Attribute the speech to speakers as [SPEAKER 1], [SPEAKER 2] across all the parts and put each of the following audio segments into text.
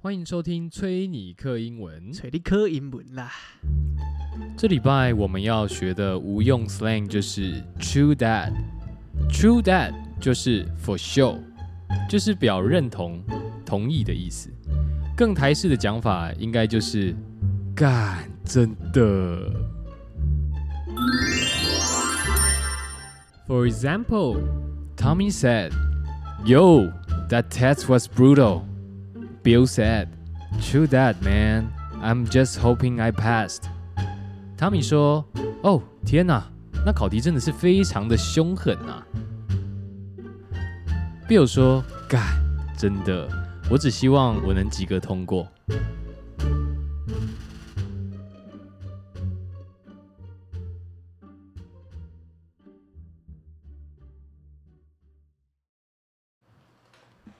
[SPEAKER 1] 欢迎收听崔尼克英文。
[SPEAKER 2] 找你考英文 啦。
[SPEAKER 1] 这礼拜我们要学的无用 slang 就是 true that。true that 就是 for sure，就是表认同、同意的意思。更台式的讲法应该就是干真的。For example, Tommy said, "Yo, that test was brutal." Bill said, "True that, man. I'm just hoping I passed." 汤米说：“哦，天哪，那考题真的是非常的凶狠啊。” Bill 说：“干，真的，我只希望我能及格通过。”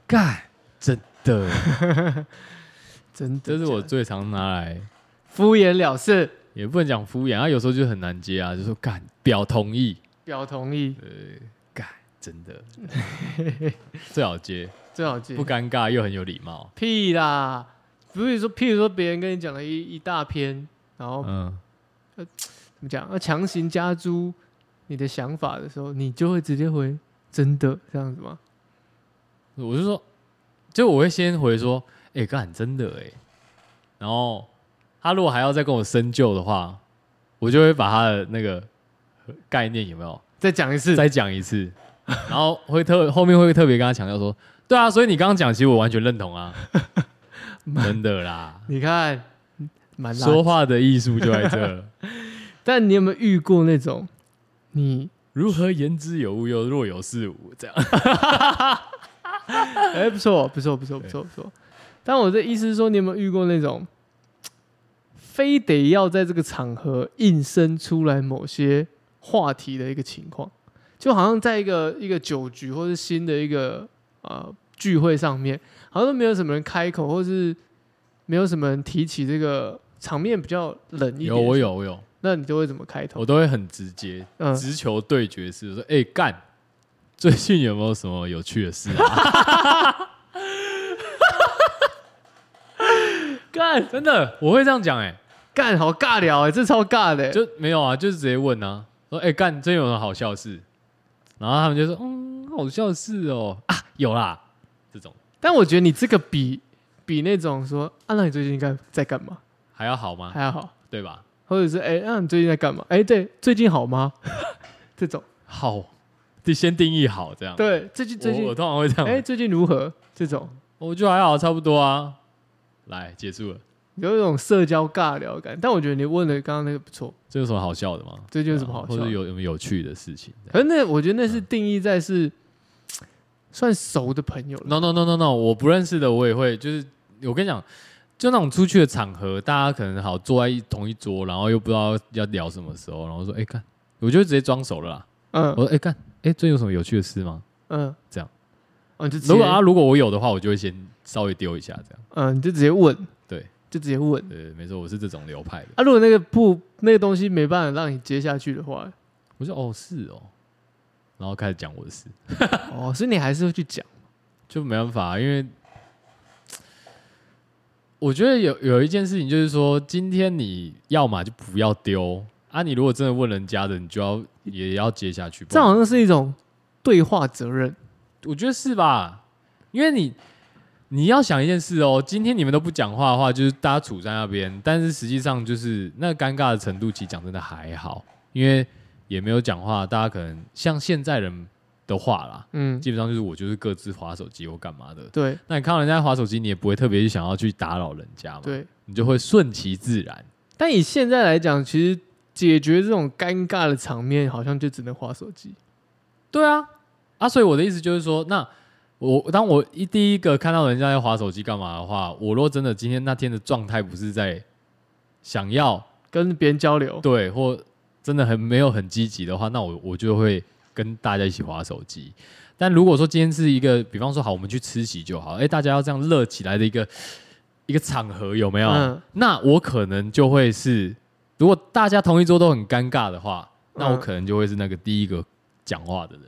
[SPEAKER 1] 干，真的，
[SPEAKER 2] 真的，
[SPEAKER 1] 这是我最常拿来
[SPEAKER 2] 敷衍了事，
[SPEAKER 1] 也不能讲敷衍，他有时候就很难接啊，就说干表同意，
[SPEAKER 2] 表同意
[SPEAKER 1] 干真的 最好接，
[SPEAKER 2] 最好记
[SPEAKER 1] 不。尴尬又很有礼貌。
[SPEAKER 2] 屁啦，不是说，譬如说别人跟你讲了一一大篇，然后
[SPEAKER 1] 嗯，
[SPEAKER 2] 怎么讲，要啊强行加诸你的想法的时候，你就会直接回真的这样子吗？
[SPEAKER 1] 我就说，就我会先回说，哎、干真的哎、然后他如果还要再跟我深究的话，我就会把他的那个概念有没有
[SPEAKER 2] 再讲一次，
[SPEAKER 1] 再讲一次，然后会特后面会特别跟他强调说，对啊，所以你刚刚讲，其实我完全认同啊，真的啦，
[SPEAKER 2] 你看，蛮垃圾
[SPEAKER 1] 说话的艺术就在这儿。
[SPEAKER 2] 但你有没有遇过那种你
[SPEAKER 1] 如何言之有物又若有似无？这样
[SPEAKER 2] 哎、不错，不错，不错，不错，不错。但我的意思是说，你有没有遇过那种，非得要在这个场合硬生出来某些话题的一个情况？就好像在一个一个酒局或是新的一个呃聚会上面，好像都没有什么人开口，或是没有什么人提起这个场面比较冷一点。
[SPEAKER 1] 有我，有我有，
[SPEAKER 2] 那你就会怎么开头
[SPEAKER 1] 我？都会很直接，
[SPEAKER 2] 嗯，
[SPEAKER 1] 直球对决式说：“哎、干，最近有没有什么有趣的事啊
[SPEAKER 2] 干？”
[SPEAKER 1] 真的，我会这样讲，哎，
[SPEAKER 2] 干，好尬聊哎、这超尬的、欸。
[SPEAKER 1] 就没有啊，就直接问啊，说：“哎、干，最近有什么好笑的事？”然后他们就说：“嗯，好笑的事哦，啊，有啦。”这种
[SPEAKER 2] 但我觉得你这个比比那种说啊，那你最近应该在干嘛
[SPEAKER 1] 还要好吗？
[SPEAKER 2] 还好，
[SPEAKER 1] 对吧？
[SPEAKER 2] 或者是哎、那你最近在干嘛？哎、对，最近好吗？ 这种
[SPEAKER 1] 好，得先定义好这样。
[SPEAKER 2] 对，最近最
[SPEAKER 1] 啊我，我
[SPEAKER 2] 近
[SPEAKER 1] 通常会这样。
[SPEAKER 2] 哎、最近如何？这种
[SPEAKER 1] 我觉得还好，差不多啊。来，结束了。
[SPEAKER 2] 有一种社交尬聊感。但我觉得你问的刚刚那个不错，
[SPEAKER 1] 这有什么好笑的吗？
[SPEAKER 2] 最近有什么好笑
[SPEAKER 1] 啊或者
[SPEAKER 2] 的？
[SPEAKER 1] 有嗯什么有趣的事情这样
[SPEAKER 2] 可是那我觉得那是定义在是、算熟的朋友了。
[SPEAKER 1] ？No No No No No，我不认识的我也会，就是我跟你讲，就那种出去的场合，大家可能好坐在一同一桌，然后又不知道要聊什么时候，然后说哎干、我就直接装熟了啦。
[SPEAKER 2] 嗯
[SPEAKER 1] 我说哎干，哎、最近有什么有趣的事吗？
[SPEAKER 2] 嗯，
[SPEAKER 1] 这样，
[SPEAKER 2] 哦，你就直接
[SPEAKER 1] 如果啊，如果我有的话，我就会先稍微丢一下这样。
[SPEAKER 2] 嗯，你就直接问，
[SPEAKER 1] 对，
[SPEAKER 2] 就直接问。
[SPEAKER 1] 对，没错，我是这种流派的。
[SPEAKER 2] 啊，如果那个不那个东西没办法让你接下去的话，
[SPEAKER 1] 我说哦是哦，然后开始讲我的事，
[SPEAKER 2] 哦，所以你还是会去讲。
[SPEAKER 1] 就没办法，因为我觉得有有一件事情就是说，今天你要嘛就不要丢啊，你如果真的问人家的，你就要也要接下去。
[SPEAKER 2] 这好
[SPEAKER 1] 不然
[SPEAKER 2] 像是一种对话责任。
[SPEAKER 1] 我觉得是吧？因为你你要想一件事哦，今天你们都不讲话的话，就是大家处在那边，但是实际上就是那尴尬的程度，其实讲真的还好，因为也没有讲话，大家可能像现在人的话啦，
[SPEAKER 2] 嗯，
[SPEAKER 1] 基本上就是我就是各自划手机或干嘛的，
[SPEAKER 2] 对
[SPEAKER 1] 那你看到人家划手机，你也不会特别去想要去打扰人家嘛，
[SPEAKER 2] 对。
[SPEAKER 1] 你就会顺其自然。
[SPEAKER 2] 但以现在来讲，其实解决这种尴尬的场面，好像就只能划手机。
[SPEAKER 1] 对啊，啊，所以我的意思就是说，那我当我一第一个看到人家在划手机干嘛的话，我若真的今天那天的状态不是在想要
[SPEAKER 2] 跟别人交流，
[SPEAKER 1] 对或真的很没有很积极的话，那我我就会跟大家一起划手机。但如果说今天是一个，比方说好，我们去吃席就好，哎、大家要这样热起来的一个一个场合，有没有？
[SPEAKER 2] 嗯
[SPEAKER 1] 那我可能就会是，如果大家同一桌都很尴尬的话，那我
[SPEAKER 2] 嗯
[SPEAKER 1] 可能就会是那个第一个讲话的人。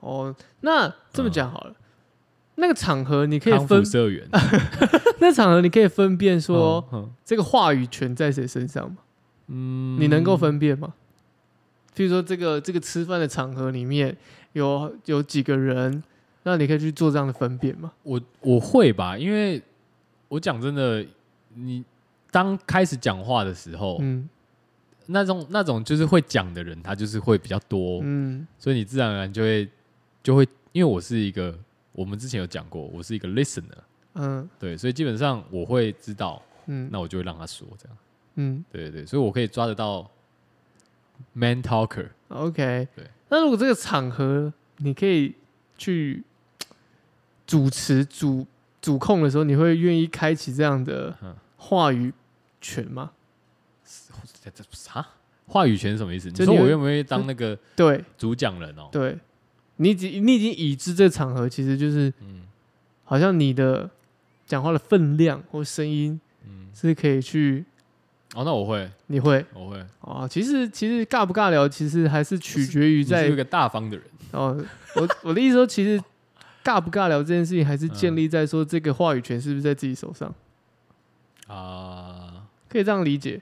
[SPEAKER 2] 哦，那这么讲好了，那个场合你可以
[SPEAKER 1] 啊康复
[SPEAKER 2] 分，哦
[SPEAKER 1] 社 员，
[SPEAKER 2] 那场合你可以分辨说
[SPEAKER 1] 嗯，
[SPEAKER 2] 这个话语权在谁身上吗？
[SPEAKER 1] 嗯
[SPEAKER 2] 你能够分辨吗？譬如说这个这个吃饭的场合里面有有几个人，那你可以去做这样的分辨吗？
[SPEAKER 1] 我我会吧，因为我讲真的，你当开始讲话的时候，
[SPEAKER 2] 嗯
[SPEAKER 1] 那种那种就是会讲的人，他就是会比较多，
[SPEAKER 2] 嗯
[SPEAKER 1] 所以你自然而然就会就会，因为我是一个，我们之前有讲过，我是一个 listener，
[SPEAKER 2] 嗯
[SPEAKER 1] 对，所以基本上我会知道，
[SPEAKER 2] 嗯
[SPEAKER 1] 那我就会让他说这样，
[SPEAKER 2] 嗯
[SPEAKER 1] 对对对，所以我可以抓得到 man talker，
[SPEAKER 2] ，OK
[SPEAKER 1] 对。
[SPEAKER 2] 那如果这个场合你可以去主持主主控的时候，你会愿意开启这样的
[SPEAKER 1] 嗯
[SPEAKER 2] 话语权吗？
[SPEAKER 1] 这这啥？话语权是什么意思？你
[SPEAKER 2] 就
[SPEAKER 1] 说
[SPEAKER 2] 你
[SPEAKER 1] 我
[SPEAKER 2] 会嗯
[SPEAKER 1] 愿不愿意当那个
[SPEAKER 2] 对
[SPEAKER 1] 主讲人哦？
[SPEAKER 2] 对，你已经你已经已知这个场合其实就是
[SPEAKER 1] 嗯
[SPEAKER 2] 好像你的讲话的分量或声音
[SPEAKER 1] 嗯，
[SPEAKER 2] 是可以去，
[SPEAKER 1] 哦，那我会，
[SPEAKER 2] 你会
[SPEAKER 1] 我会，
[SPEAKER 2] 哦。其实其实尬不尬聊，其实还是取决于
[SPEAKER 1] 你是
[SPEAKER 2] 在
[SPEAKER 1] 一个大方的人，
[SPEAKER 2] 哦，我 我的意思说，其实尬不尬聊这件事情，还是建
[SPEAKER 1] 嗯
[SPEAKER 2] 立在说这个话语权是不是在自己手上，
[SPEAKER 1] 啊、
[SPEAKER 2] 可以这样理解。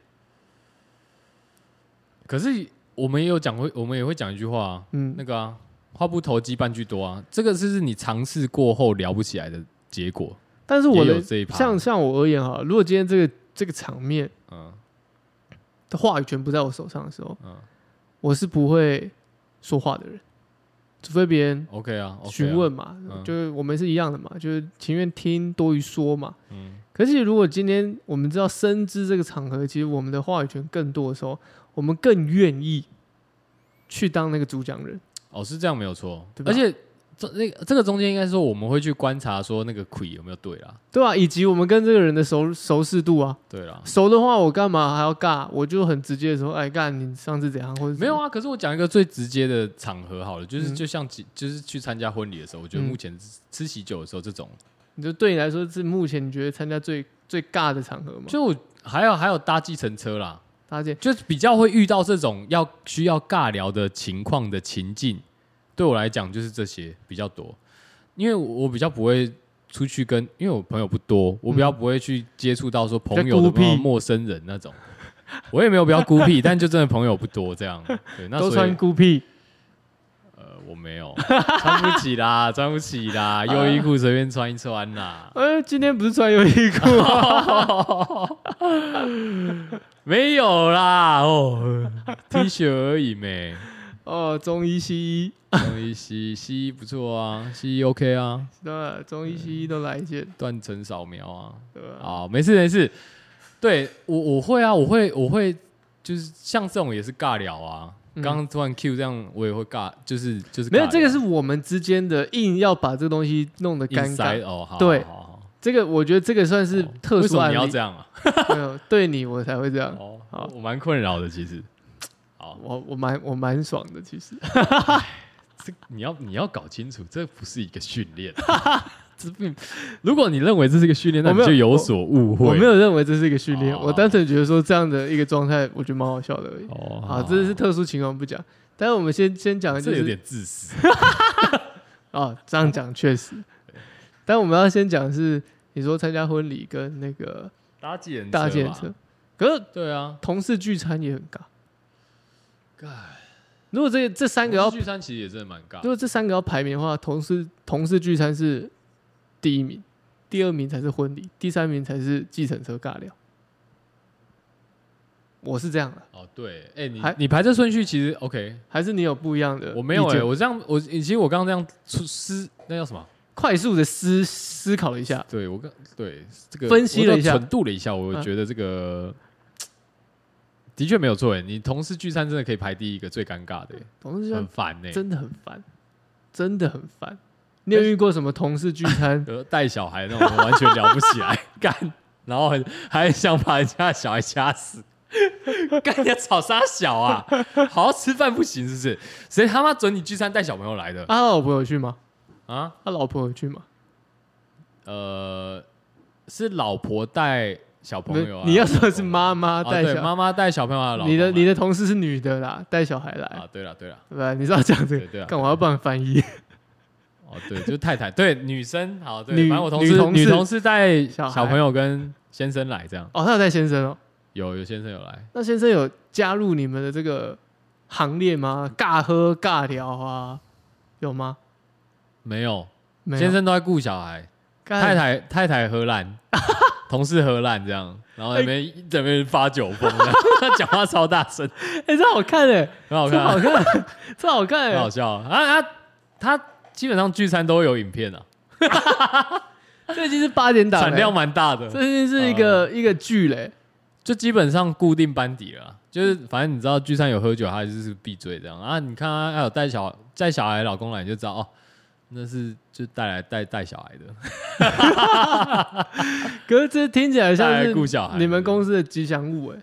[SPEAKER 1] 可是我们也有讲过，我们也会讲一句话、啊，
[SPEAKER 2] 嗯
[SPEAKER 1] 那个啊，话不投机半句多啊，这个是你尝试过后聊不起来的结果。
[SPEAKER 2] 但是
[SPEAKER 1] 也
[SPEAKER 2] 我
[SPEAKER 1] 有
[SPEAKER 2] 的
[SPEAKER 1] 这一趴，
[SPEAKER 2] 像像我而言哈，如果今天这个这个场面
[SPEAKER 1] 嗯
[SPEAKER 2] 的话语权不在我手上的时候，
[SPEAKER 1] 嗯
[SPEAKER 2] 我是不会说话的人，除非别人
[SPEAKER 1] ，OK 啊，OK 啊
[SPEAKER 2] 询问，嘛，
[SPEAKER 1] 嗯
[SPEAKER 2] 就是我们是一样的嘛，就是情愿听多于说嘛。
[SPEAKER 1] 嗯
[SPEAKER 2] 可是如果今天我们知道深知这个场合，其实我们的话语权更多的时候，我们更愿意去当那个主讲人。
[SPEAKER 1] 哦是这样没有错
[SPEAKER 2] 对，吧
[SPEAKER 1] 而且这那个这个中间应该说我们会去观察说那个 que 有没有对啦，
[SPEAKER 2] 对啊，以及我们跟这个人的熟熟识度啊，
[SPEAKER 1] 对啦，
[SPEAKER 2] 熟的话我干嘛还要尬？我就很直接的说，哎，尬你上次怎样，或者
[SPEAKER 1] 没有
[SPEAKER 2] 啊，
[SPEAKER 1] 啊，可是我讲一个最直接的场合好了，就是
[SPEAKER 2] 嗯
[SPEAKER 1] 就像几就是去参加婚礼的时候，我觉得
[SPEAKER 2] 嗯
[SPEAKER 1] 目前吃吃喜酒的时候这种，
[SPEAKER 2] 你就对你来说是目前你觉得参加最最尬的场合吗？
[SPEAKER 1] 就我还有还有搭计程车啦，
[SPEAKER 2] 搭建
[SPEAKER 1] 就是比较会遇到这种要需要尬聊的情况的情境，对我来讲就是这些比较多，因为我比较不会出去跟，因为我朋友不多，我比较不会去接触到说朋友的
[SPEAKER 2] 比较孤僻
[SPEAKER 1] 陌生人那种，我也没有比较孤僻，但就真的朋友不多这样，对，那
[SPEAKER 2] 都
[SPEAKER 1] 所
[SPEAKER 2] 穿
[SPEAKER 1] 以
[SPEAKER 2] 孤僻，
[SPEAKER 1] 呃我没 有穿不起啦，穿不起啦，优衣库随便穿一穿啦，
[SPEAKER 2] 哎，今天不是穿优衣库，
[SPEAKER 1] 没有啦，哦，T 恤而已没。
[SPEAKER 2] 哦，中医西医，
[SPEAKER 1] 中医西西医不错啊，西医 OK 啊，
[SPEAKER 2] 对吧，中医西医都来一件，
[SPEAKER 1] 断层扫描啊，
[SPEAKER 2] 对吧？
[SPEAKER 1] 啊，没事没事，对我我会啊，我会我会就是像这种也是尬聊啊，
[SPEAKER 2] 嗯
[SPEAKER 1] 刚刚突然 Q 这样我也会尬，就是就是
[SPEAKER 2] 没有，
[SPEAKER 1] 尬聊
[SPEAKER 2] 这个是我们之间的硬要把这个东西弄得尴
[SPEAKER 1] 硬塞
[SPEAKER 2] 尬。
[SPEAKER 1] 哦，好
[SPEAKER 2] 对
[SPEAKER 1] 好好好
[SPEAKER 2] 这个我觉得这个算是
[SPEAKER 1] 好
[SPEAKER 2] 特
[SPEAKER 1] 为
[SPEAKER 2] 殊
[SPEAKER 1] 什么
[SPEAKER 2] 案
[SPEAKER 1] 你要
[SPEAKER 2] 例
[SPEAKER 1] 这，样啊？
[SPEAKER 2] 没有对你我才会这样，
[SPEAKER 1] 哦
[SPEAKER 2] 好，
[SPEAKER 1] 我蛮困扰的其实。好，
[SPEAKER 2] 我我蛮我蛮爽的其实。
[SPEAKER 1] 这你要你要搞清楚，这不是一个训 练。这并如果你认为这是一个训练，那
[SPEAKER 2] 我
[SPEAKER 1] 你
[SPEAKER 2] 没有
[SPEAKER 1] 就有
[SPEAKER 2] 我
[SPEAKER 1] 所误会。
[SPEAKER 2] 我没有认为这是一个训练，
[SPEAKER 1] 哦
[SPEAKER 2] 我单纯觉得说这样的一个状态，我觉得蛮好笑的而已。
[SPEAKER 1] 哦，
[SPEAKER 2] 啊，这是特殊情况不讲，但是我们先先讲的就
[SPEAKER 1] 这有
[SPEAKER 2] 是
[SPEAKER 1] 点自私。
[SPEAKER 2] 啊，这样讲确实，但我们要先讲的是你说参加婚礼跟那个
[SPEAKER 1] 搭计程
[SPEAKER 2] 大检测，可是
[SPEAKER 1] 对啊，
[SPEAKER 2] 同事聚餐也很尬。如果这这三个要
[SPEAKER 1] 同事聚餐其实也真的蛮尬
[SPEAKER 2] 如。果这三个要排名的话，同事同事聚餐是第一名，第二名才是婚礼，第三名才是计程车尬聊。我是这样的，
[SPEAKER 1] 哦，对，哎，你
[SPEAKER 2] 还呃
[SPEAKER 1] 你排这顺序其实 OK，
[SPEAKER 2] 还是你有不一样的意见？
[SPEAKER 1] 我没有哎，我这样我其实我刚刚这样出思那叫什么？
[SPEAKER 2] 快速的思思考了一下，
[SPEAKER 1] 对我刚对这个
[SPEAKER 2] 分析了一下
[SPEAKER 1] 我蠢度了一下，我
[SPEAKER 2] 嗯
[SPEAKER 1] 觉得这个的确没有错哎，你同事聚餐真的可以排第一个最尴尬的哎，
[SPEAKER 2] 同事聚
[SPEAKER 1] 很
[SPEAKER 2] 餐
[SPEAKER 1] 烦哎。
[SPEAKER 2] 真的很烦，真的很烦。你有遇过什么同事聚餐
[SPEAKER 1] 呃带小孩那种完全聊不起来， 干，然后还还想把人家的小孩掐死，干人家吵啥小啊？好好吃饭不行是不是？谁他妈准你聚餐带小朋友来的
[SPEAKER 2] 啊？他老婆有去吗？
[SPEAKER 1] 啊？
[SPEAKER 2] 他老婆有去吗？
[SPEAKER 1] 呃，是老婆带小朋友啊？
[SPEAKER 2] 你要说的是
[SPEAKER 1] 老
[SPEAKER 2] 妈妈
[SPEAKER 1] 婆
[SPEAKER 2] 带
[SPEAKER 1] 啊对
[SPEAKER 2] 小
[SPEAKER 1] 妈妈带小朋友啊？老
[SPEAKER 2] 你的
[SPEAKER 1] 公啊
[SPEAKER 2] 你的同事是女的啦，带小孩来，
[SPEAKER 1] 啊？对了对了，
[SPEAKER 2] 对吧？你知道讲这
[SPEAKER 1] 对
[SPEAKER 2] 个，
[SPEAKER 1] 对啊，
[SPEAKER 2] 干嘛要帮你翻译？
[SPEAKER 1] 哦，对，就是太太，对，女生，好，对，
[SPEAKER 2] 女
[SPEAKER 1] 反正我同
[SPEAKER 2] 女
[SPEAKER 1] 事
[SPEAKER 2] 同事
[SPEAKER 1] 女同事带
[SPEAKER 2] 小孩
[SPEAKER 1] 小朋友跟先生来这样，
[SPEAKER 2] 哦，他有带先生哦，
[SPEAKER 1] 有有先生有来，
[SPEAKER 2] 那先生有加入你们的这个行列吗？尬喝、尬聊啊，有吗？
[SPEAKER 1] 没有，
[SPEAKER 2] 没有哎
[SPEAKER 1] 先生都在顾小孩，
[SPEAKER 2] 干
[SPEAKER 1] 太 太太太荷兰，同事荷兰这样，然后在那边一整边发酒疯这样， 他讲话超大声，
[SPEAKER 2] 哎、这好看哎、
[SPEAKER 1] 很好
[SPEAKER 2] 这
[SPEAKER 1] 看，
[SPEAKER 2] 好看， 这好看
[SPEAKER 1] 很
[SPEAKER 2] 哎、
[SPEAKER 1] 好笑啊啊！他基本上聚餐都会有影片啊，
[SPEAKER 2] 这已经是八点档、
[SPEAKER 1] 产
[SPEAKER 2] 了，
[SPEAKER 1] 量啊蛮大的，
[SPEAKER 2] 这已经是一个、一个剧嘞、
[SPEAKER 1] 就基本上固定班底了啊，就是反正你知道聚餐有喝酒，他就是闭嘴这样啊。你看他还有带小带小孩的老公来，你就知道哦，那是就带来带带小孩的，
[SPEAKER 2] 可是这听起来像
[SPEAKER 1] 带来
[SPEAKER 2] 是
[SPEAKER 1] 顾小孩的，
[SPEAKER 2] 你们公司的吉祥物哎、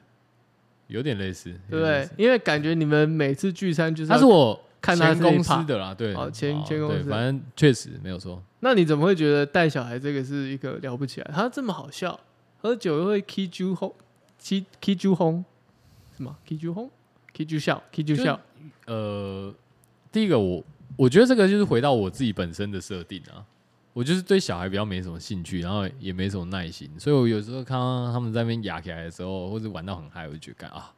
[SPEAKER 1] 有点类似，有
[SPEAKER 2] 对不
[SPEAKER 1] 点类
[SPEAKER 2] 对
[SPEAKER 1] 似？？
[SPEAKER 2] 因为感觉你们每次聚餐就是要
[SPEAKER 1] 他是我
[SPEAKER 2] 看他
[SPEAKER 1] 前
[SPEAKER 2] 是
[SPEAKER 1] 公
[SPEAKER 2] 一趴
[SPEAKER 1] 司的啦，对，
[SPEAKER 2] 哦前前公
[SPEAKER 1] 对
[SPEAKER 2] 司
[SPEAKER 1] 反正确实没有错，
[SPEAKER 2] 那你怎么会觉得带小孩这个是一个了不起来？他这么好笑，喝酒又会 k 啾轰，k k 啾轰，什么 k 啾轰，k 啾笑，k 啾笑，
[SPEAKER 1] 呃，第一个我我觉得这个就是回到我自己本身的设定啊，我就是对小孩比较没什么兴趣，然后也没什么耐心，所以我有时候看到他们在那边压起来的时候，或者玩到很嗨，我就觉得干啊，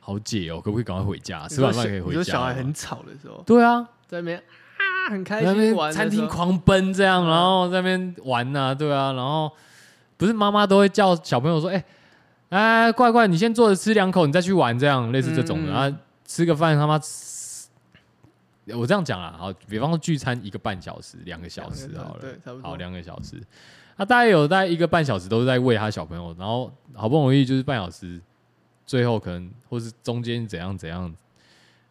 [SPEAKER 1] 好解哦，可不可以赶快回家？
[SPEAKER 2] 你
[SPEAKER 1] 吃
[SPEAKER 2] 说
[SPEAKER 1] 完
[SPEAKER 2] 小
[SPEAKER 1] 饭可以
[SPEAKER 2] 你
[SPEAKER 1] 回
[SPEAKER 2] 说
[SPEAKER 1] 家。哦
[SPEAKER 2] 小孩很吵的时候，
[SPEAKER 1] 对啊，
[SPEAKER 2] 在那边啊很开
[SPEAKER 1] 在那
[SPEAKER 2] 心
[SPEAKER 1] 边
[SPEAKER 2] 玩的时候，
[SPEAKER 1] 餐厅狂奔这样，
[SPEAKER 2] 嗯
[SPEAKER 1] 然后在那边玩啊，对啊，然后不是妈妈都会叫小朋友说，哎、哎，怪怪，你先坐着吃两口，你再去玩，这样类似这种的，
[SPEAKER 2] 嗯
[SPEAKER 1] 然后吃个饭他妈吃。我这样讲啊，好，比方说聚餐一个半小时、两个小时好了，
[SPEAKER 2] 对，差不多。
[SPEAKER 1] 好两个小时，他、大概有大概一个半小时都是在喂他小朋友，然后好不容易就是半小时，最后可能或是中间怎样怎样，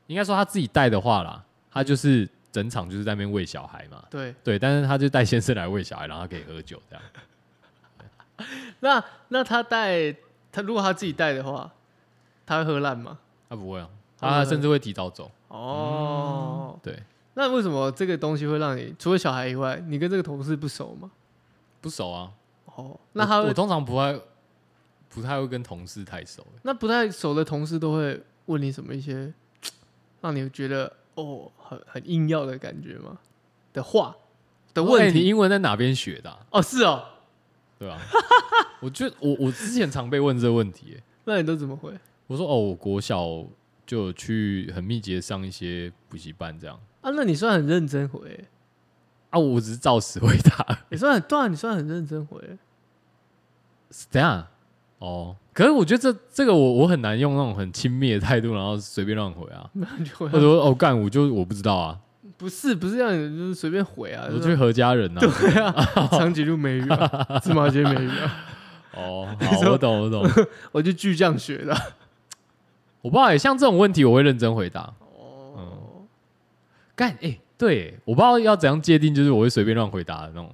[SPEAKER 1] 应该说他自己带的话啦，他就是整场就是在那边喂小孩嘛，
[SPEAKER 2] 对，
[SPEAKER 1] 对，但是他就带先生来喂小孩，然后他可以喝酒这 样，
[SPEAKER 2] 那那他带他如果他自己带的话，他会喝烂吗？
[SPEAKER 1] 他不会啊，
[SPEAKER 2] 他不会
[SPEAKER 1] 他甚至会提早走，
[SPEAKER 2] 哦，
[SPEAKER 1] 对，
[SPEAKER 2] 那为什么这个东西会让你除了小孩以外，你跟这个同事不熟吗？
[SPEAKER 1] 不熟啊，
[SPEAKER 2] 哦，那
[SPEAKER 1] 我
[SPEAKER 2] 他
[SPEAKER 1] 我
[SPEAKER 2] 会
[SPEAKER 1] 通常不太不太会跟同事太熟、
[SPEAKER 2] 那不太熟的同事都会问你什么一些让你觉得哦很很硬要的感觉吗？的话的
[SPEAKER 1] 哎
[SPEAKER 2] 问
[SPEAKER 1] 你
[SPEAKER 2] 题
[SPEAKER 1] 英文在哪边学的啊、
[SPEAKER 2] 哦是哦，
[SPEAKER 1] 对啊，我觉得我我之前常被问这个问题、欸
[SPEAKER 2] 那你都怎么回？
[SPEAKER 1] 我说哦，我国小就有去很密集的上一些补习班这样
[SPEAKER 2] 啊，那你算很认真回欸，
[SPEAKER 1] 啊，我只是照实回答。
[SPEAKER 2] 你算很对啊，你算很认真回欸。
[SPEAKER 1] 怎样？哦，可是我觉得这这个我我很难用那种很轻蔑的态度，然后随便乱回啊。
[SPEAKER 2] 那你就
[SPEAKER 1] 我
[SPEAKER 2] 会
[SPEAKER 1] 说哦，干我就我不知道啊，
[SPEAKER 2] 不是不是让你就是随便回啊，
[SPEAKER 1] 我
[SPEAKER 2] 就是
[SPEAKER 1] 去何家人啊。
[SPEAKER 2] 对啊，长颈鹿美 语、啊，芝麻街美语、啊，
[SPEAKER 1] 哦，好，我懂我懂，
[SPEAKER 2] 我就巨匠学的。
[SPEAKER 1] 我不知道欸像这种问题我会认真回答。嗯
[SPEAKER 2] 哦，
[SPEAKER 1] 干哎、欸对欸，我不知道要怎样界定，就是我会随便乱回答的那种。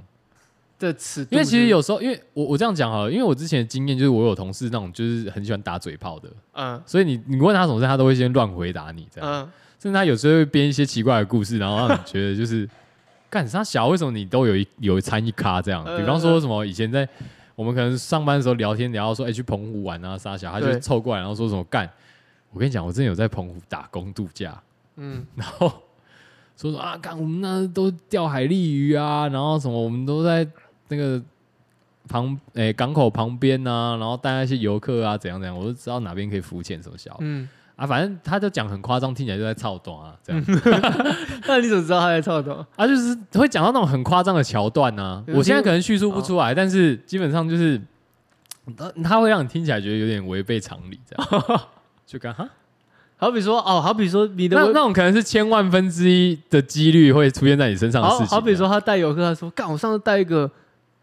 [SPEAKER 2] 这尺度，
[SPEAKER 1] 因为其实，有时候，因为我我这样讲好了，因为我之前的经验就是我有同事那种就是很喜欢打嘴炮的，
[SPEAKER 2] 嗯
[SPEAKER 1] 所以你你问他什么事，他都会先乱回答你这样，
[SPEAKER 2] 嗯，
[SPEAKER 1] 甚至他有时候会编一些奇怪的故事，然后让你觉得就是 干他小，为什么你都有一有一参一咖这样？
[SPEAKER 2] 嗯
[SPEAKER 1] 比方说什么以前在我们可能上班的时候聊天聊到说，哎、去澎湖玩啊，傻小，他就
[SPEAKER 2] 对
[SPEAKER 1] 凑过来，然后说什么干，我跟你讲，我真的有在澎湖打工度假，
[SPEAKER 2] 嗯，
[SPEAKER 1] 然后说说啊，干我们那都钓海蛎鱼啊，然后什么我们都在那个旁诶、港口旁边啊，然后带那些游客啊怎样怎样，我就知道哪边可以浮潜什么小。
[SPEAKER 2] 嗯，
[SPEAKER 1] 啊，反正他就讲很夸张，听起来就在操短啊，这样、
[SPEAKER 2] 那你怎么知道他在操刀？
[SPEAKER 1] 啊，就是会讲到那种很夸张的桥段呢、
[SPEAKER 2] 嗯
[SPEAKER 1] 我现在可能叙述不出
[SPEAKER 2] 哦
[SPEAKER 1] 来，但是基本上就是，他他会让你听起来觉得有点违背常理，这样 就刚哈，
[SPEAKER 2] 好比说，哦，好比说你的
[SPEAKER 1] 那那种可能是千万分之一的几率会出现在你身上的事
[SPEAKER 2] 好
[SPEAKER 1] 情，啊
[SPEAKER 2] 好比说他带游客，他说干，我上次带一个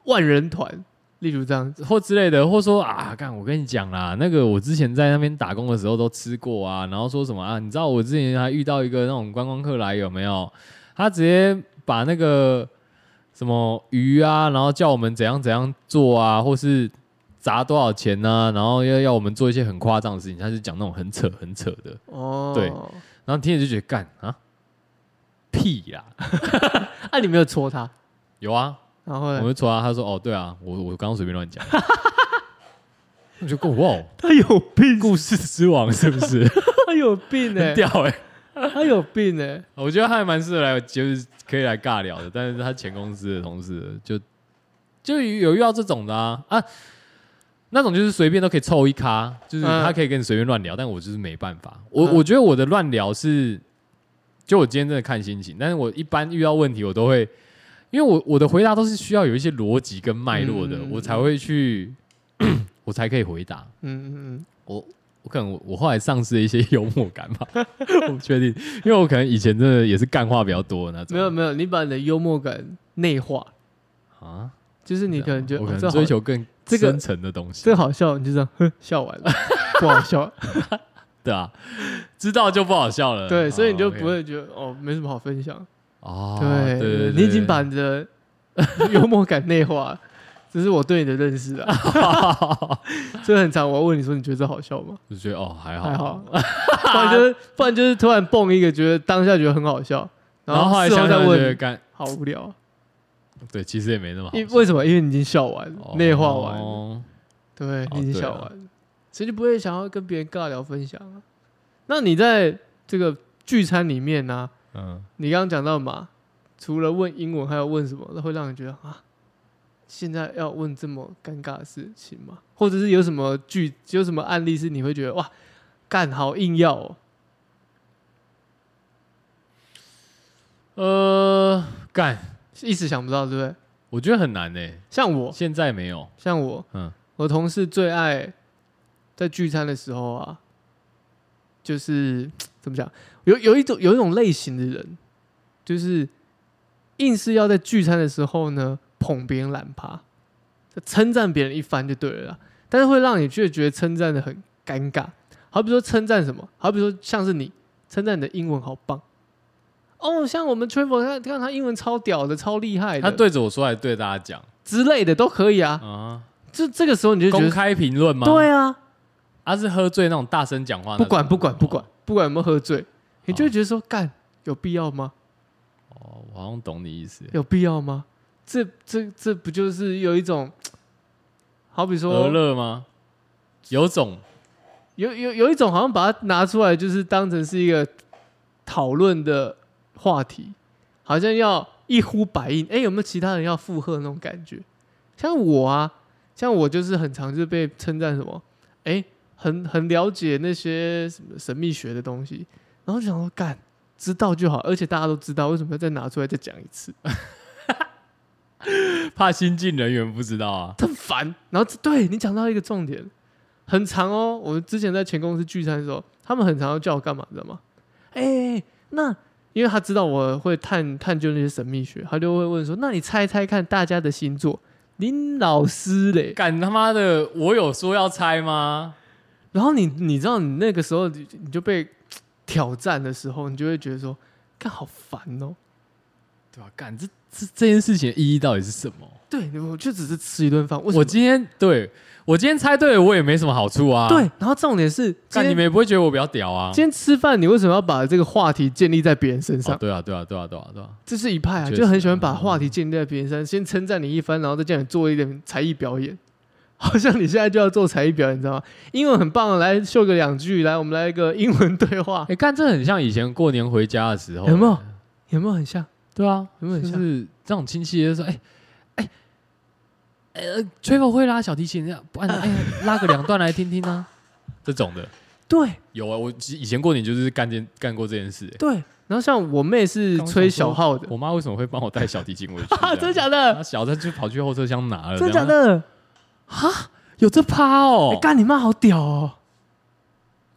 [SPEAKER 2] 万人团，例如这样子，
[SPEAKER 1] 或之类的，或说啊，干，我跟你讲啦，那个我之前在那边打工的时候都吃过啊，然后说什么啊，你知道我之前还遇到一个那种观光客来有没有？他直接把那个什么鱼啊，然后叫我们怎样怎样做啊，或是砸多少钱呢、然后要要我们做一些很夸张的事情，他就讲那种很扯很扯的，
[SPEAKER 2] 哦，
[SPEAKER 1] 对然后听着就觉得干啊，屁啦，
[SPEAKER 2] 啊，你没有戳他，
[SPEAKER 1] 有啊，
[SPEAKER 2] 然后
[SPEAKER 1] 我
[SPEAKER 2] 呢，
[SPEAKER 1] 就戳他，他说哦对啊，我我刚刚随便乱讲， 我就够哇。哦
[SPEAKER 2] 他有病，
[SPEAKER 1] 故事之王是不是？
[SPEAKER 2] 他有病哎、
[SPEAKER 1] 很屌哎、
[SPEAKER 2] 他有病哎、
[SPEAKER 1] 我觉得他还蛮适合来，就是可以来尬聊的。但是他前公司的同事就就有遇到这种的啊啊，那种就是随便都可以凑一咖，就是
[SPEAKER 2] 嗯
[SPEAKER 1] 他可以跟你随便乱聊，但我就是没办法。我、
[SPEAKER 2] 嗯
[SPEAKER 1] 我觉得我的乱聊是，就我今天真的看心情，但是我一般遇到问题我都会，因为我我的回答都是需要有一些逻辑跟脉络的，
[SPEAKER 2] 嗯
[SPEAKER 1] 我才会去， 我才可以回答。
[SPEAKER 2] 嗯嗯
[SPEAKER 1] 我我可能我我后来丧失了一些 幽默感吧，我不确定，因为我可能以前真的也是干话比较多的那
[SPEAKER 2] 嗯，
[SPEAKER 1] 种。
[SPEAKER 2] 没有没有，你把你的幽默感内化，
[SPEAKER 1] 啊，
[SPEAKER 2] 就是你可能觉得
[SPEAKER 1] 我可
[SPEAKER 2] 哦
[SPEAKER 1] 能
[SPEAKER 2] 这好
[SPEAKER 1] 追求更
[SPEAKER 2] 这个
[SPEAKER 1] 深层的东西
[SPEAKER 2] 这，好笑，你就这样呵笑 完了，不好笑，
[SPEAKER 1] 对啊，知道就不好笑了。
[SPEAKER 2] 对，所以你就不
[SPEAKER 1] 会
[SPEAKER 2] 会觉得哦没什么好分享，
[SPEAKER 1] 哦，
[SPEAKER 2] 对
[SPEAKER 1] 对对，
[SPEAKER 2] 你已经把你的 幽默感内化了，这是我对你的认识 啊。所以很常我要问你说你觉得这好笑吗？
[SPEAKER 1] 就觉得哦还好
[SPEAKER 2] 还好，，不然就是不然就是突然蹦一个，觉得当下觉得很好笑，
[SPEAKER 1] 然后后来
[SPEAKER 2] 事后
[SPEAKER 1] 想
[SPEAKER 2] 再
[SPEAKER 1] 想觉得
[SPEAKER 2] 问，
[SPEAKER 1] 干
[SPEAKER 2] 好无聊啊。
[SPEAKER 1] 对，其实也没那么好
[SPEAKER 2] 因为什么？因为你已经笑完了
[SPEAKER 1] 笑，
[SPEAKER 2] 内化完了，
[SPEAKER 1] 哦
[SPEAKER 2] 对
[SPEAKER 1] 哦
[SPEAKER 2] 你已经
[SPEAKER 1] 对
[SPEAKER 2] 笑
[SPEAKER 1] 了
[SPEAKER 2] 完了，所以就不会想要跟别人尬聊分享啊。那你在这个聚餐里面啊呢、
[SPEAKER 1] 嗯，
[SPEAKER 2] 你刚刚讲到嘛，除了问英文，还有问什么？那会让你觉得啊，现在要问这么尴尬的事情吗？或者是有什么剧，有什么案例是你会觉得哇，干好硬要哦？
[SPEAKER 1] 呃，干，
[SPEAKER 2] 一时想不到，对不对？
[SPEAKER 1] 我觉得很难呢，
[SPEAKER 2] 像我，
[SPEAKER 1] 现在没有，
[SPEAKER 2] 像我，
[SPEAKER 1] 嗯
[SPEAKER 2] 我同事最爱在聚餐的时候啊，就是怎么讲，有有一种有一种类型的人，就是硬是要在聚餐的时候呢捧别人懒趴，称赞别人一番就对了啦，但是会让你却觉得称赞的很尴尬。好比说称赞什么，好比说像是你称赞你的英文好棒。哦，像我们 Trevor，他看他英文超屌的，超厉害的，
[SPEAKER 1] 他对着我说，还对大家讲
[SPEAKER 2] 之类的都可以啊。
[SPEAKER 1] 啊，
[SPEAKER 2] 这这个时候你就觉
[SPEAKER 1] 公
[SPEAKER 2] 得
[SPEAKER 1] 开评论吗？
[SPEAKER 2] 对啊，
[SPEAKER 1] 他、是喝醉那种大声讲话那
[SPEAKER 2] 不
[SPEAKER 1] 种，
[SPEAKER 2] 管不管不管不管有没有喝醉，你
[SPEAKER 1] 哦
[SPEAKER 2] 就会觉得说干有必要吗？
[SPEAKER 1] 哦，我好像懂你意思。
[SPEAKER 2] 有必要吗？这这这不就是有一种，好比
[SPEAKER 1] 何
[SPEAKER 2] 说
[SPEAKER 1] 乐吗？有种
[SPEAKER 2] 有有有一种好像把它拿出来，就是当成是一个讨论的话题，好像要一呼百应。哎，有没有其他人要附和那种感觉？像我啊，像我就是很常就被称赞什么，哎，很很了解那些什么神秘学的东西，然后就想说干知道就好，而且大家都知道，为什么要再拿出来再讲一次？
[SPEAKER 1] 怕新进人员不知道啊。
[SPEAKER 2] 很烦。然后这对你讲到一个重点，很长哦。我之前在前公司聚餐的时候，他们很常要叫我干嘛，你知道吗？哎、那因为他知道我会探探究那些神秘学，他就会问说：“那你猜猜看大家的星座？”林老师嘞，
[SPEAKER 1] 敢他妈的，我有说要猜吗？
[SPEAKER 2] 然后你你知道你那个时候你你就被挑战的时候，你就会觉得说，看好烦哦。
[SPEAKER 1] 对吧、干这这这件事情的意义到底是什么？
[SPEAKER 2] 对，我就只是吃一顿饭，为什
[SPEAKER 1] 我
[SPEAKER 2] 么？
[SPEAKER 1] 今天对我今天猜对了，我也没什么好处啊。
[SPEAKER 2] 对，，然后重点是，今
[SPEAKER 1] 干你
[SPEAKER 2] 天
[SPEAKER 1] 们也不会觉得我比较屌啊。
[SPEAKER 2] 今天吃饭，你为什么要把这个话题建立在别人身上
[SPEAKER 1] 哦，？对啊，对啊，对啊，对啊，对啊，
[SPEAKER 2] 这是一派啊，嗯
[SPEAKER 1] 确实
[SPEAKER 2] 就很喜欢把话题建立在别人身上，先称赞你一番，然后再叫你做一点才艺表演。 好像你现在就要做才艺表演，你知道吗？英文很棒，来秀个两句，来，我们来一个英文对话
[SPEAKER 1] 哎、，干这很像以前过年回家的时候，
[SPEAKER 2] 有没有？有没有很像？
[SPEAKER 1] 对啊，
[SPEAKER 2] 有没有很
[SPEAKER 1] 就
[SPEAKER 2] 像
[SPEAKER 1] 是这种亲戚就说，哎、哎，呃，Trevor 会拉小提琴，不然 哎、拉个两段来听听啊，这种的。
[SPEAKER 2] 对
[SPEAKER 1] 有啊，我以前过年就是干件干过这件事、欸。
[SPEAKER 2] 对。然后像我妹是吹小号的，
[SPEAKER 1] 我妈为什么会帮我带小提琴回 去
[SPEAKER 2] 啊，？真的假
[SPEAKER 1] 这
[SPEAKER 2] 的
[SPEAKER 1] 样？她？小的就跑去后车厢拿了。
[SPEAKER 2] 真的
[SPEAKER 1] 这
[SPEAKER 2] 假
[SPEAKER 1] 样？啊
[SPEAKER 2] 的？
[SPEAKER 1] 有这趴哦、
[SPEAKER 2] 哎，干你妈好屌哦！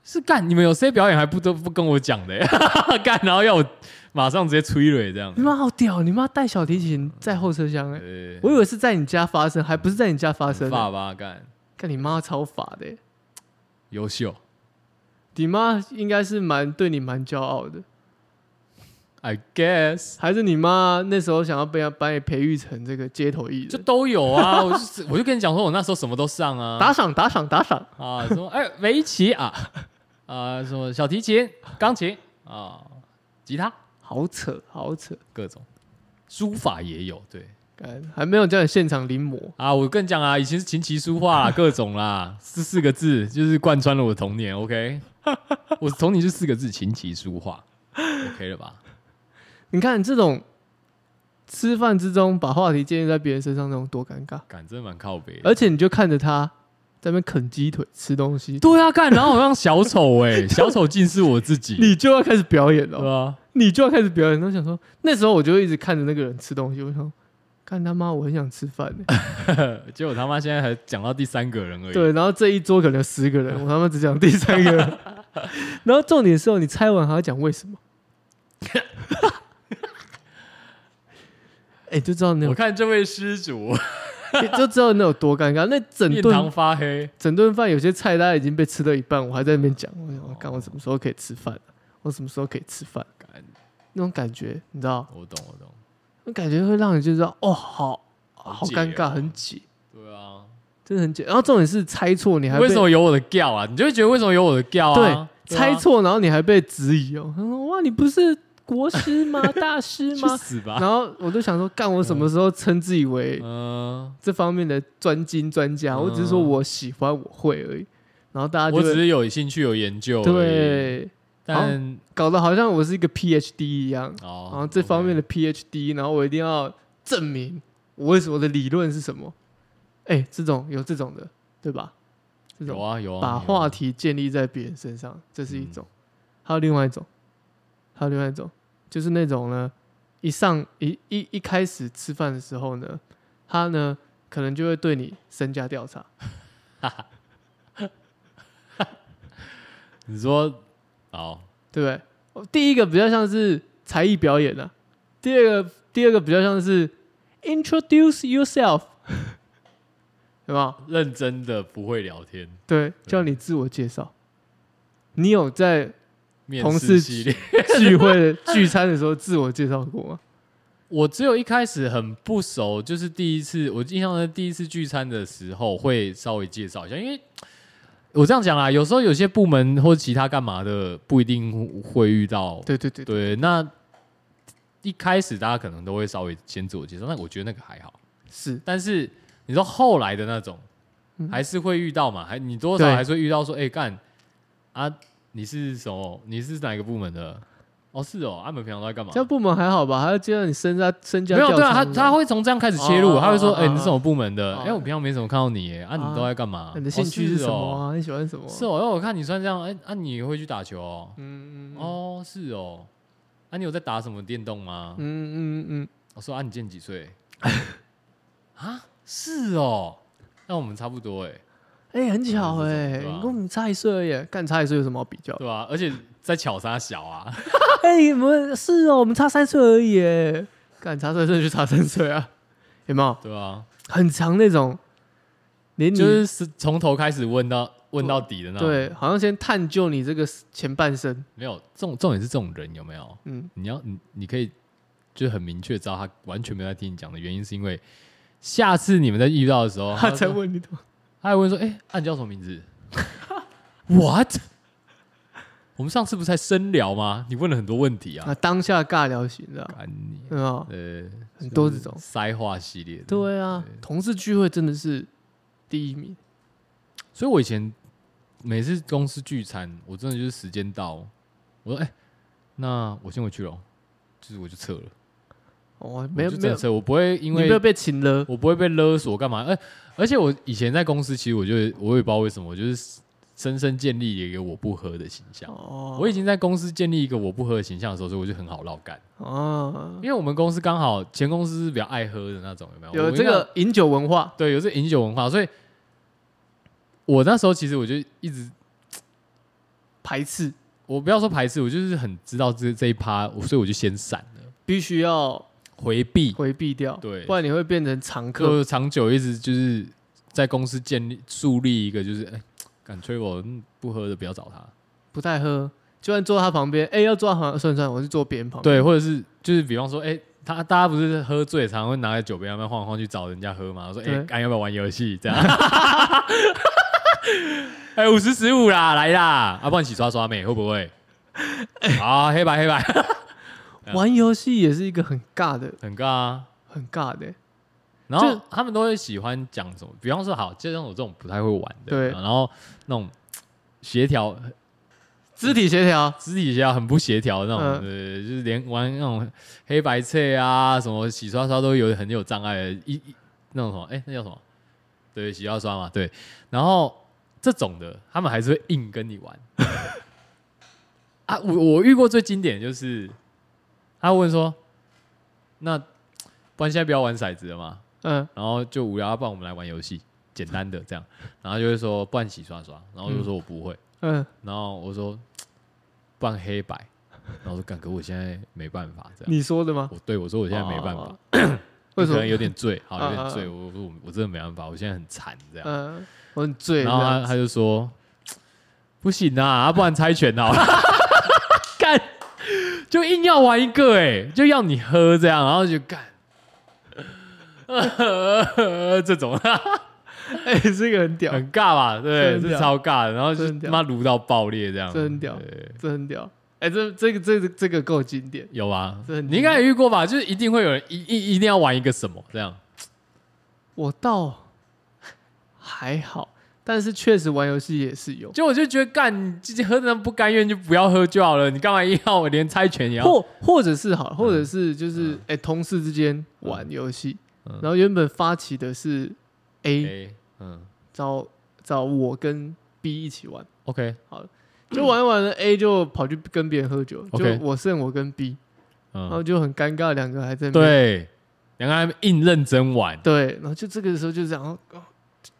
[SPEAKER 1] 是干！你们有谁表演还不都不跟我讲的、欸？ 干，然后要我马上直接催泪这样
[SPEAKER 2] 你。妈好屌！哦你妈带小提琴在后车厢哎，
[SPEAKER 1] 呃，
[SPEAKER 2] 我以为是在你家发生，还不是在你家发生。
[SPEAKER 1] 爸爸干
[SPEAKER 2] 看你妈超法的欸，
[SPEAKER 1] 优秀，
[SPEAKER 2] 你妈应该是蛮对你蛮骄傲的。
[SPEAKER 1] I guess
[SPEAKER 2] 还是你妈那时候想要被她把你培育成这个街头艺
[SPEAKER 1] 就
[SPEAKER 2] 人？
[SPEAKER 1] 都有 啊。我就是我就跟你讲说，我那时候什么都上啊。
[SPEAKER 2] 打赏打赏打赏！
[SPEAKER 1] 啊，什么哎、围棋啊，啊什么小提琴、钢琴啊、吉他
[SPEAKER 2] 好扯好扯，
[SPEAKER 1] 各种，书法也有对。
[SPEAKER 2] 干还没有叫你现场临摹。
[SPEAKER 1] 啊，我跟你讲啊，以前是琴棋书画啦，各种啦，这四个字就是贯穿了我的童年。OK，我的童年就四个字：琴棋书画。 OK 了吧？
[SPEAKER 2] 你看这种吃饭之中把话题建立在别人身上，那种多尴尬。
[SPEAKER 1] 感真的蛮靠北的。
[SPEAKER 2] 而且你就看着他在那边啃鸡腿吃东西，
[SPEAKER 1] 对啊，干，然后好像小丑 哎、小丑竟是我自己，
[SPEAKER 2] 你就要开始表演
[SPEAKER 1] 对啊
[SPEAKER 2] 了，
[SPEAKER 1] 吧？
[SPEAKER 2] 你就要开始表演。我想说，那时候我就一直看着那个人吃东西，我想说，看他妈，我很想吃饭呢、
[SPEAKER 1] 结果他妈现在还讲到第三个人而已。
[SPEAKER 2] 对，然后这一桌可能有十个人，我他妈只讲第三个 人。然后重点是哦，你猜完还要讲为什么？哎、就知道那
[SPEAKER 1] 我
[SPEAKER 2] 有，
[SPEAKER 1] 看这位施主
[SPEAKER 2] 就知道那有多尴尬。那整
[SPEAKER 1] 面
[SPEAKER 2] 顿
[SPEAKER 1] 堂发黑，
[SPEAKER 2] 整顿饭有些菜大家已经被吃到一半，我还在那边讲，我
[SPEAKER 1] 哦
[SPEAKER 2] 想，我干，我什么时候可以吃饭、我什么时候可以吃饭？
[SPEAKER 1] 干
[SPEAKER 2] 那种感觉，你知道，
[SPEAKER 1] 我懂我懂。
[SPEAKER 2] 那感觉会让你就知道，哦，好好
[SPEAKER 1] 解
[SPEAKER 2] 尴尬，
[SPEAKER 1] 哦
[SPEAKER 2] 很挤，
[SPEAKER 1] 对啊，
[SPEAKER 2] 真的很挤。然后重点是猜错，你还被
[SPEAKER 1] 为什么有我的 gal 啊？你就会觉得为什么有我的 gal
[SPEAKER 2] 对
[SPEAKER 1] 啊？啊
[SPEAKER 2] 猜错，然后你还被质疑哦。他说：“哇，你不是国 师吗？大师
[SPEAKER 1] 去
[SPEAKER 2] 吗
[SPEAKER 1] 死？”吧！
[SPEAKER 2] 然后我就想说，干我什么时候称自己为
[SPEAKER 1] 嗯，
[SPEAKER 2] 这方面的专精专家？
[SPEAKER 1] 嗯
[SPEAKER 2] 我只是说我喜欢，我会而已。然后大家
[SPEAKER 1] 我只
[SPEAKER 2] 就会
[SPEAKER 1] 是有兴趣有研究而已，
[SPEAKER 2] 啊对
[SPEAKER 1] 但
[SPEAKER 2] 搞得好像我是一个 PhD 一样，
[SPEAKER 1] 哦，
[SPEAKER 2] 然后这方面的 PhD，然后我一定要证明我为什么我的理论是什么。哎，这种有这种的，对吧？这
[SPEAKER 1] OK
[SPEAKER 2] 种
[SPEAKER 1] 有啊有啊，
[SPEAKER 2] 把
[SPEAKER 1] 有啊
[SPEAKER 2] 话题建立在别人身上，这是一种；还有另外一种，还有另外一种，就是那种呢，一上一一一开始吃饭的时候呢，他呢可能就会对你身家调查，
[SPEAKER 1] 你说好，
[SPEAKER 2] 对不对哦？第一个比较像是才艺表演啊，第二个第二个比较像是 introduce yourself，对吧？
[SPEAKER 1] 认真的不会聊天，
[SPEAKER 2] 对，叫你自我介绍。你有在
[SPEAKER 1] 面
[SPEAKER 2] 同
[SPEAKER 1] 试
[SPEAKER 2] 事
[SPEAKER 1] 系列，
[SPEAKER 2] 聚会的聚餐的时候自我介绍过吗？
[SPEAKER 1] 我只有一开始很不熟，就是第一次，我印象中第一次聚餐的时候会稍微介绍一下，因为我这样讲啦，有时候有些部门或其他干嘛的不一定会遇到，
[SPEAKER 2] 对对对
[SPEAKER 1] 对，
[SPEAKER 2] 对，
[SPEAKER 1] 那一开始大家可能都会稍微先自我介绍，那我觉得那个还好。
[SPEAKER 2] 是
[SPEAKER 1] 但是你说后来的那种，
[SPEAKER 2] 嗯
[SPEAKER 1] 还是会遇到嘛？还你多少
[SPEAKER 2] 对
[SPEAKER 1] 还是会遇到说，哎、干啊，你是什么？你是哪一个部门的？哦，是哦，他、啊、们平常都在干嘛
[SPEAKER 2] 这？部门还好吧？还要接到你身家身家
[SPEAKER 1] 没有
[SPEAKER 2] 调
[SPEAKER 1] 对啊，
[SPEAKER 2] 查
[SPEAKER 1] 他
[SPEAKER 2] 吗
[SPEAKER 1] 他会从这样开始切入，
[SPEAKER 2] 哦
[SPEAKER 1] 他会说，
[SPEAKER 2] 哦
[SPEAKER 1] 哎、你是什
[SPEAKER 2] 哦
[SPEAKER 1] 么部门的？
[SPEAKER 2] 哦
[SPEAKER 1] 哎、我平常没怎么看到你，哎啊，
[SPEAKER 2] 啊
[SPEAKER 1] 你都在干嘛？
[SPEAKER 2] 你的兴趣
[SPEAKER 1] 哦
[SPEAKER 2] 是
[SPEAKER 1] 是
[SPEAKER 2] 什么
[SPEAKER 1] 哦？
[SPEAKER 2] 啊？你喜欢什么？
[SPEAKER 1] 是哦，哎我看你穿这样，哎、啊，你会去打球哦？
[SPEAKER 2] 嗯嗯嗯
[SPEAKER 1] 哦，是哦，啊，你有在打什么电动吗？
[SPEAKER 2] 嗯嗯嗯，
[SPEAKER 1] 我说啊，你今年几岁？ 啊，是哦，那我们差不多哎，
[SPEAKER 2] 哎，很巧哎，
[SPEAKER 1] 对啊
[SPEAKER 2] 你跟我们差一岁而已，干差一岁有什么好比较的？
[SPEAKER 1] 对啊吧、而且在巧杀小啊，
[SPEAKER 2] 哎，我们是哦，我们差三岁而已耶，干差三岁就差三岁啊，有没有？
[SPEAKER 1] 对吧、
[SPEAKER 2] 很长那种，连你
[SPEAKER 1] 就是哦是从头开始问到问到底的那种。，
[SPEAKER 2] 对，好像先探究你这个前半生，
[SPEAKER 1] 没有重重点是这种人有没有？
[SPEAKER 2] 嗯，
[SPEAKER 1] 你要你你可以就很明确知道他完全没有在听你讲的原因，是因为下次你们在遇到的时候，
[SPEAKER 2] 他
[SPEAKER 1] 就
[SPEAKER 2] 才问你的，
[SPEAKER 1] 他还问说：“哎、啊你叫什么名字 ？”What？我们上次不是才深聊吗？你问了很多问题
[SPEAKER 2] 啊，
[SPEAKER 1] 啊，
[SPEAKER 2] 当下尬聊型的啊，
[SPEAKER 1] 干你
[SPEAKER 2] 有没有？
[SPEAKER 1] 呃，
[SPEAKER 2] 很多这种
[SPEAKER 1] 塞话系列的。
[SPEAKER 2] 对啊，同事聚会真的是第一名。
[SPEAKER 1] 所以我以前每次公司聚餐，我真的就是时间到，我说哎、那我先回去咯，就是我就撤了，
[SPEAKER 2] 哦，没有
[SPEAKER 1] 我就真
[SPEAKER 2] 没
[SPEAKER 1] 的
[SPEAKER 2] 有，
[SPEAKER 1] 撤，我不会因
[SPEAKER 2] 你没有
[SPEAKER 1] 为
[SPEAKER 2] 被请了，
[SPEAKER 1] 我不会被勒索干嘛，而、哎而且我以前在公司，其实我就我也不知道为什么，我就是深深建立了一个我不喝的形象。
[SPEAKER 2] 哦，
[SPEAKER 1] 我已经在公司建立一个我不喝的形象的时候，所以我就很好绕干。
[SPEAKER 2] 哦
[SPEAKER 1] 因，为我们公司刚好前公司是比较爱喝的那种，有没有？我
[SPEAKER 2] 有
[SPEAKER 1] 们
[SPEAKER 2] 这
[SPEAKER 1] 那
[SPEAKER 2] 个饮酒文化，
[SPEAKER 1] 对，有这饮酒文化，所以我那时候其实我就一直，
[SPEAKER 2] 排斥
[SPEAKER 1] 我不要说排斥，我就是很知道这这一趴，我所以我就先闪了，
[SPEAKER 2] 必须要
[SPEAKER 1] 回避。
[SPEAKER 2] 回避掉，
[SPEAKER 1] 对
[SPEAKER 2] 不然你会变成常客。
[SPEAKER 1] 就长久一直就是在公司建立树立一个就是，哎、敢催我嗯不喝的不要找他，
[SPEAKER 2] 不太喝，就算坐他旁边，哎、要坐他旁，算了算了，我就坐别人旁边。
[SPEAKER 1] 对，或者是就是比方说，哎、他大家不是喝醉，常常会拿着酒杯慢慢晃来晃去找人家喝嘛。我说，哎、
[SPEAKER 2] 对
[SPEAKER 1] 干要不要玩游戏？这样， 哎、五十十五啦，来啦，啊，不然一起刷刷妹会不 会？好，黑白黑白，
[SPEAKER 2] 玩游戏也是一个很尬的，
[SPEAKER 1] 很尬啊。
[SPEAKER 2] 很尬的、
[SPEAKER 1] 然后
[SPEAKER 2] 就
[SPEAKER 1] 他们都会喜欢讲什么，比方说，好，就像我这种不太会玩的，
[SPEAKER 2] 对
[SPEAKER 1] 然后那种协调
[SPEAKER 2] 肢体协调，
[SPEAKER 1] 肢体协调很不协调那种，
[SPEAKER 2] 嗯
[SPEAKER 1] 对，就是连玩那种黑白菜啊，什么洗刷刷都有很有障碍的，一一那种什么，哎、那叫什么？对，洗刷刷嘛，对。然后这种的，他们还是会硬跟你玩。 啊，我我遇过最经典的就是，他问说，那不然现在不要玩骰子了吗？
[SPEAKER 2] 嗯，
[SPEAKER 1] 然后就无聊，啊不然我们来玩游戏，简单的这样。然后就会说，不然洗刷刷，然后就说我不会。
[SPEAKER 2] 嗯，
[SPEAKER 1] 然后我说办黑白，然后我说干哥，我现在没办法这样。
[SPEAKER 2] 你说的吗？
[SPEAKER 1] 我对我说我现在没办法，
[SPEAKER 2] 哦，
[SPEAKER 1] 我
[SPEAKER 2] 为什
[SPEAKER 1] 可能有
[SPEAKER 2] 么？
[SPEAKER 1] 点醉，好有
[SPEAKER 2] 啊啊
[SPEAKER 1] 点
[SPEAKER 2] 啊
[SPEAKER 1] 醉，我我我真的没办法，我现在很惨这样。
[SPEAKER 2] 嗯，我很醉。
[SPEAKER 1] 然后
[SPEAKER 2] 这
[SPEAKER 1] 他
[SPEAKER 2] 样
[SPEAKER 1] 他就说不行啊，啊不然猜拳好了，干就硬要玩一个哎、就要你喝这样，然后就干。 这种
[SPEAKER 2] 哎，这个很屌，
[SPEAKER 1] 很尬吧？对，
[SPEAKER 2] 真的
[SPEAKER 1] 是
[SPEAKER 2] 屌
[SPEAKER 1] 超尬的，然后就
[SPEAKER 2] 真的屌
[SPEAKER 1] 妈撸到爆裂这样，
[SPEAKER 2] 真屌
[SPEAKER 1] 对
[SPEAKER 2] 这很屌。哎，这这个这个这个够经典。
[SPEAKER 1] 有啊，
[SPEAKER 2] 这很
[SPEAKER 1] 你应该也遇过吧？就是一定会有人一一一定要玩一个什么这样，
[SPEAKER 2] 我倒还好，但是确实玩游戏也是有，
[SPEAKER 1] 就我就觉得干，你自己喝的不甘愿就不要喝就好了，你干嘛硬要我连猜拳也要？嗯
[SPEAKER 2] 或或者是好，或者是就是哎、同事之间玩游戏，
[SPEAKER 1] 嗯
[SPEAKER 2] 然后原本发起的是 A
[SPEAKER 1] 哎嗯
[SPEAKER 2] 找找我跟 B 一起玩，
[SPEAKER 1] ，OK，
[SPEAKER 2] 就玩一玩了 A 就跑去跟别人喝酒，就
[SPEAKER 1] OK
[SPEAKER 2] 我剩我跟 B，然后
[SPEAKER 1] 嗯，
[SPEAKER 2] 就很尴尬，两个还在那边
[SPEAKER 1] 对，啊两个人硬认真玩，
[SPEAKER 2] 对，然后就这个时候就想，哦，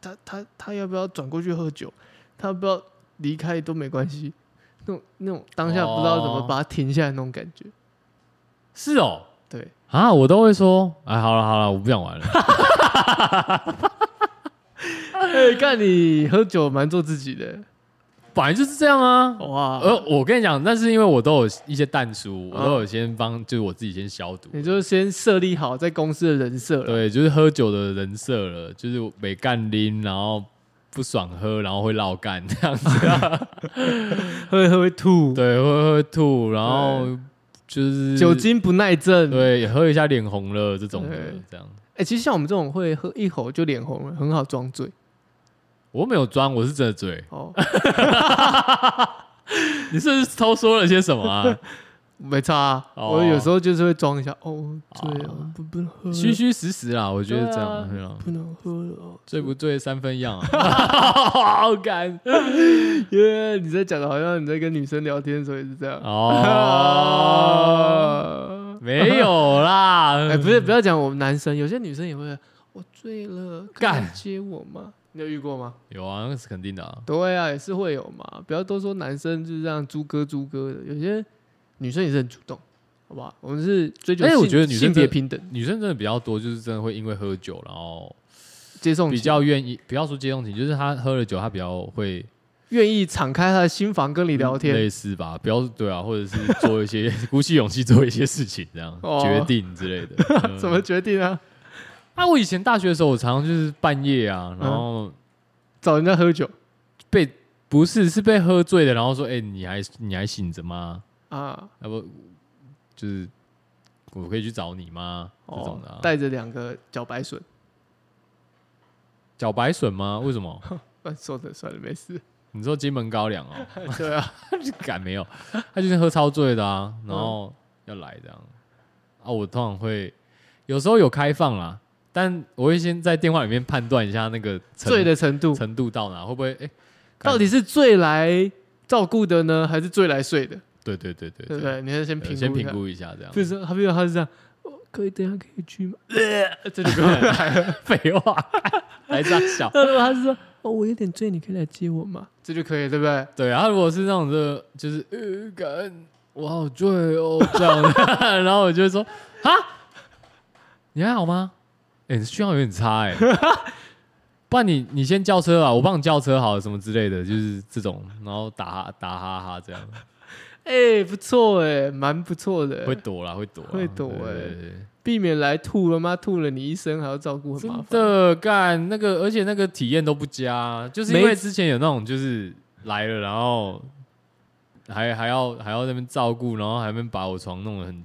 [SPEAKER 2] 他他他要不要转过去喝酒？他要不要离开都没关系，那种那种当下不知道怎么
[SPEAKER 1] 哦
[SPEAKER 2] 把它停下来那种感觉，
[SPEAKER 1] 是哦，
[SPEAKER 2] 对，
[SPEAKER 1] 啊，我都会说，哎，好了好了，我不想 玩了，
[SPEAKER 2] 哎，看你喝酒蛮做自己 的，
[SPEAKER 1] 本来就是这样啊。
[SPEAKER 2] 哇！
[SPEAKER 1] 呃，我跟你讲，但是因为我都有一些淡
[SPEAKER 2] 哦
[SPEAKER 1] 书，我都有先帮，就是我自己先消毒，
[SPEAKER 2] 你就先设立好在公司的人设了，
[SPEAKER 1] 对，就是喝酒的人设了，就是没干拎，然后不爽喝，然后会落干这样 子，
[SPEAKER 2] 会会吐，
[SPEAKER 1] 对，会会吐，然后就是
[SPEAKER 2] 酒，精不耐症。，
[SPEAKER 1] 对，喝一下脸红了这种的
[SPEAKER 2] 对，
[SPEAKER 1] 这样。
[SPEAKER 2] 哎，其实像我们这种会喝一口就脸红了，很好装醉
[SPEAKER 1] 我没有装，我是真的醉。
[SPEAKER 2] 哦，
[SPEAKER 1] 你是不是偷说了些什么 啊？
[SPEAKER 2] 没差啊。
[SPEAKER 1] 哦
[SPEAKER 2] 我有时候就是会装一下，哦，醉了
[SPEAKER 1] 哦，
[SPEAKER 2] 不不能喝了，
[SPEAKER 1] 虚虚实实啦，我觉得这样，
[SPEAKER 2] 对
[SPEAKER 1] 对啊
[SPEAKER 2] 不能喝了哦。
[SPEAKER 1] 醉不醉三分样 啊，好干
[SPEAKER 2] 因为你在讲的好像你在跟女生聊天的时候也是这样。
[SPEAKER 1] 哦，没有啦，
[SPEAKER 2] 哎、不是，不要讲我们男生，有些女生也会，我醉了，
[SPEAKER 1] 干
[SPEAKER 2] 敢接我吗？你有遇过吗？
[SPEAKER 1] 有啊，那是肯定的啊，
[SPEAKER 2] 对啊，也是会有嘛。不要都说男生就是这样猪哥猪哥的，有些女生也是很主动，好不好？我们是追求
[SPEAKER 1] 哎
[SPEAKER 2] 性，
[SPEAKER 1] 我觉得女生
[SPEAKER 2] 性别
[SPEAKER 1] 真的
[SPEAKER 2] 平等，
[SPEAKER 1] 女生真的比较多，就是真的会因为喝酒，然后
[SPEAKER 2] 接送
[SPEAKER 1] 比
[SPEAKER 2] 情
[SPEAKER 1] 较愿意，不要说接送情，就是她喝了酒，她比较会
[SPEAKER 2] 愿意敞开她的心房跟你聊天。
[SPEAKER 1] 类似吧，不要对啊，或者是做一些 鼓起勇气做一些事情，这样、
[SPEAKER 2] 哦
[SPEAKER 1] 决定之类 的。嗯
[SPEAKER 2] 怎么？决定啊？
[SPEAKER 1] 啊，我以前大学的时候，我常常就是半夜啊，
[SPEAKER 2] 嗯
[SPEAKER 1] 然后
[SPEAKER 2] 找人家喝酒
[SPEAKER 1] 被、不是是被喝醉的，然后说：“哎、你还你还醒着吗？
[SPEAKER 2] 啊？
[SPEAKER 1] 要不就是我可以去找你吗？”这种的、啊
[SPEAKER 2] 哦，。带着两个茭白笋，
[SPEAKER 1] 脚白笋吗？为什么？
[SPEAKER 2] 啊说的算了，没事。
[SPEAKER 1] 你说金门高粱哦、
[SPEAKER 2] 对啊，
[SPEAKER 1] 敢没有？他就是喝超醉的啊，
[SPEAKER 2] 嗯
[SPEAKER 1] 然后要来这样啊。我通常会有时候有开放啦，但我会先在电话里面判断一下那个程
[SPEAKER 2] 醉的程度
[SPEAKER 1] 程度到哪，会不会？哎、
[SPEAKER 2] 到底是醉来照顾的呢，还是醉来睡的？
[SPEAKER 1] 对对对对
[SPEAKER 2] 对不对？你要先评
[SPEAKER 1] 对
[SPEAKER 2] 估，
[SPEAKER 1] 先评。估一下这样
[SPEAKER 2] 比。如说，他比如他是这样，哦可以等一下可以 去吗？呃这就不用来了。
[SPEAKER 1] 废 话，来这样笑。
[SPEAKER 2] 那如果他是说，哦，我有点醉，你可以来接我吗？这就可以，对不对？
[SPEAKER 1] 对啊，如果是那种的，就是呃，感我好醉哦这样 的，然后我就会说啊，你还好吗？哎、你讯号有点差 哎、不然你你先叫车啊，我帮你叫车好了什么之类的，就是这种，然后打哈打哈哈这样，
[SPEAKER 2] 哎，不错哎，蛮不错
[SPEAKER 1] 会
[SPEAKER 2] 的，
[SPEAKER 1] 躲啦，会躲啦，
[SPEAKER 2] 会躲
[SPEAKER 1] 对
[SPEAKER 2] 欸
[SPEAKER 1] 对对对
[SPEAKER 2] 避免来吐了吗？吐了你一身还要照顾，很麻
[SPEAKER 1] 真
[SPEAKER 2] 烦。
[SPEAKER 1] 的干那个，而且那个体验都不佳，就是因
[SPEAKER 2] 没
[SPEAKER 1] 为之前有那种就是来了，然后还还要还要在那边照顾，然后还在那边把我床弄得很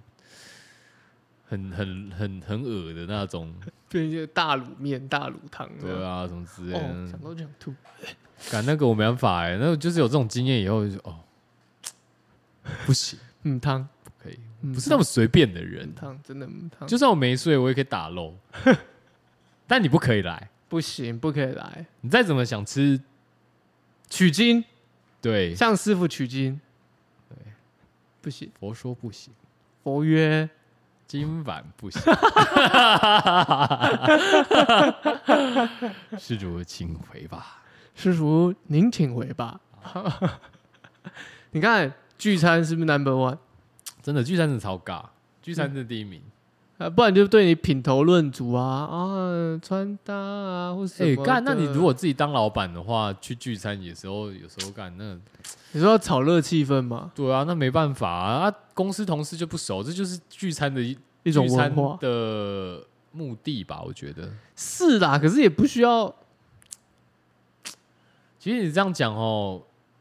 [SPEAKER 1] 很很很很恶的那种，
[SPEAKER 2] 变成大卤面、大卤汤这
[SPEAKER 1] 对
[SPEAKER 2] 样。
[SPEAKER 1] 啊，什么之类
[SPEAKER 2] 哦，想
[SPEAKER 1] 的。
[SPEAKER 2] 到就想吐。
[SPEAKER 1] 干那个我没办法哎、那个就是有这种经验以后就哦， 不行，
[SPEAKER 2] 嗯汤，
[SPEAKER 1] 不可以，
[SPEAKER 2] 不
[SPEAKER 1] 不是那么随便的人
[SPEAKER 2] 嗯。汤，真的嗯汤，
[SPEAKER 1] 就算我没睡，我也可以打 漏。但你不可以来，
[SPEAKER 2] 不行，不可以来
[SPEAKER 1] 你再怎么想吃，
[SPEAKER 2] 取经，
[SPEAKER 1] 对
[SPEAKER 2] 向师傅取经，
[SPEAKER 1] 对，
[SPEAKER 2] 不行，
[SPEAKER 1] 佛说不行，
[SPEAKER 2] 佛曰
[SPEAKER 1] 今晚不 行。施主，请回吧。
[SPEAKER 2] 师傅您请回吧。 你看聚餐是不是 number one？
[SPEAKER 1] 真的，聚餐真的超尬，聚餐是第一名。
[SPEAKER 2] 啊，不然就对你品头论足啊啊，穿搭啊，或什
[SPEAKER 1] 哎、
[SPEAKER 2] 么的。
[SPEAKER 1] 干，那你如果自己当老板的话，去聚餐有时候有时候干那
[SPEAKER 2] 你说要炒热气氛嘛，
[SPEAKER 1] 对啊，那没办法啊，啊公司同事就不熟，这就是聚餐的一
[SPEAKER 2] 一种
[SPEAKER 1] 聚餐
[SPEAKER 2] 文化
[SPEAKER 1] 的目的吧？我觉得，
[SPEAKER 2] 是啦，可是也不需要
[SPEAKER 1] 其实你这样讲哦，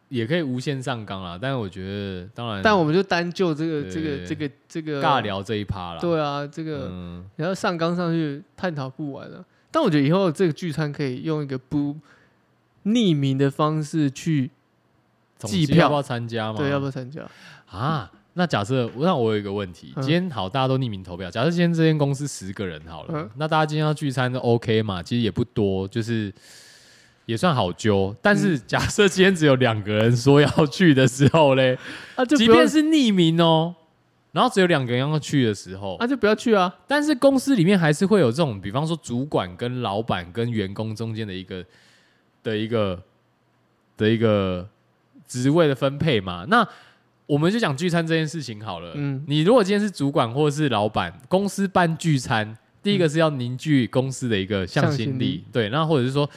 [SPEAKER 1] 也可以无限上纲啦，但是我觉得，当然，
[SPEAKER 2] 但我们就单就这个
[SPEAKER 1] 嗯对
[SPEAKER 2] 这个这个这个
[SPEAKER 1] 尬，聊这一趴啦，
[SPEAKER 2] 对啊，这个
[SPEAKER 1] 嗯，
[SPEAKER 2] 然后上纲上去探讨不完啊。但我觉得以后这个聚餐可以用一个不匿名的方式去，
[SPEAKER 1] 总
[SPEAKER 2] 计
[SPEAKER 1] 之要不
[SPEAKER 2] 票
[SPEAKER 1] 要参加嘛？
[SPEAKER 2] 对，要不要参加？
[SPEAKER 1] 啊？那假设，那我有一个问题，
[SPEAKER 2] 嗯
[SPEAKER 1] 今天好，大家都匿名投票。假设今天这间公司十个人好了，
[SPEAKER 2] 嗯
[SPEAKER 1] 那大家今天要聚餐都 OK 嘛？其实也不多，就是也算好揪。但是
[SPEAKER 2] 嗯
[SPEAKER 1] 假设今天只有两个人说要去的时候嘞，
[SPEAKER 2] 啊，就
[SPEAKER 1] 即
[SPEAKER 2] 不要
[SPEAKER 1] 便是匿名哦，然后只有两个人要去的时候，
[SPEAKER 2] 啊，就不要去啊。
[SPEAKER 1] 但是公司里面还是会有这种，比方说主管跟老板跟员工中间的一个的一个的一个职位的分配嘛。那我们就讲聚餐这件事情好了。
[SPEAKER 2] 嗯
[SPEAKER 1] 你如果今天是主管或是老板，公司办聚餐，第一个是要凝聚公司的一个向
[SPEAKER 2] 向
[SPEAKER 1] 心
[SPEAKER 2] 心
[SPEAKER 1] 力
[SPEAKER 2] 力，
[SPEAKER 1] 对，那或者是说。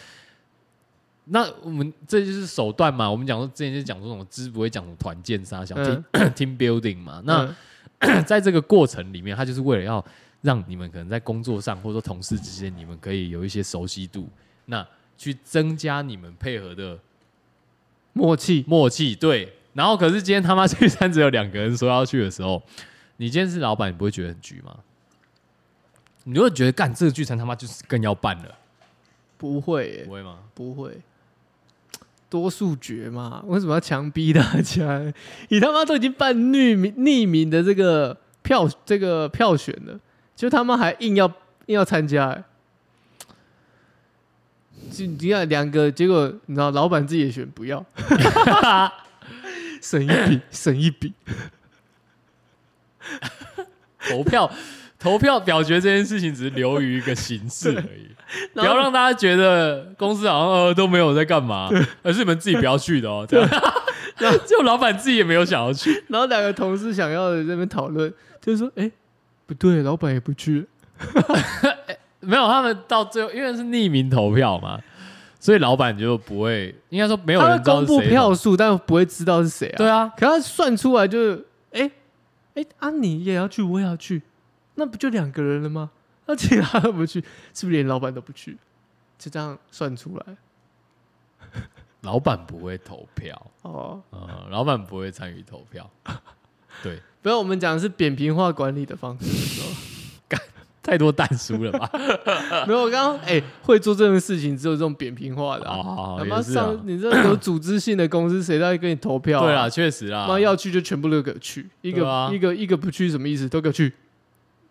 [SPEAKER 1] 那我们这就是手段嘛，我们讲说之前就讲说什么知不会讲什么团建啥，想 team、
[SPEAKER 2] 嗯
[SPEAKER 1] team building 嘛。那、
[SPEAKER 2] 嗯
[SPEAKER 1] 在这个过程里面，他就是为了要让你们可能在工作上或者说同事之间，你们可以有一些熟悉度，那去增加你们配合的
[SPEAKER 2] 默契，
[SPEAKER 1] 默契。对，然后可是今天他妈聚餐只有两个人说要去的时候，你今天是老板，你不会觉得很局吗？ 你如果觉得干这个聚餐他妈就是更要办了，
[SPEAKER 2] 不会耶
[SPEAKER 1] 不会吗？
[SPEAKER 2] 不会。多数决嘛，为什么要强逼大家？你他妈都已经办匿名匿名的这个票这个票选了，就他妈还硬要硬要参加、欸，就你看两个，结果你知道老板自己也选不要， 省一笔省一笔，
[SPEAKER 1] 投票、投票、表决这件事情只是流于一个形式而已。不
[SPEAKER 2] 然
[SPEAKER 1] 要
[SPEAKER 2] 后
[SPEAKER 1] 让大家觉得公司好像呃都没有在干嘛，而是你们自己不要去的哦。 这样， 就老板自己也没有想要去，
[SPEAKER 2] 然后两个同事想要的在那边讨论，就是说，哎、不对，老板也不去，
[SPEAKER 1] 没有他们到最后，因为是匿名投票嘛，所以老板就不会，应该说没有
[SPEAKER 2] 他
[SPEAKER 1] 人
[SPEAKER 2] 会
[SPEAKER 1] 知道
[SPEAKER 2] 公
[SPEAKER 1] 是
[SPEAKER 2] 布
[SPEAKER 1] 谁
[SPEAKER 2] 票数，但不会知道是谁啊
[SPEAKER 1] 投。。对啊，
[SPEAKER 2] 可他算出来就是，哎、哎、啊，你也要去，我也要去，那不就两个人了吗？那其他都不去，是不是连老板都不去？就这样算出来
[SPEAKER 1] 老板不会投票，
[SPEAKER 2] 哦。
[SPEAKER 1] 呃，老板不会参与投票，对，
[SPEAKER 2] 不要，我们讲的是扁平化管理的方式。
[SPEAKER 1] 太多蛋叔了 吧？
[SPEAKER 2] 没有，我刚刚哎，会做这种事情只有这种扁平化的、啊。
[SPEAKER 1] 哦，
[SPEAKER 2] 他
[SPEAKER 1] 也
[SPEAKER 2] 妈
[SPEAKER 1] 是啊
[SPEAKER 2] 上，你这有组织性的公司，谁在跟你投票、
[SPEAKER 1] 对
[SPEAKER 2] 啊
[SPEAKER 1] 啊，，确实啊，
[SPEAKER 2] 妈要去就全部都给我去，一
[SPEAKER 1] 对
[SPEAKER 2] 个、
[SPEAKER 1] 啊
[SPEAKER 2] 一个一个不去什么意思？都给我去，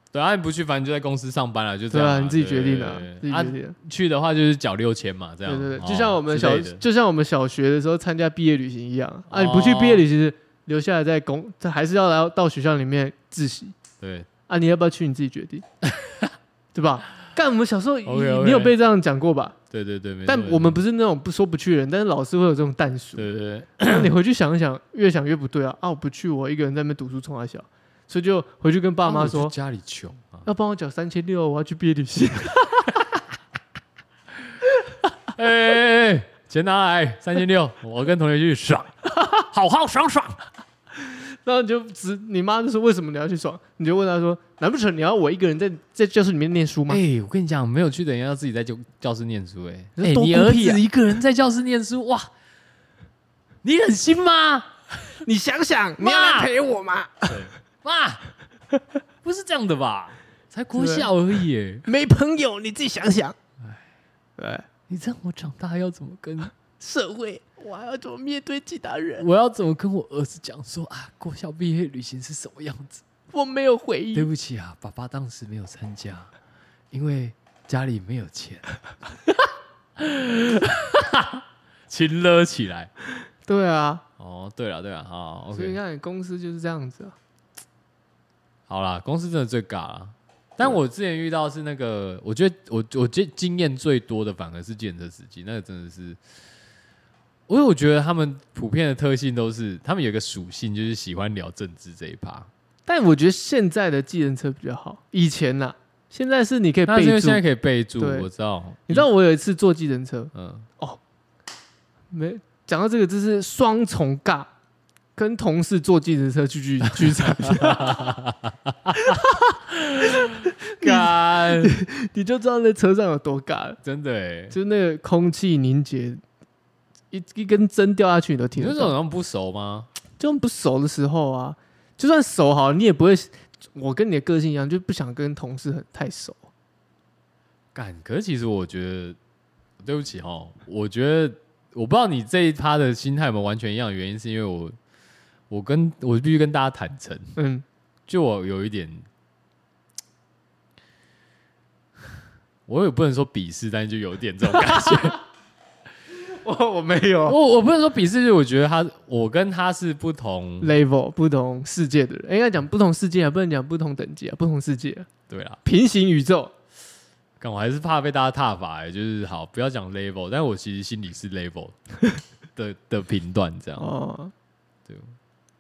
[SPEAKER 1] 对啊，你不去，反正就在公司上班了，就这
[SPEAKER 2] 对
[SPEAKER 1] 样
[SPEAKER 2] 啊，
[SPEAKER 1] 啊，
[SPEAKER 2] 你自己决定
[SPEAKER 1] 的
[SPEAKER 2] 的、啊，自己决定、啊。
[SPEAKER 1] 去的话就是缴六千嘛，这样。
[SPEAKER 2] 对对
[SPEAKER 1] 哦
[SPEAKER 2] 对，就像我们
[SPEAKER 1] 之
[SPEAKER 2] 小
[SPEAKER 1] 类的
[SPEAKER 2] 就像我们小学的时候参加毕业旅行一样啊，你不去
[SPEAKER 1] 哦
[SPEAKER 2] 毕业旅行，留下来在公，这还是要来到学校里面自习
[SPEAKER 1] 对，
[SPEAKER 2] 啊，你要不要去你自己 决定，对吧？干，我们小时候
[SPEAKER 1] OK，OK
[SPEAKER 2] 你你有被这样讲过吧？
[SPEAKER 1] 对对对，没错
[SPEAKER 2] 但
[SPEAKER 1] 没
[SPEAKER 2] 我们
[SPEAKER 1] 错
[SPEAKER 2] 不是那种不说不去的人，但是老师会有这种淡熟。
[SPEAKER 1] 对对对，
[SPEAKER 2] 然后 你回去想一想，越想越不对啊！啊，我不去，我一个人在那边读书冲啊小，所以就回去跟爸
[SPEAKER 1] 啊
[SPEAKER 2] 妈
[SPEAKER 1] 我就
[SPEAKER 2] 说，
[SPEAKER 1] 家里穷啊，
[SPEAKER 2] 要帮我缴三千六，我要去毕业旅行。
[SPEAKER 1] 哎哎哎，钱拿来三千六， 我跟同学去爽，好好爽爽，
[SPEAKER 2] 然后你就只你妈就说为什么你要去爽？你就问她说，难不成你要我一个人在在教室里面念书吗？
[SPEAKER 1] 哎，我跟你讲，没有去的人要自己在教教室念书，哎，
[SPEAKER 2] 你是多
[SPEAKER 1] 你
[SPEAKER 2] 孤
[SPEAKER 1] 儿
[SPEAKER 2] 僻啊
[SPEAKER 1] 子一个人在教室念书，哇，你忍心吗？
[SPEAKER 2] 你想想，
[SPEAKER 1] 你要来
[SPEAKER 2] 陪我 吗？
[SPEAKER 1] 妈，不是这样的吧？才国
[SPEAKER 2] 对
[SPEAKER 1] 小而已，哎
[SPEAKER 2] 没朋友，你自己想想。对，
[SPEAKER 1] 你让我长大要怎么跟
[SPEAKER 2] 社会，我还要怎么面对其他人？
[SPEAKER 1] 我要怎么跟我儿子讲说啊，国小毕业旅行是什么样子？
[SPEAKER 2] 我没有回忆
[SPEAKER 1] 对，不起啊，爸爸当时没有参加，因为家里没有钱。亲勒起来。
[SPEAKER 2] 对啊，
[SPEAKER 1] 哦，对了对了，好
[SPEAKER 2] 所以你
[SPEAKER 1] ，OK，
[SPEAKER 2] 看公司就是这样子啊。
[SPEAKER 1] 好啦，公司真的最尬啦。但我之前遇到是那个，我觉得我我经经验最多的反而是建车司机，那个真的是，因为我觉得他们普遍的特性都是，他们有一个属性就是喜欢聊政治这一趴。
[SPEAKER 2] 但我觉得现在的计程车比较好，以前呐、现在是你可以
[SPEAKER 1] 那是因
[SPEAKER 2] 备
[SPEAKER 1] 为
[SPEAKER 2] 注
[SPEAKER 1] 现。在可以备注，
[SPEAKER 2] 对
[SPEAKER 1] 我知道，
[SPEAKER 2] 你知道我有一次坐计程车，
[SPEAKER 1] 嗯，
[SPEAKER 2] 没讲到这个，就是双重尬，跟同事坐计程车去聚聚餐，
[SPEAKER 1] 嗯干，
[SPEAKER 2] 你就知道那车上有多尬了，
[SPEAKER 1] 真的哎，
[SPEAKER 2] 就那个空气凝结，一一根针掉下去你都
[SPEAKER 1] 你
[SPEAKER 2] 听
[SPEAKER 1] 那
[SPEAKER 2] 得
[SPEAKER 1] 种
[SPEAKER 2] 到。
[SPEAKER 1] 人不熟吗？
[SPEAKER 2] 就不熟的时候啊，就算熟好，你也不会。我跟你的个性一样，就不想跟同事很太熟。
[SPEAKER 1] 干，可是其实我觉得，对不起哈，我觉得我不知道你这一趴的心态有没有完全一样，原因是因为我我跟我必须跟大家坦诚，
[SPEAKER 2] 嗯，
[SPEAKER 1] 就我有一点，我也不能说鄙视，但是就有点这种感觉。
[SPEAKER 2] 我我没 有
[SPEAKER 1] 我我不能说鄙视，就是我觉得他我跟他是不同
[SPEAKER 2] level 不同世界的人，应该讲不同世界啊，不能讲不同等级啊，不同世界啊、
[SPEAKER 1] 对啦，
[SPEAKER 2] 平行宇宙。
[SPEAKER 1] 但我还是怕被大家挞伐、欸，就是好不要讲 level，但我其实心里是 level 的的评断这样，
[SPEAKER 2] 哦，
[SPEAKER 1] 对。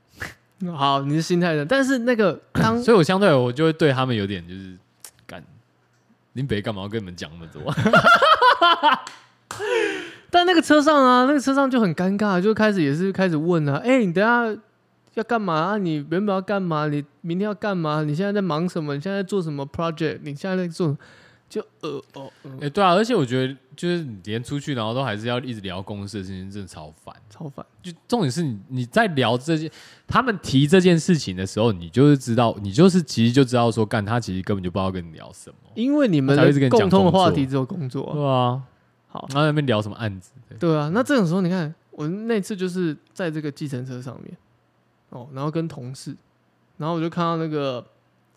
[SPEAKER 2] 好，你是心态的，但是那个当
[SPEAKER 1] 所以我相对我就会对他们有点就是干，你别干嘛要跟你们讲那么多，
[SPEAKER 2] 但那个车上啊，那个车上就很尴尬，就开始也是开始问啊，哎、你等一下要干嘛、啊？你原本要干嘛？你明天要干嘛？你现在在忙什么？你现在在做什么 project？你现在在做什么？就呃哦，
[SPEAKER 1] 哎、
[SPEAKER 2] 呃
[SPEAKER 1] 对啊，而且我觉得就是你连出去然后都还是要一直聊公司的事情，真的超烦。
[SPEAKER 2] 超烦。
[SPEAKER 1] 就重点是你你在聊这件，他们提这件事情的时候，你就是知道，你就是其实就知道说干，他其实根本就不知道跟你聊什么，
[SPEAKER 2] 因为你们
[SPEAKER 1] 他才会一直跟
[SPEAKER 2] 的
[SPEAKER 1] 你讲
[SPEAKER 2] 共通的
[SPEAKER 1] 工作
[SPEAKER 2] 话题只有工作啊、
[SPEAKER 1] 对啊，
[SPEAKER 2] 好，
[SPEAKER 1] 然后在那边聊什么案子，对
[SPEAKER 2] 对啊，那这种时候你看，我那次就是在这个计程车上面，哦，然后跟同事，然后我就看到那个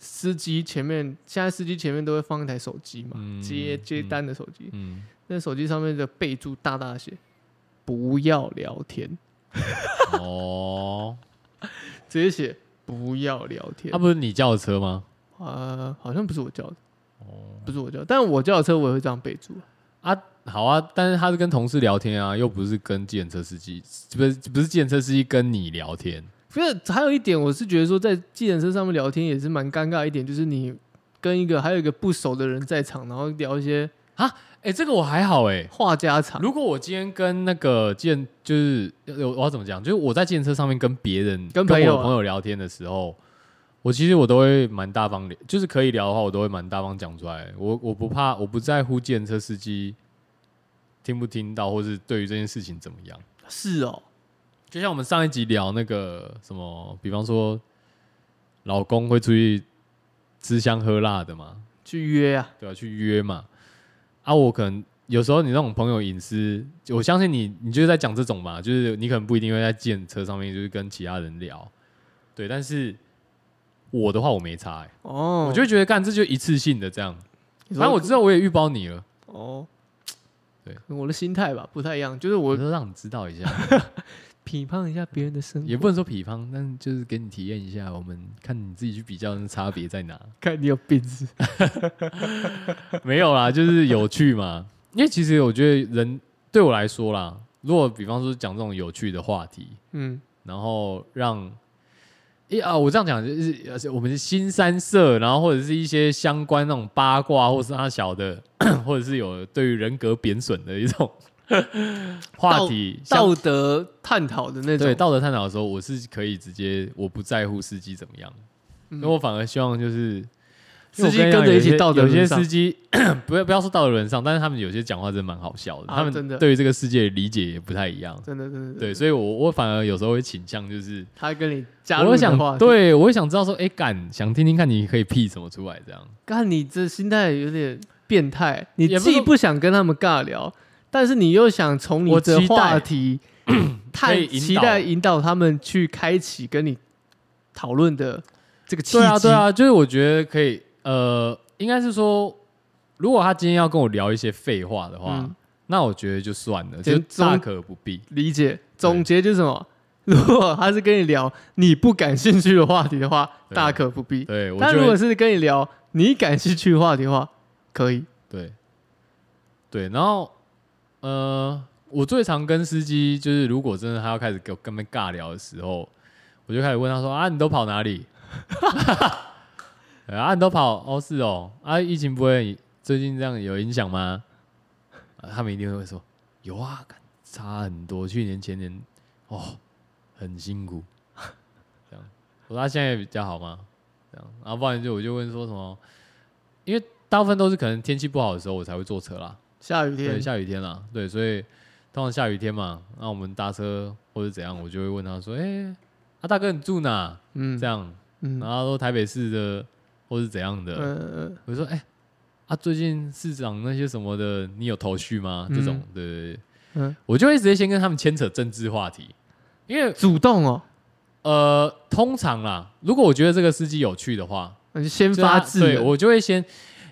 [SPEAKER 2] 司机前面，现在司机前面都会放一台手机嘛，
[SPEAKER 1] 嗯
[SPEAKER 2] 接接单的手机，
[SPEAKER 1] 嗯，
[SPEAKER 2] 那手机上面的备注大大写“不要聊天
[SPEAKER 1] 哦，”，
[SPEAKER 2] 直接写“不要聊天
[SPEAKER 1] 那、”不是你叫的车吗？
[SPEAKER 2] 啊、好啊像不是我叫的，
[SPEAKER 1] 哦，
[SPEAKER 2] 不是我叫的，但我叫的车我也会这样备注啊。
[SPEAKER 1] 啊，好啊，但是他是跟同事聊天啊，又不是跟计程车司机，不是不是计程车司机跟你聊天，
[SPEAKER 2] 不是，还有一点，我是觉得说，在计程车上面聊天也是蛮尴尬一点，就是你跟一个还有一个不熟的人在场，然后聊一些
[SPEAKER 1] 哎、这个我还好哎、
[SPEAKER 2] 话家常。
[SPEAKER 1] 如果我今天跟那个健，就是呃我要怎么讲？就是我在健车上面跟别人、
[SPEAKER 2] 跟朋友啊
[SPEAKER 1] 我的朋友聊天的时候，我其实我都会蛮大方的，就是可以聊的话，我都会蛮大方讲出来。我我不怕，我不在乎健车司机听不听到，或是对于这件事情怎么样。
[SPEAKER 2] 是哦，
[SPEAKER 1] 就像我们上一集聊那个什么，比方说老公会出去吃香喝辣的嘛，
[SPEAKER 2] 去约啊，
[SPEAKER 1] 对吧、去约嘛。啊，我可能有时候你那种朋友隐私，我相信你，你就是在讲这种嘛，就是你可能不一定会在见车上面就是跟其他人聊，对。但是我的话我没差、欸，
[SPEAKER 2] 哦，
[SPEAKER 1] 我就会觉得干这就一次性的这样。
[SPEAKER 2] 你
[SPEAKER 1] 反正
[SPEAKER 2] 说
[SPEAKER 1] 我知道我也预包你了，
[SPEAKER 2] 哦，
[SPEAKER 1] 对，
[SPEAKER 2] 我的心态吧不太一样，就是
[SPEAKER 1] 我
[SPEAKER 2] 我
[SPEAKER 1] 就让你知道一下，
[SPEAKER 2] 批判一下别人的生活，
[SPEAKER 1] 也不能说比方，但就是给你体验一下，我们看你自己去比较那差别在哪。
[SPEAKER 2] 看你有病是不是
[SPEAKER 1] 没有啦，就是有趣嘛。因为其实我觉得人对我来说啦，如果比方说讲这种有趣的话题，
[SPEAKER 2] 嗯，
[SPEAKER 1] 然后让，一啊，我这样讲就是呃我们是新三社，然后或者是一些相关那种八卦，或是他小的， 或者是有对于人格贬损的一种 话题，像
[SPEAKER 2] 道德探讨的那种，
[SPEAKER 1] 对道德探讨的时候，我是可以直接我不在乎司机怎么样，
[SPEAKER 2] 嗯
[SPEAKER 1] 那、我反而希望就是
[SPEAKER 2] 因为
[SPEAKER 1] 司
[SPEAKER 2] 我
[SPEAKER 1] 机
[SPEAKER 2] 跟你讲
[SPEAKER 1] 着一
[SPEAKER 2] 有
[SPEAKER 1] 起
[SPEAKER 2] 些
[SPEAKER 1] 道德
[SPEAKER 2] 有
[SPEAKER 1] 沦
[SPEAKER 2] 些
[SPEAKER 1] 丧
[SPEAKER 2] 司
[SPEAKER 1] 有些司机 不要不要说道德沦丧，但是他们有些讲话真的蛮好笑的，
[SPEAKER 2] 啊
[SPEAKER 1] 他
[SPEAKER 2] 真的
[SPEAKER 1] 们
[SPEAKER 2] 啊
[SPEAKER 1] 对于这个世界的理解也不太一样。
[SPEAKER 2] 真的真的，
[SPEAKER 1] 对，所以我我反而有时候会倾向就是，
[SPEAKER 2] 他跟你加入
[SPEAKER 1] 我
[SPEAKER 2] 的
[SPEAKER 1] 想
[SPEAKER 2] 话题，
[SPEAKER 1] 对我会想知道说，哎、敢想听听看你可以屁什么出来这样。
[SPEAKER 2] 看你这心态有点变态，你
[SPEAKER 1] 也不
[SPEAKER 2] 既
[SPEAKER 1] 是
[SPEAKER 2] 不想跟他们尬聊，但是你又想从你
[SPEAKER 1] 我
[SPEAKER 2] 的
[SPEAKER 1] 期待
[SPEAKER 2] 话 题
[SPEAKER 1] 可
[SPEAKER 2] 探
[SPEAKER 1] 以引
[SPEAKER 2] 期
[SPEAKER 1] 导
[SPEAKER 2] 待引导他们去开启跟你讨论的这个契机。
[SPEAKER 1] 对啊，对啊，就是我觉得可以，呃，应该是说，如果他今天要跟我聊一些废话的话，
[SPEAKER 2] 嗯
[SPEAKER 1] 那我觉得就算了，
[SPEAKER 2] 简
[SPEAKER 1] 就大
[SPEAKER 2] 中
[SPEAKER 1] 可不必。
[SPEAKER 2] 理解总结就是什么？ 如果他是跟你聊你不感兴趣的话题的话，
[SPEAKER 1] 对
[SPEAKER 2] 大可不必；
[SPEAKER 1] 对，我
[SPEAKER 2] 但
[SPEAKER 1] 就
[SPEAKER 2] 如
[SPEAKER 1] 会
[SPEAKER 2] 果是跟你聊你感兴趣的话题的话，可以。
[SPEAKER 1] 对对，然后呃，我最常跟司机就是，如果真的他要开始跟我跟他们尬聊的时候，我就开始问他说啊，你都跑哪里？ 对啊，你都跑哦，是哦，啊，疫情不会最近这样有影响吗？啊他们一定会说有啊，干差很多，去年前年哦很辛苦，这样。我说他啊现在比较好吗？这样，然后不然就我就问说什么，因为大部分都是可能天气不好的时候我才会坐车啦，
[SPEAKER 2] 下雨
[SPEAKER 1] 对，
[SPEAKER 2] 天，
[SPEAKER 1] 下雨天啦，对，所以通常下雨天嘛，那我们搭车或者怎样，我就会问他说，哎、啊大哥你住哪？
[SPEAKER 2] 嗯
[SPEAKER 1] 这样，
[SPEAKER 2] 嗯
[SPEAKER 1] 然后说台北市的或是怎样的，
[SPEAKER 2] 嗯
[SPEAKER 1] 我就说，哎、啊，最近市长那些什么的，你有头绪吗？这种，对对对，
[SPEAKER 2] 嗯，
[SPEAKER 1] 我就会直接先跟他们牵扯政治话题，因为
[SPEAKER 2] 主动哦，
[SPEAKER 1] 呃，通常啦，如果我觉得这个司机有趣的话，
[SPEAKER 2] 那就呃先
[SPEAKER 1] 就他
[SPEAKER 2] 发制
[SPEAKER 1] 啊对
[SPEAKER 2] 人。
[SPEAKER 1] 我就会先，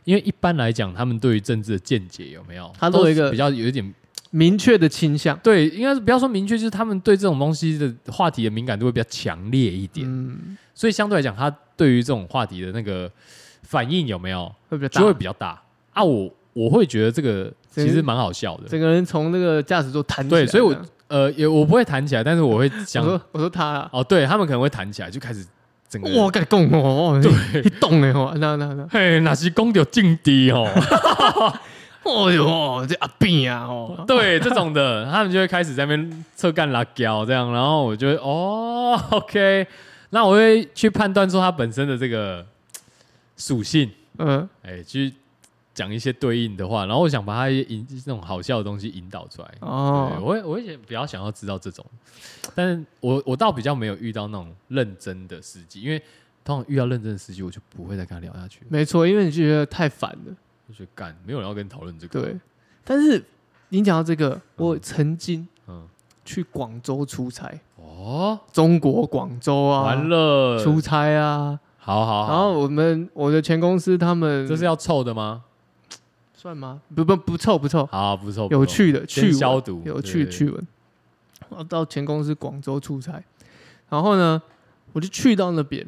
[SPEAKER 1] 因为一般来讲，他们对于政治的见解有没有，
[SPEAKER 2] 他都有一个
[SPEAKER 1] 是比较有一点
[SPEAKER 2] 明确的倾向。
[SPEAKER 1] 对，应该是不要说明确，就是他们对这种东西的话题的敏感度会比较强烈一点，
[SPEAKER 2] 嗯，
[SPEAKER 1] 所以相对来讲，他对于这种话题的那个反应有没有，
[SPEAKER 2] 会比较大，
[SPEAKER 1] 就会比较大啊。我我会觉得这个
[SPEAKER 2] 这个
[SPEAKER 1] 其实蛮好笑的，
[SPEAKER 2] 整个人从那个驾驶座弹起来
[SPEAKER 1] 对，
[SPEAKER 2] 这样。
[SPEAKER 1] 所以我呃也我不会弹起来，但是我会
[SPEAKER 2] 我
[SPEAKER 1] 想
[SPEAKER 2] 说我说他啊，
[SPEAKER 1] 哦，对他们可能会弹起来，就开始整个人
[SPEAKER 2] 我跟你讲 哦，
[SPEAKER 1] 对。
[SPEAKER 2] 你懂哎哦，那那那，
[SPEAKER 1] 嘿，那是讲到劲敌哦，
[SPEAKER 2] 哦哟，这阿扁啊哦，
[SPEAKER 1] 对这种的，他们就会开始在那边侧干拉胶这样，然后我就会哦，OK，那我会去判断说它本身的这个属性，
[SPEAKER 2] 嗯，
[SPEAKER 1] 哎，去讲一些对应的话，然后我想把它引那种好笑的东西引导出来。对，
[SPEAKER 2] 哦，
[SPEAKER 1] 我会我会比较想要知道这种，但是我我倒比较没有遇到那种认真的司机，因为通常遇到认真的司机，我就不会再跟他聊下去，
[SPEAKER 2] 没错，因为你觉得太烦了，
[SPEAKER 1] 我就觉得干没有人要跟你讨论这个。
[SPEAKER 2] 对。但是你讲到这个，我曾经
[SPEAKER 1] 嗯，
[SPEAKER 2] 去广州出差，
[SPEAKER 1] 哦，
[SPEAKER 2] 中国广州啊，
[SPEAKER 1] 完了，
[SPEAKER 2] 出差啊，
[SPEAKER 1] 好好好，
[SPEAKER 2] 然后我们我的前公司他们
[SPEAKER 1] 这是要凑的吗？
[SPEAKER 2] 算吗？不不不凑不凑，
[SPEAKER 1] 好，不错，不错
[SPEAKER 2] 有趣的
[SPEAKER 1] 先
[SPEAKER 2] 趣闻
[SPEAKER 1] 消毒，
[SPEAKER 2] 有
[SPEAKER 1] 对
[SPEAKER 2] 趣
[SPEAKER 1] 对
[SPEAKER 2] 趣闻。我到前公司广州出差，然后呢，我就去到那边，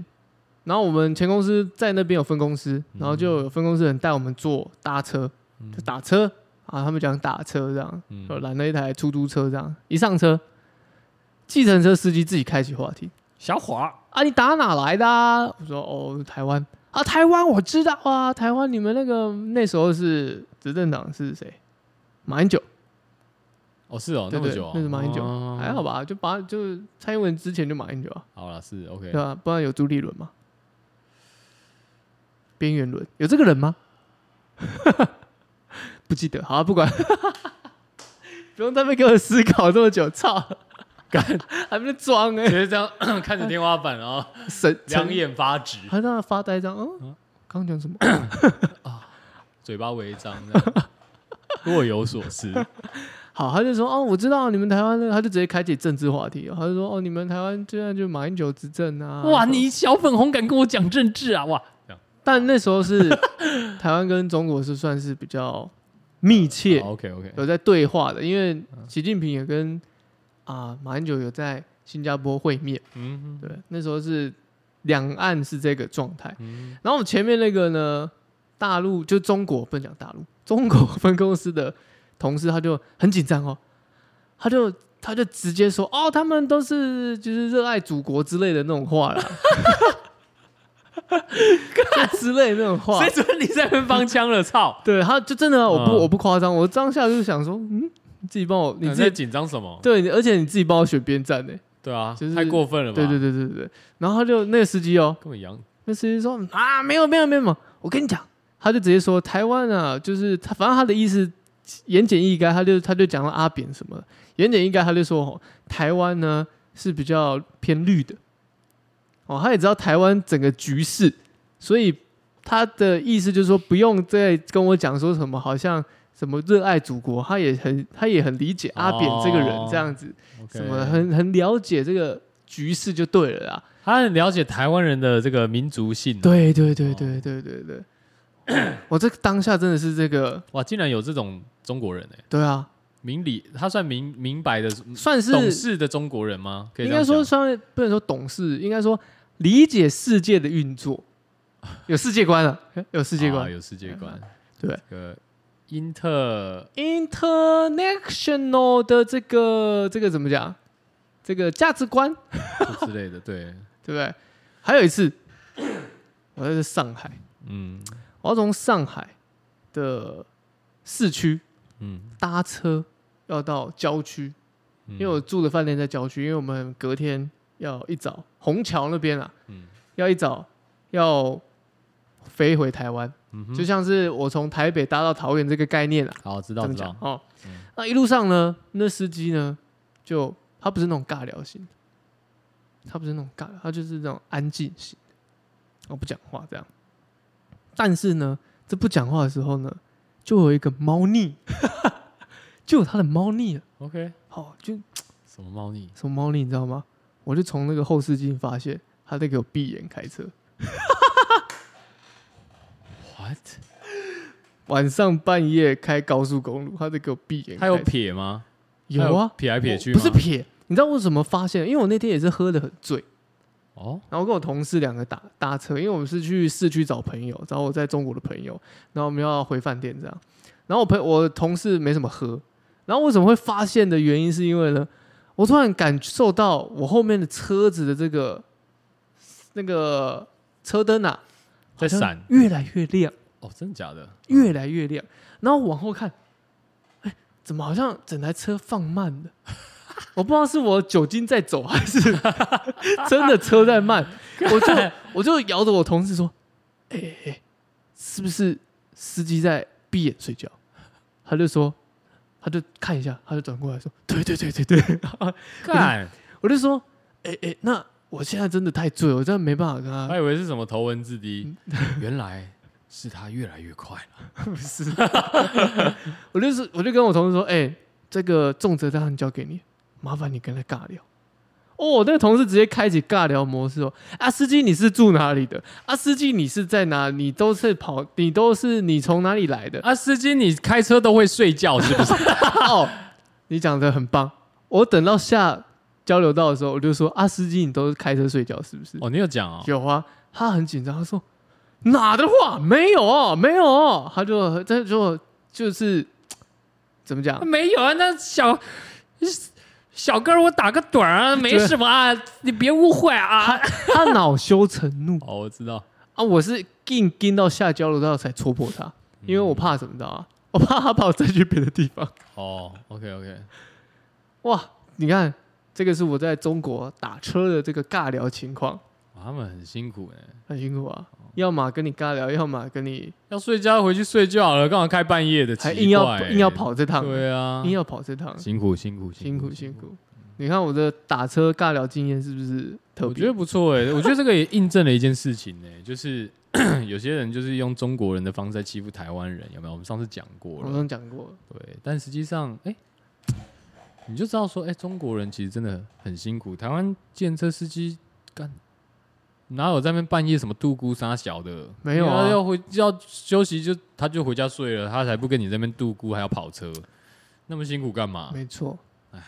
[SPEAKER 2] 然后我们前公司在那边有分公司，然后
[SPEAKER 1] 嗯
[SPEAKER 2] 就有分公司人带我们坐搭车，就打车啊，他们讲打车这样，
[SPEAKER 1] 嗯
[SPEAKER 2] 就拦了一台出租车这样，一上车，计程车司机自己开启话题
[SPEAKER 1] 小华，
[SPEAKER 2] 啊，你打哪来的、啊？我说哦，台湾啊，台湾我知道啊，台湾你们那个那时候是执政党是谁？马英九。
[SPEAKER 1] 哦是哦，那
[SPEAKER 2] 对
[SPEAKER 1] 么
[SPEAKER 2] 对
[SPEAKER 1] 久哦，
[SPEAKER 2] 那是马英九
[SPEAKER 1] 哦
[SPEAKER 2] 还好，吧，就把就是蔡英文之前就马英九啊，
[SPEAKER 1] 好了，是 OK，
[SPEAKER 2] 对吧、不然有朱立伦嘛，边缘轮有这个人吗？ 不记得，好、啊，不管， 不用在那边给我思考这么久，操，
[SPEAKER 1] 干
[SPEAKER 2] 还没装哎、
[SPEAKER 1] 直接这样 看着天花板，然 后
[SPEAKER 2] 神
[SPEAKER 1] 两
[SPEAKER 2] 成，
[SPEAKER 1] 眼发直，
[SPEAKER 2] 还在那发呆这样，嗯，刚讲什么？
[SPEAKER 1] 嘴巴微张，这 样若有所思，
[SPEAKER 2] 好，他就说哦，我知道你们台湾那个，他就直接开启政治话题，他就说哦，你们台湾现在就马英九执政啊，
[SPEAKER 1] 哇，你小粉红敢跟我讲政治啊， 哇，这样
[SPEAKER 2] 但那时候是台湾跟中国是算是比较密切
[SPEAKER 1] 好 OK OK，
[SPEAKER 2] 有在对话的，因为习近平也跟啊马英九有在新加坡会面，
[SPEAKER 1] 嗯
[SPEAKER 2] 对，那时候是两岸是这个状态。
[SPEAKER 1] 嗯
[SPEAKER 2] 然后我们前面那个呢，大陆就中国不能讲大陆，中国分公司的同事他就很紧张哦，他就他就直接说哦，他们都是就是热爱祖国之类的那种 话啦，就之类的那种话
[SPEAKER 1] 谁。准你在那边帮腔了？ 操！
[SPEAKER 2] 对，他就真的啊，我不、
[SPEAKER 1] 嗯
[SPEAKER 2] 我不夸张，我当下就想说，嗯，你自己帮我，你
[SPEAKER 1] 你
[SPEAKER 2] 自
[SPEAKER 1] 在
[SPEAKER 2] 己
[SPEAKER 1] 紧张什么？
[SPEAKER 2] 对，而且你自己帮我选边站呢、
[SPEAKER 1] 对啊
[SPEAKER 2] 就，是
[SPEAKER 1] 太过分了吧？
[SPEAKER 2] 对对，对对对对。然后他就那个司机哦，
[SPEAKER 1] 跟我一样，
[SPEAKER 2] 那司机说啊，没有没有没有，我跟你讲，他就直接说台湾啊，就是他，反正他的意思言简意赅，他就他就讲了阿扁什么的，言简意赅，他就说哦，台湾呢是比较偏绿的，哦，他也知道台湾整个局势，所以他的意思就是说不用再跟我讲说什么好像什么热爱祖国，他也很他也很理解阿扁这个人
[SPEAKER 1] 哦
[SPEAKER 2] 这样子，
[SPEAKER 1] OK
[SPEAKER 2] 什么很很了解这个局势就对了啦。
[SPEAKER 1] 他很了解台湾人的这个民族性、，
[SPEAKER 2] 对对对对对对 对，我这个当下真的是这个，
[SPEAKER 1] 哇，竟然有这种中国人哎、
[SPEAKER 2] 对啊，
[SPEAKER 1] 明理，他算明明白的、
[SPEAKER 2] 算
[SPEAKER 1] 嗯
[SPEAKER 2] 是
[SPEAKER 1] 懂事的中国人吗？可以
[SPEAKER 2] 应
[SPEAKER 1] 这样
[SPEAKER 2] 该说
[SPEAKER 1] 讲
[SPEAKER 2] 算不能说懂事，应该说理解世界的 运作，有世界观了，有世界
[SPEAKER 1] 啊
[SPEAKER 2] 观。嗯
[SPEAKER 1] 有世界观，
[SPEAKER 2] 对
[SPEAKER 1] 这个英特
[SPEAKER 2] international 的这个这个怎么讲？这个价值观，
[SPEAKER 1] 之类 的，对，
[SPEAKER 2] 对不对？还有一次，我在上海，
[SPEAKER 1] 嗯
[SPEAKER 2] 我要从上海的市区
[SPEAKER 1] 嗯，
[SPEAKER 2] 搭车要到郊区，
[SPEAKER 1] 因
[SPEAKER 2] 因为我住的饭店在郊区，因为我们隔天要一早虹桥那边啊，
[SPEAKER 1] 嗯
[SPEAKER 2] 要一早要飞回台湾，
[SPEAKER 1] 嗯哼
[SPEAKER 2] 就像是我从台北搭到桃园这个概念啊，
[SPEAKER 1] 好知道
[SPEAKER 2] 怎么
[SPEAKER 1] 知
[SPEAKER 2] 讲
[SPEAKER 1] 道，
[SPEAKER 2] 哦
[SPEAKER 1] 嗯？
[SPEAKER 2] 那一路上呢，那司机呢，就他不是那种尬聊型的，他不是那种尬聊，他就是那种安静型的，我不讲话这样。但是呢，这不讲话的时候呢，就有一个猫腻， 就有他的猫腻了。
[SPEAKER 1] OK，
[SPEAKER 2] 好，就
[SPEAKER 1] 什么猫腻？
[SPEAKER 2] 什么猫腻，你知道吗？我就从那个后视镜发现他在给我闭眼开车。
[SPEAKER 1] What？
[SPEAKER 2] 晚上半夜开高速公路，他在给我闭眼开车。
[SPEAKER 1] 他有撇吗？
[SPEAKER 2] 有啊
[SPEAKER 1] 他，撇来撇去
[SPEAKER 2] 我
[SPEAKER 1] 吗，
[SPEAKER 2] 不是撇。你知道我怎么发现？因为我那天也是喝的很醉，
[SPEAKER 1] 哦，
[SPEAKER 2] 然后跟我同事两个搭搭车，因为我们是去市区找朋友，找我在中国的朋友，然后我们要回饭店这样。然后我朋我同事没什么喝，然后为什么会发现的原因是因为呢，我突然感受到我后面的车子的这个那个车灯啊
[SPEAKER 1] 在
[SPEAKER 2] 好像
[SPEAKER 1] 闪
[SPEAKER 2] 越来越亮，
[SPEAKER 1] 哦，真的假的？
[SPEAKER 2] 越来越亮。然后往后看，哎，怎么好像整台车放慢了？ 我不知道是我酒精在走，还是 真的车在慢。我就我就摇着我同事说：“哎、哎哎，是不是司机在闭眼睡觉？”他就说，他就看一下，他就转过来说：“对对对对对。
[SPEAKER 1] 干，
[SPEAKER 2] 我就说：“哎、哎、那我现在真的太醉了，我真的没办法跟他
[SPEAKER 1] 还以为是什么头文字 D，原
[SPEAKER 2] 嗯
[SPEAKER 1] 来是他越来越快了。
[SPEAKER 2] 不是，我就是我就跟我同事说，哎、这个重责大任交给你，麻烦你跟他尬聊。哦，那个同事直接开启尬聊模式哦。啊，司机你是住哪里的？啊，司机你是在哪？你都是跑，你都是你从哪里来的？
[SPEAKER 1] 啊，司机，你开车都会睡觉是不 是？
[SPEAKER 2] 哦，你讲的很棒。我等到下交流道的时候，我就说啊，司机你都是开车睡觉是不是？
[SPEAKER 1] 哦，你有讲哦，
[SPEAKER 2] 有啊，他很紧张，他说哪的话没有哦，没有哦，他就他就就是怎 么讲？
[SPEAKER 1] 没有啊，那小小哥，我打个盹儿啊，没什么啊，你别误会啊。
[SPEAKER 2] 他恼羞成怒
[SPEAKER 1] 哦，我知道，
[SPEAKER 2] 啊！我是硬跟到下交流道才戳破他，
[SPEAKER 1] 嗯
[SPEAKER 2] 因为我怕什么你知道吗？ 我怕他把我载去别的 地方。
[SPEAKER 1] 哦，OK OK，
[SPEAKER 2] 哇，你看，这个是我在中国打车的这个尬聊情况，
[SPEAKER 1] 他们很辛苦哎，
[SPEAKER 2] 很辛苦啊。要么跟你尬聊，要么跟你
[SPEAKER 1] 要睡觉回去睡觉好了，干嘛开半夜的？
[SPEAKER 2] 还
[SPEAKER 1] 奇
[SPEAKER 2] 硬要
[SPEAKER 1] 怪欸
[SPEAKER 2] 硬要，跑这趟，
[SPEAKER 1] 对啊，
[SPEAKER 2] 硬要跑这趟，
[SPEAKER 1] 辛苦辛苦
[SPEAKER 2] 辛苦辛苦。你看我的打车尬聊经验是不是特
[SPEAKER 1] 我觉
[SPEAKER 2] 别
[SPEAKER 1] 得？不错哎、我觉得这个也印证了一件事情呢、就是 有些人就是用中国人的方式在欺负台湾人，有没有？我们上次讲过
[SPEAKER 2] 我
[SPEAKER 1] 了，
[SPEAKER 2] 刚刚讲过，
[SPEAKER 1] 对，但实际上，哎、你就知道说，哎、中国人其实真的很辛苦，台湾建车司机干。哪有在那边半夜什么度孤杀小的？
[SPEAKER 2] 没有啊
[SPEAKER 1] 因为他要回要休息就他就回家睡了，他才不跟你在那边度孤，还要跑车，那么辛苦干嘛？
[SPEAKER 2] 没错，啊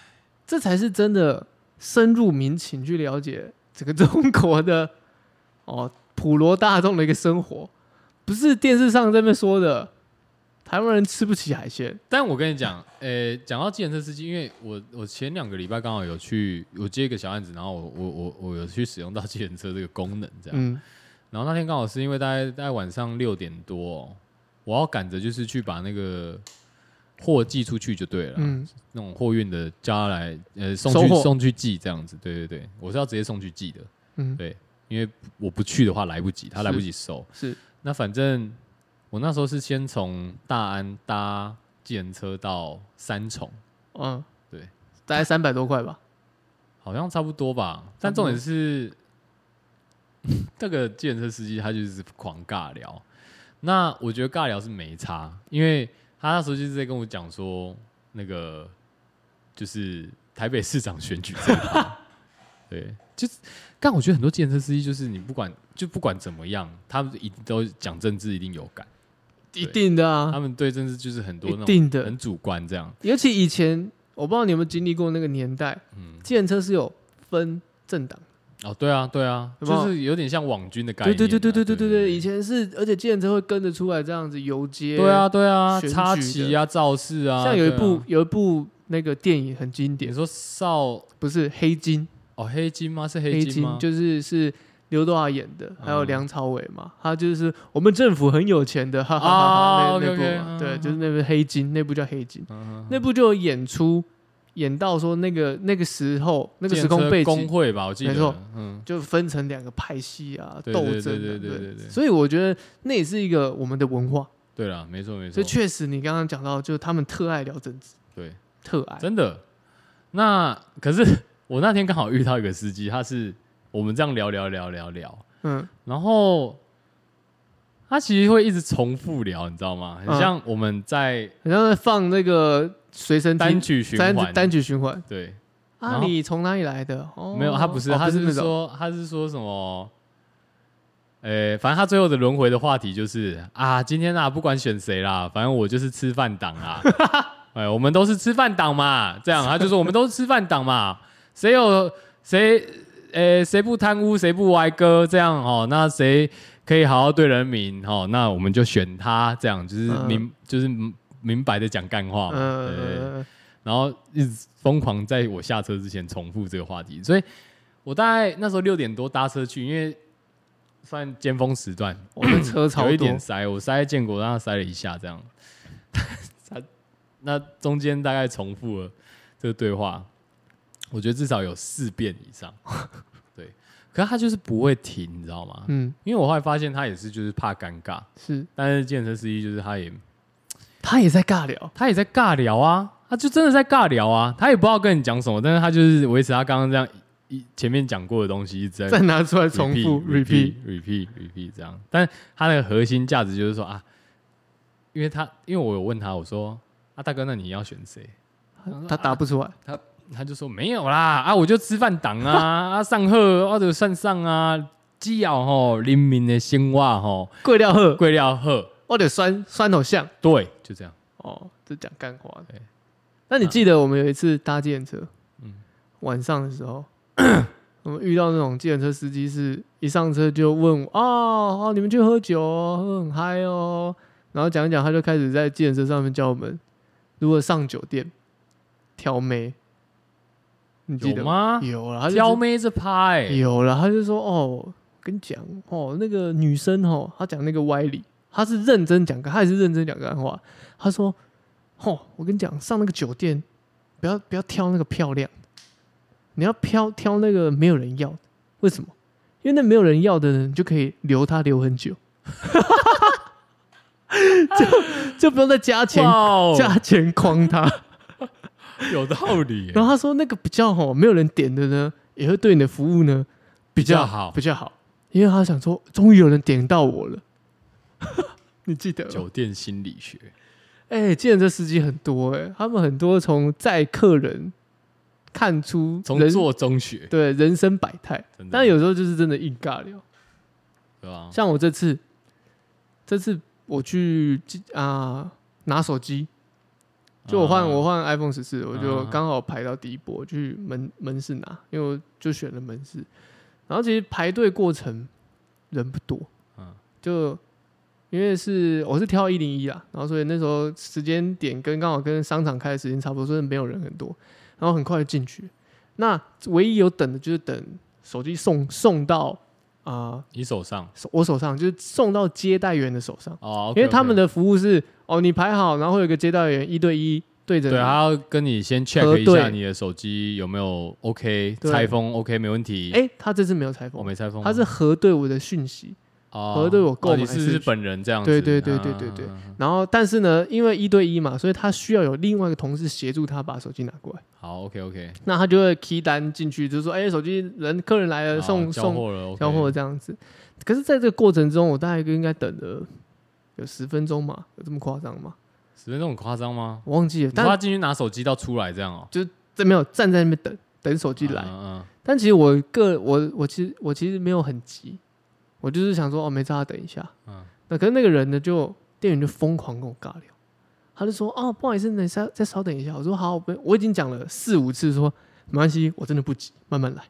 [SPEAKER 2] 这才是真的深入民情去了解整个中国的 哦普罗大众的一个生活，不是电视上这边说的台湾人吃不起海鲜。
[SPEAKER 1] 但我跟你讲，呃，讲到计程车司机，因为我我前两个礼拜刚好有去，我接一个小案子，然后我我我我有去使用到计程车这个功能，这样。
[SPEAKER 2] 嗯，
[SPEAKER 1] 然后那天刚好是因为大概大概晚上六点多、我要赶着就是去把那个货寄出去就对啊了，
[SPEAKER 2] 嗯，
[SPEAKER 1] 那种货运的叫他来呃送
[SPEAKER 2] 收
[SPEAKER 1] 去
[SPEAKER 2] 货
[SPEAKER 1] 送去寄这样子，对对对，我是要直接送去寄的，
[SPEAKER 2] 嗯
[SPEAKER 1] 对，因为我不去的话来不及，他
[SPEAKER 2] 是
[SPEAKER 1] 来不及收。
[SPEAKER 2] 是
[SPEAKER 1] 那反正我那时候是先从大安搭计程车到三重。
[SPEAKER 2] 嗯，
[SPEAKER 1] 对，
[SPEAKER 2] 大概三百多块吧。
[SPEAKER 1] 好像差不多吧。但重点是， 这个计程车司机他就是狂尬聊。那我觉得尬聊是没差，因为他那时候就是在跟我讲说，那个就是台北市长选举这一 趴对，就是但我觉得很多计程车司机就是你不管就不管怎么样，他们一定都讲政治一定有感，
[SPEAKER 2] 一定的
[SPEAKER 1] 他
[SPEAKER 2] 啊，
[SPEAKER 1] 们对政治就是很多
[SPEAKER 2] 一
[SPEAKER 1] 那种
[SPEAKER 2] 定的
[SPEAKER 1] 很。主观这样，
[SPEAKER 2] 尤其以前，我不知道你有没有经历过那个年代，
[SPEAKER 1] 嗯，
[SPEAKER 2] 计程车是有分政党。
[SPEAKER 1] 哦，对啊，对啊，
[SPEAKER 2] 有没有
[SPEAKER 1] 就是有点像网军的概
[SPEAKER 2] 对
[SPEAKER 1] 念啊，
[SPEAKER 2] 对对对对对
[SPEAKER 1] 对
[SPEAKER 2] 对对，以前是，而且计程车会跟着出来这样子游街。
[SPEAKER 1] 对啊，对啊，
[SPEAKER 2] 选举
[SPEAKER 1] 插
[SPEAKER 2] 的
[SPEAKER 1] 旗啊，造势啊，
[SPEAKER 2] 像有一
[SPEAKER 1] 对啊
[SPEAKER 2] 部有一部那个电影很经
[SPEAKER 1] 你
[SPEAKER 2] 典，
[SPEAKER 1] 说少
[SPEAKER 2] 不是《黑金》，
[SPEAKER 1] 哦黑金吗？是
[SPEAKER 2] 《
[SPEAKER 1] 黑
[SPEAKER 2] 黑
[SPEAKER 1] 金
[SPEAKER 2] 金
[SPEAKER 1] 吗》？
[SPEAKER 2] 就是是刘德华演的，还有
[SPEAKER 1] 嗯
[SPEAKER 2] 梁朝伟嘛，他就是我们政府很有钱的，哈哈哈哈，
[SPEAKER 1] 啊
[SPEAKER 2] 那那
[SPEAKER 1] OK，OK，
[SPEAKER 2] 部嘛，
[SPEAKER 1] 嗯
[SPEAKER 2] 对，
[SPEAKER 1] 嗯
[SPEAKER 2] 就是那部《黑金》，那部叫《黑金》，
[SPEAKER 1] 嗯
[SPEAKER 2] 那部就有演出，演到说那个那个时候那个时
[SPEAKER 1] 建
[SPEAKER 2] 空
[SPEAKER 1] 车
[SPEAKER 2] 背
[SPEAKER 1] 工
[SPEAKER 2] 景
[SPEAKER 1] 会吧，我记得
[SPEAKER 2] 没错，
[SPEAKER 1] 嗯，
[SPEAKER 2] 就分成两个派系啊，
[SPEAKER 1] 对
[SPEAKER 2] 斗
[SPEAKER 1] 对
[SPEAKER 2] 争
[SPEAKER 1] 对对
[SPEAKER 2] 啊，
[SPEAKER 1] 对对对
[SPEAKER 2] 所以我觉得那也是一个我们的文化，
[SPEAKER 1] 对了，没错没错
[SPEAKER 2] 所以，确实你刚刚讲到，就是他们特爱聊政治，
[SPEAKER 1] 对，
[SPEAKER 2] 特爱，
[SPEAKER 1] 真的。那可是 我那天刚好遇到一个司机，他是我们这样聊聊聊聊聊，
[SPEAKER 2] 嗯
[SPEAKER 1] 然后他其实会一直重复聊，你知道吗？很
[SPEAKER 2] 嗯
[SPEAKER 1] 像我们在
[SPEAKER 2] 然后放那个随身听
[SPEAKER 1] 单曲循环
[SPEAKER 2] 单，单曲循环
[SPEAKER 1] 对，然
[SPEAKER 2] 啊，
[SPEAKER 1] 后
[SPEAKER 2] 你从哪里来的？哦，
[SPEAKER 1] 没有，他不是，
[SPEAKER 2] 哦
[SPEAKER 1] 他
[SPEAKER 2] 那
[SPEAKER 1] 是
[SPEAKER 2] 种
[SPEAKER 1] 说他是说什么？呃，反正他最后的轮回的话题就是啊，今天啊，不管选谁啦，反正我就是吃饭党啦。 哎，我们都是吃饭党嘛，这样他就说我们都是吃饭党嘛，谁有谁呃谁不贪污谁不歪哥这样哦，那谁可以好好对人民哦，那我们就选他这样，就是
[SPEAKER 2] 嗯
[SPEAKER 1] 明、就是明白的讲干话嘛。对对对
[SPEAKER 2] 嗯，
[SPEAKER 1] 然后一直疯狂在我下车之前重复这个话题，所以我大概那时候六点多搭车去，因为算尖峰时段，
[SPEAKER 2] 我们车超
[SPEAKER 1] 有一
[SPEAKER 2] 多
[SPEAKER 1] 点，塞，我塞在建国，让他塞了一下，这样，他那中间大概重复了这个对话，我觉得至少有四遍以 上，对，可是他就是不会停，你知道吗？
[SPEAKER 2] 嗯，
[SPEAKER 1] 因为我后来发现他也是就是怕尴尬，
[SPEAKER 2] 是
[SPEAKER 1] 但是健身司机就是他也
[SPEAKER 2] 他也在尬聊，
[SPEAKER 1] 他也在尬聊啊，他就真的在尬聊啊，他也不知道跟你讲什么，但是他就是维持他刚刚这样一一前面讲过的东西一直在
[SPEAKER 2] 再拿出来重复
[SPEAKER 1] repeat
[SPEAKER 2] repeat，
[SPEAKER 1] repeat repeat 这样，但他那个核心价值就是说啊，因为他因为我有问他，我说啊大哥，那你要选谁？啊
[SPEAKER 2] 他答不出来，
[SPEAKER 1] 他就说没有啦，啊我就吃饭党啊， 啊上课或者算上啊，既要吼人民的生活吼，
[SPEAKER 2] 贵料喝，
[SPEAKER 1] 贵料喝，
[SPEAKER 2] 我得酸酸头像，
[SPEAKER 1] 对，就这样，
[SPEAKER 2] 哦，这讲干话
[SPEAKER 1] 对
[SPEAKER 2] 的。啊那你记得我们有一次搭计程车，
[SPEAKER 1] 嗯
[SPEAKER 2] 晚上的时候， 我们遇到那种计程车司机是一上车就问我哦，哦，你们去喝酒哦，喝很嗨哦，然后讲一讲，他就开始在计程车上面教我们如何上酒店挑妹，你记得
[SPEAKER 1] 有？吗？
[SPEAKER 2] 有啊了，他就
[SPEAKER 1] 撩妹这趴哎、
[SPEAKER 2] 有了，他就说哦，跟你讲哦，那个女生哦，她讲那个歪理，她是认真讲，她也是认真讲干话。她说，哦，我跟你讲，上那个酒店，不要不要挑那个漂亮，你要挑挑那个没有人要的。为什么？因为那没有人要的人，你就可以留他留很久， 就就不用再加钱、
[SPEAKER 1] 哇哦
[SPEAKER 2] 加钱框他。
[SPEAKER 1] 有道理耶、
[SPEAKER 2] 然后他说那个比较好，没有人点的呢，也会对你的服务呢比
[SPEAKER 1] 较
[SPEAKER 2] 较
[SPEAKER 1] 好
[SPEAKER 2] 比较好，因为他想说，终于有人点到我了。 你记得吗？
[SPEAKER 1] 酒店心理学，
[SPEAKER 2] 哎，计程车司机很多哎、他们很多从载客人看出
[SPEAKER 1] 从
[SPEAKER 2] 人
[SPEAKER 1] 做中学，
[SPEAKER 2] 对人生百态，
[SPEAKER 1] 真的
[SPEAKER 2] 但有时候就是真的硬尬聊。
[SPEAKER 1] 对啊吧？
[SPEAKER 2] 像我这次，这次我去啊、拿手机，就我换、
[SPEAKER 1] 嗯
[SPEAKER 2] 我换 iPhone 十四，我就
[SPEAKER 1] 嗯
[SPEAKER 2] 刚好排到第一波，我去门门市拿，因为我就选了门市。然后其实排队过程人不多，
[SPEAKER 1] 嗯
[SPEAKER 2] 就因为是我是挑一零一啦，然后所以那时候时间点跟刚好跟商场开的时间差不多，所以没有人很多，然后很快就进去。那唯一有等的就是等手机送送到啊、
[SPEAKER 1] 你手上
[SPEAKER 2] 手我手上，就是送到接待员的手上，
[SPEAKER 1] 哦，
[SPEAKER 2] 因为他们
[SPEAKER 1] 的
[SPEAKER 2] 的服务是哦，你排好，然后会有一个接待员一对一对着你，
[SPEAKER 1] 对，啊他要跟你先 check
[SPEAKER 2] 核
[SPEAKER 1] 一下
[SPEAKER 2] 对
[SPEAKER 1] 你的手机有没有 OK
[SPEAKER 2] 对
[SPEAKER 1] 拆封 OK 没问题。
[SPEAKER 2] 哎、他这次没有裁
[SPEAKER 1] 我
[SPEAKER 2] 缝，
[SPEAKER 1] 没拆封吗，
[SPEAKER 2] 他是核对我的讯息，
[SPEAKER 1] 哦
[SPEAKER 2] 核对我
[SPEAKER 1] 哦
[SPEAKER 2] 购买
[SPEAKER 1] 你是不
[SPEAKER 2] 顺
[SPEAKER 1] 是
[SPEAKER 2] 序
[SPEAKER 1] 本人这样子？
[SPEAKER 2] 对对对对
[SPEAKER 1] 啊
[SPEAKER 2] 对对。然后但是呢，因为一对一嘛，所以他需要有另外一个同事协助他把手机拿过来，
[SPEAKER 1] 好 OK OK，
[SPEAKER 2] 那他就会 key 单进去，就说哎、手机人客人来了，呃送
[SPEAKER 1] 哦交
[SPEAKER 2] 送
[SPEAKER 1] 货了，OK
[SPEAKER 2] 交货这样子。可是在这个过程中，我大概应该等了有十分钟嘛，有这么夸张吗？
[SPEAKER 1] 十分钟很夸张吗？
[SPEAKER 2] 我忘记了，
[SPEAKER 1] 你说他
[SPEAKER 2] 但
[SPEAKER 1] 进去拿手机到出来这样哦、
[SPEAKER 2] 这没有站在那边等等手机来。
[SPEAKER 1] 嗯
[SPEAKER 2] 但其实我个我我其实我其实没有很急，我就是想说哦，没差，等一下。
[SPEAKER 1] 嗯
[SPEAKER 2] 那可是那个人呢，就店员就疯狂跟我尬聊，他就说哦，不好意思，你再再稍等一下。我说好，我不我已经讲了四五次说没关系，我真的不急，慢慢来。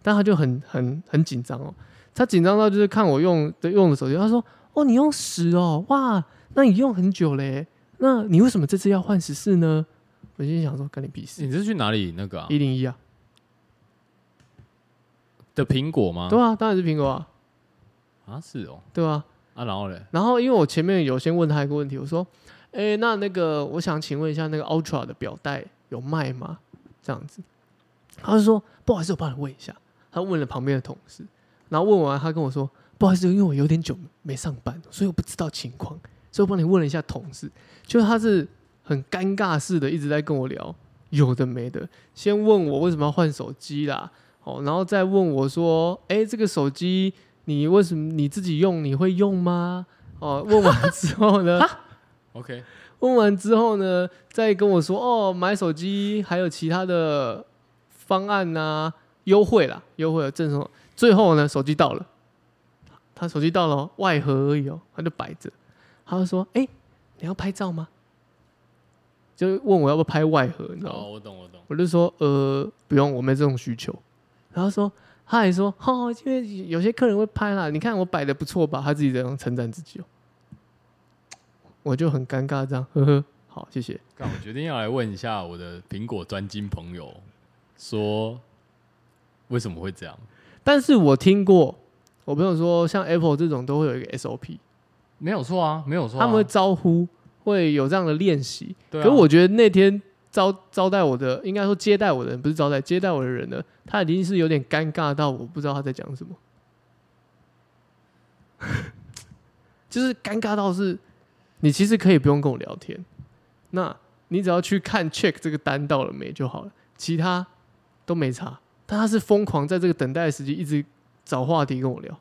[SPEAKER 2] 但他就很很很紧张哦，他紧张到就是看我用的用的手机，他说哦，你用十哦，哇，那你用很久嘞，那你为什么这次要换十四呢？我心想说，干你屁事，
[SPEAKER 1] 你是去哪里那个啊？
[SPEAKER 2] 一零一啊，
[SPEAKER 1] 的苹果吗？
[SPEAKER 2] 对啊，当然是苹果啊，
[SPEAKER 1] 啊，是哦、
[SPEAKER 2] 对啊。
[SPEAKER 1] 啊，然后嘞，
[SPEAKER 2] 然后因为我前面有先问他一个问题，我说：“哎，那那个我想请问一下，那个 Ultra 的表带有卖吗？”这样子，他就说：“不好意思，我帮你问一下。”他问了旁边的同事，然后问完他跟我说：“不好意思，因为我有点久没上班，所以我不知道情况，所以我帮你问了一下同事。”就他是很尴尬似的一直在跟我聊有的没的，先问我为什么要换手机啦，哦，然后再问我说：“哎，这个手机。”你为什么你自己用？你会用吗？哦，问完之后呢，
[SPEAKER 1] OK，
[SPEAKER 2] 问完之后呢，再跟我说哦，买手机还有其他的方案呐、优惠啦，优惠赠送。最后呢，手机到了，他手机到了哦外盒而已哦，他就摆着，他就说：“哎、你要拍照吗？”就问我要不要拍外盒，你知道吗？
[SPEAKER 1] 哦，我懂，我懂。
[SPEAKER 2] 我就说呃，不用，我没这种需求。然后说，他还说，哦，因为有些客人会拍啦，你看我摆的不错吧？他自己这样称赞自己哦，我就很尴尬这样，呵呵，好，谢谢。
[SPEAKER 1] 干，我决定要来问一下我的苹果专精朋友，说为什么会这样？
[SPEAKER 2] 但是我听过，我朋友说，像 Apple 这种都会有一个 SOP，、
[SPEAKER 1] 没有错啊，没有错、啊。
[SPEAKER 2] 他们会招呼，会有这样的练习。
[SPEAKER 1] 对啊，
[SPEAKER 2] 可我觉得那天招招待我的，应该说接待我的人，不是招待接待我的人呢，他已经是有点尴尬到我不知道他在讲什么， 就是尴尬到是，你其实可以不用跟我聊天，那你只要去看 check 这个单到了没就好了，其他都没差。但他是疯狂在这个等待的时机一直找话题跟我聊。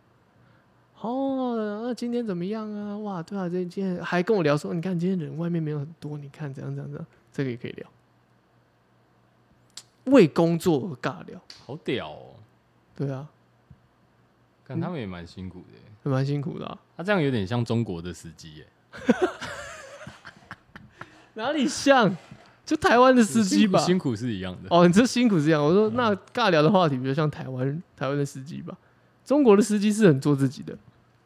[SPEAKER 2] 哦，那今天怎么样啊？哇，对啊，这今天还跟我聊说，你看今天人外面没有很多，你看怎样怎样怎样，这个也可以聊。为工作而尬聊，
[SPEAKER 1] 好屌哦、
[SPEAKER 2] 对啊，嗯
[SPEAKER 1] 看他们也蛮辛苦的耶。
[SPEAKER 2] 还蛮辛苦的啊、
[SPEAKER 1] 他、这样有点像中国的司机耶，
[SPEAKER 2] 哪里像？就台湾的司机吧。
[SPEAKER 1] 辛苦辛苦是一样的。嗯
[SPEAKER 2] 哦，你这辛苦是这样。我说那尬聊的话题比较像台湾台湾的司机吧，中国的司机是很做自己的，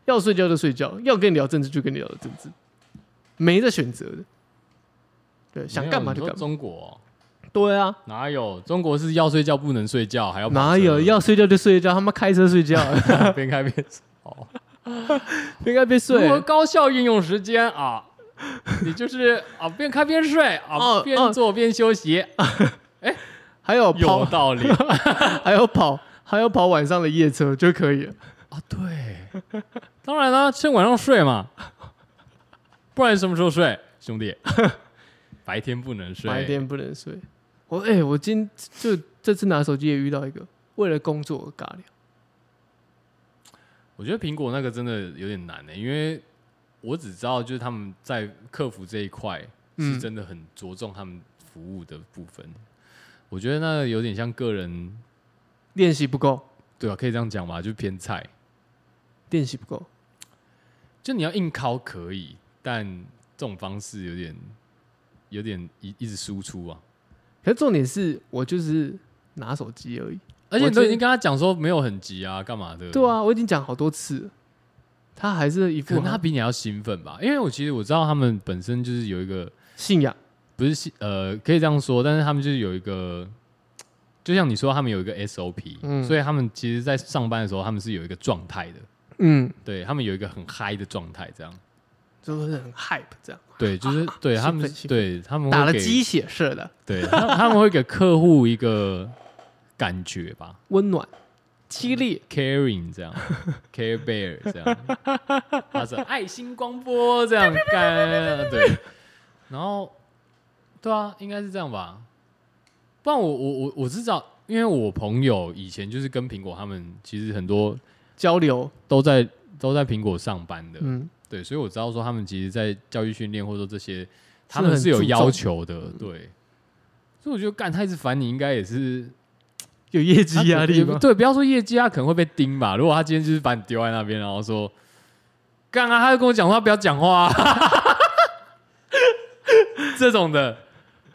[SPEAKER 2] 要睡觉就睡觉，要跟你聊政治就跟你聊政治，没得选择的。对， 想
[SPEAKER 1] 没有
[SPEAKER 2] 干嘛就
[SPEAKER 1] 你说
[SPEAKER 2] 干嘛。
[SPEAKER 1] 中国
[SPEAKER 2] 对啊，
[SPEAKER 1] 哦哪有？中国是要睡觉不能睡觉，还要跑
[SPEAKER 2] 哦哪
[SPEAKER 1] 车
[SPEAKER 2] 有要睡觉就睡觉，他妈开车睡觉，
[SPEAKER 1] 边开边哦。
[SPEAKER 2] 应该被
[SPEAKER 1] 如
[SPEAKER 2] 睡。
[SPEAKER 1] 何高效运用时间啊？你就是啊，边开边睡啊，
[SPEAKER 2] 哦
[SPEAKER 1] 边
[SPEAKER 2] 哦
[SPEAKER 1] 做边休 息，
[SPEAKER 2] 还有
[SPEAKER 1] 有
[SPEAKER 2] 跑，
[SPEAKER 1] 道理
[SPEAKER 2] 还有跑，还有跑晚上的夜车就可以了。
[SPEAKER 1] 啊。对，当然啦，趁晚上睡嘛，不然什么时候睡，兄弟？白天不能睡，
[SPEAKER 2] 白天不能睡。我哎、我今就这次拿手机也遇到一个为了工作而尬聊。
[SPEAKER 1] 我觉得苹果那个真的有点难欸呢、因为我只知道就是他们在客服这一块
[SPEAKER 2] 嗯
[SPEAKER 1] 是真的很着重他们服务的部分。我觉得那有点像个人，
[SPEAKER 2] 练习不够，
[SPEAKER 1] 对啊，可以这样讲吧，就偏菜。
[SPEAKER 2] 练习不够。
[SPEAKER 1] 就你要硬靠可以，但这种方式有点有点一一直输出啊。
[SPEAKER 2] 可是重点是我就是拿手机而已。
[SPEAKER 1] 而且
[SPEAKER 2] 我
[SPEAKER 1] 你都已
[SPEAKER 2] 觉
[SPEAKER 1] 经跟他讲说没有很急啊，干嘛的？
[SPEAKER 2] 对，啊，我已经讲好多次了，他还是一
[SPEAKER 1] 可
[SPEAKER 2] 副
[SPEAKER 1] 能他比你还要兴奋吧，因为我其实我知道他们本身就是有一个
[SPEAKER 2] 信仰。
[SPEAKER 1] 不是信呃，可以这样说，但是他们就是有一个，就像你说，他们有一个 SOP，、
[SPEAKER 2] 嗯
[SPEAKER 1] 所以他们其实，在上班的时候，他们是有一个状态的，
[SPEAKER 2] 嗯，
[SPEAKER 1] 对他们有一个很嗨的状态，这样，
[SPEAKER 2] 就是很 hype 这样，
[SPEAKER 1] 对， 就是、对
[SPEAKER 2] 兴
[SPEAKER 1] 他们
[SPEAKER 2] 奋兴，奋
[SPEAKER 1] 对他们会
[SPEAKER 2] 打了
[SPEAKER 1] 给，
[SPEAKER 2] 鸡血似的，
[SPEAKER 1] 对他他们会给客户一个感觉吧
[SPEAKER 2] 温暖、激烈。
[SPEAKER 1] ，caring 这样，care bear 这样，他是爱心光波这样干，对，然后，对啊，应该是这样吧，不然我我我我知道，因为我朋友以前就是跟苹果他们其实很多
[SPEAKER 2] 交流，
[SPEAKER 1] 都在都在苹果上班的，
[SPEAKER 2] 嗯，
[SPEAKER 1] 对，所以我知道说他们其实，在教育训练或者说这些他们是有
[SPEAKER 2] 很注重嗯
[SPEAKER 1] 要求的，对。所以我觉得干太子烦你应该也是
[SPEAKER 2] 有业绩压力
[SPEAKER 1] 也不
[SPEAKER 2] 吗？
[SPEAKER 1] 对，不要说业绩，他可能会被盯吧。如果他今天就是把你丢在那边，然后说干啊，他就跟我讲话，不要讲话、 啊，这种的，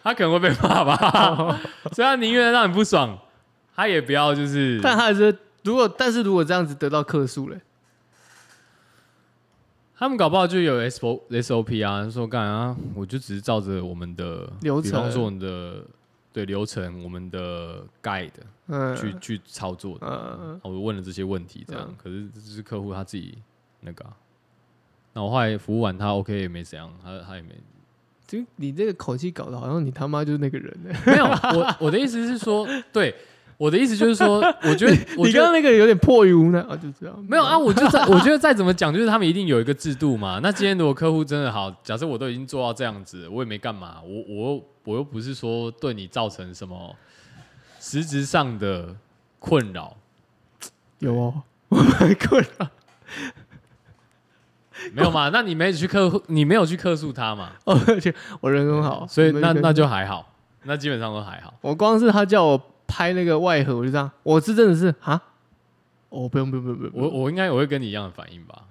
[SPEAKER 1] 他可能会被骂 吧。所以他宁愿让你不爽，他也不要就是。
[SPEAKER 2] 但他还是如果，但是如果这样子得到客诉嘞，
[SPEAKER 1] 他们搞不好就有 S O S O P 啊，说干啊，我就只是照着我们的
[SPEAKER 2] 流
[SPEAKER 1] 比方
[SPEAKER 2] 程
[SPEAKER 1] 说我们的对流程，我们的 guide
[SPEAKER 2] 嗯，
[SPEAKER 1] 去、去操作的。
[SPEAKER 2] 嗯，
[SPEAKER 1] 我问了这些问题，这样
[SPEAKER 2] 嗯，
[SPEAKER 1] 可是这是客户他自己那个啊、那我后来服务完他 OK 也没怎样，他他也 没
[SPEAKER 2] 就你这个口气搞得好像你他妈就是那个人呢。
[SPEAKER 1] 没有。我我的意思是说，对我的意思就是说，我觉得 我
[SPEAKER 2] 你
[SPEAKER 1] 觉得
[SPEAKER 2] 刚刚那个有点迫于无奈啊，就这样，
[SPEAKER 1] 没有啊，我就在我觉得再怎么讲，就是他们一定有一个制度嘛。那今天如果客户真的好，假设我都已经做到这样子，我也没干嘛，我我又我又不是说对你造成什么实质上的困扰，
[SPEAKER 2] 有
[SPEAKER 1] 啊
[SPEAKER 2] 哦，我蛮困扰。
[SPEAKER 1] 没有嘛？那你没去客户，你没有去客诉他嘛？
[SPEAKER 2] 哦，而且我人很好，
[SPEAKER 1] 所以
[SPEAKER 2] 我没
[SPEAKER 1] 那
[SPEAKER 2] 跟
[SPEAKER 1] 那就还好，那基本上都还好。
[SPEAKER 2] 我光是他叫我拍那个外盒，我就这样，我是真的是啊，哦，不用不用不用不用，
[SPEAKER 1] 我我应该我会跟你一样的反应吧？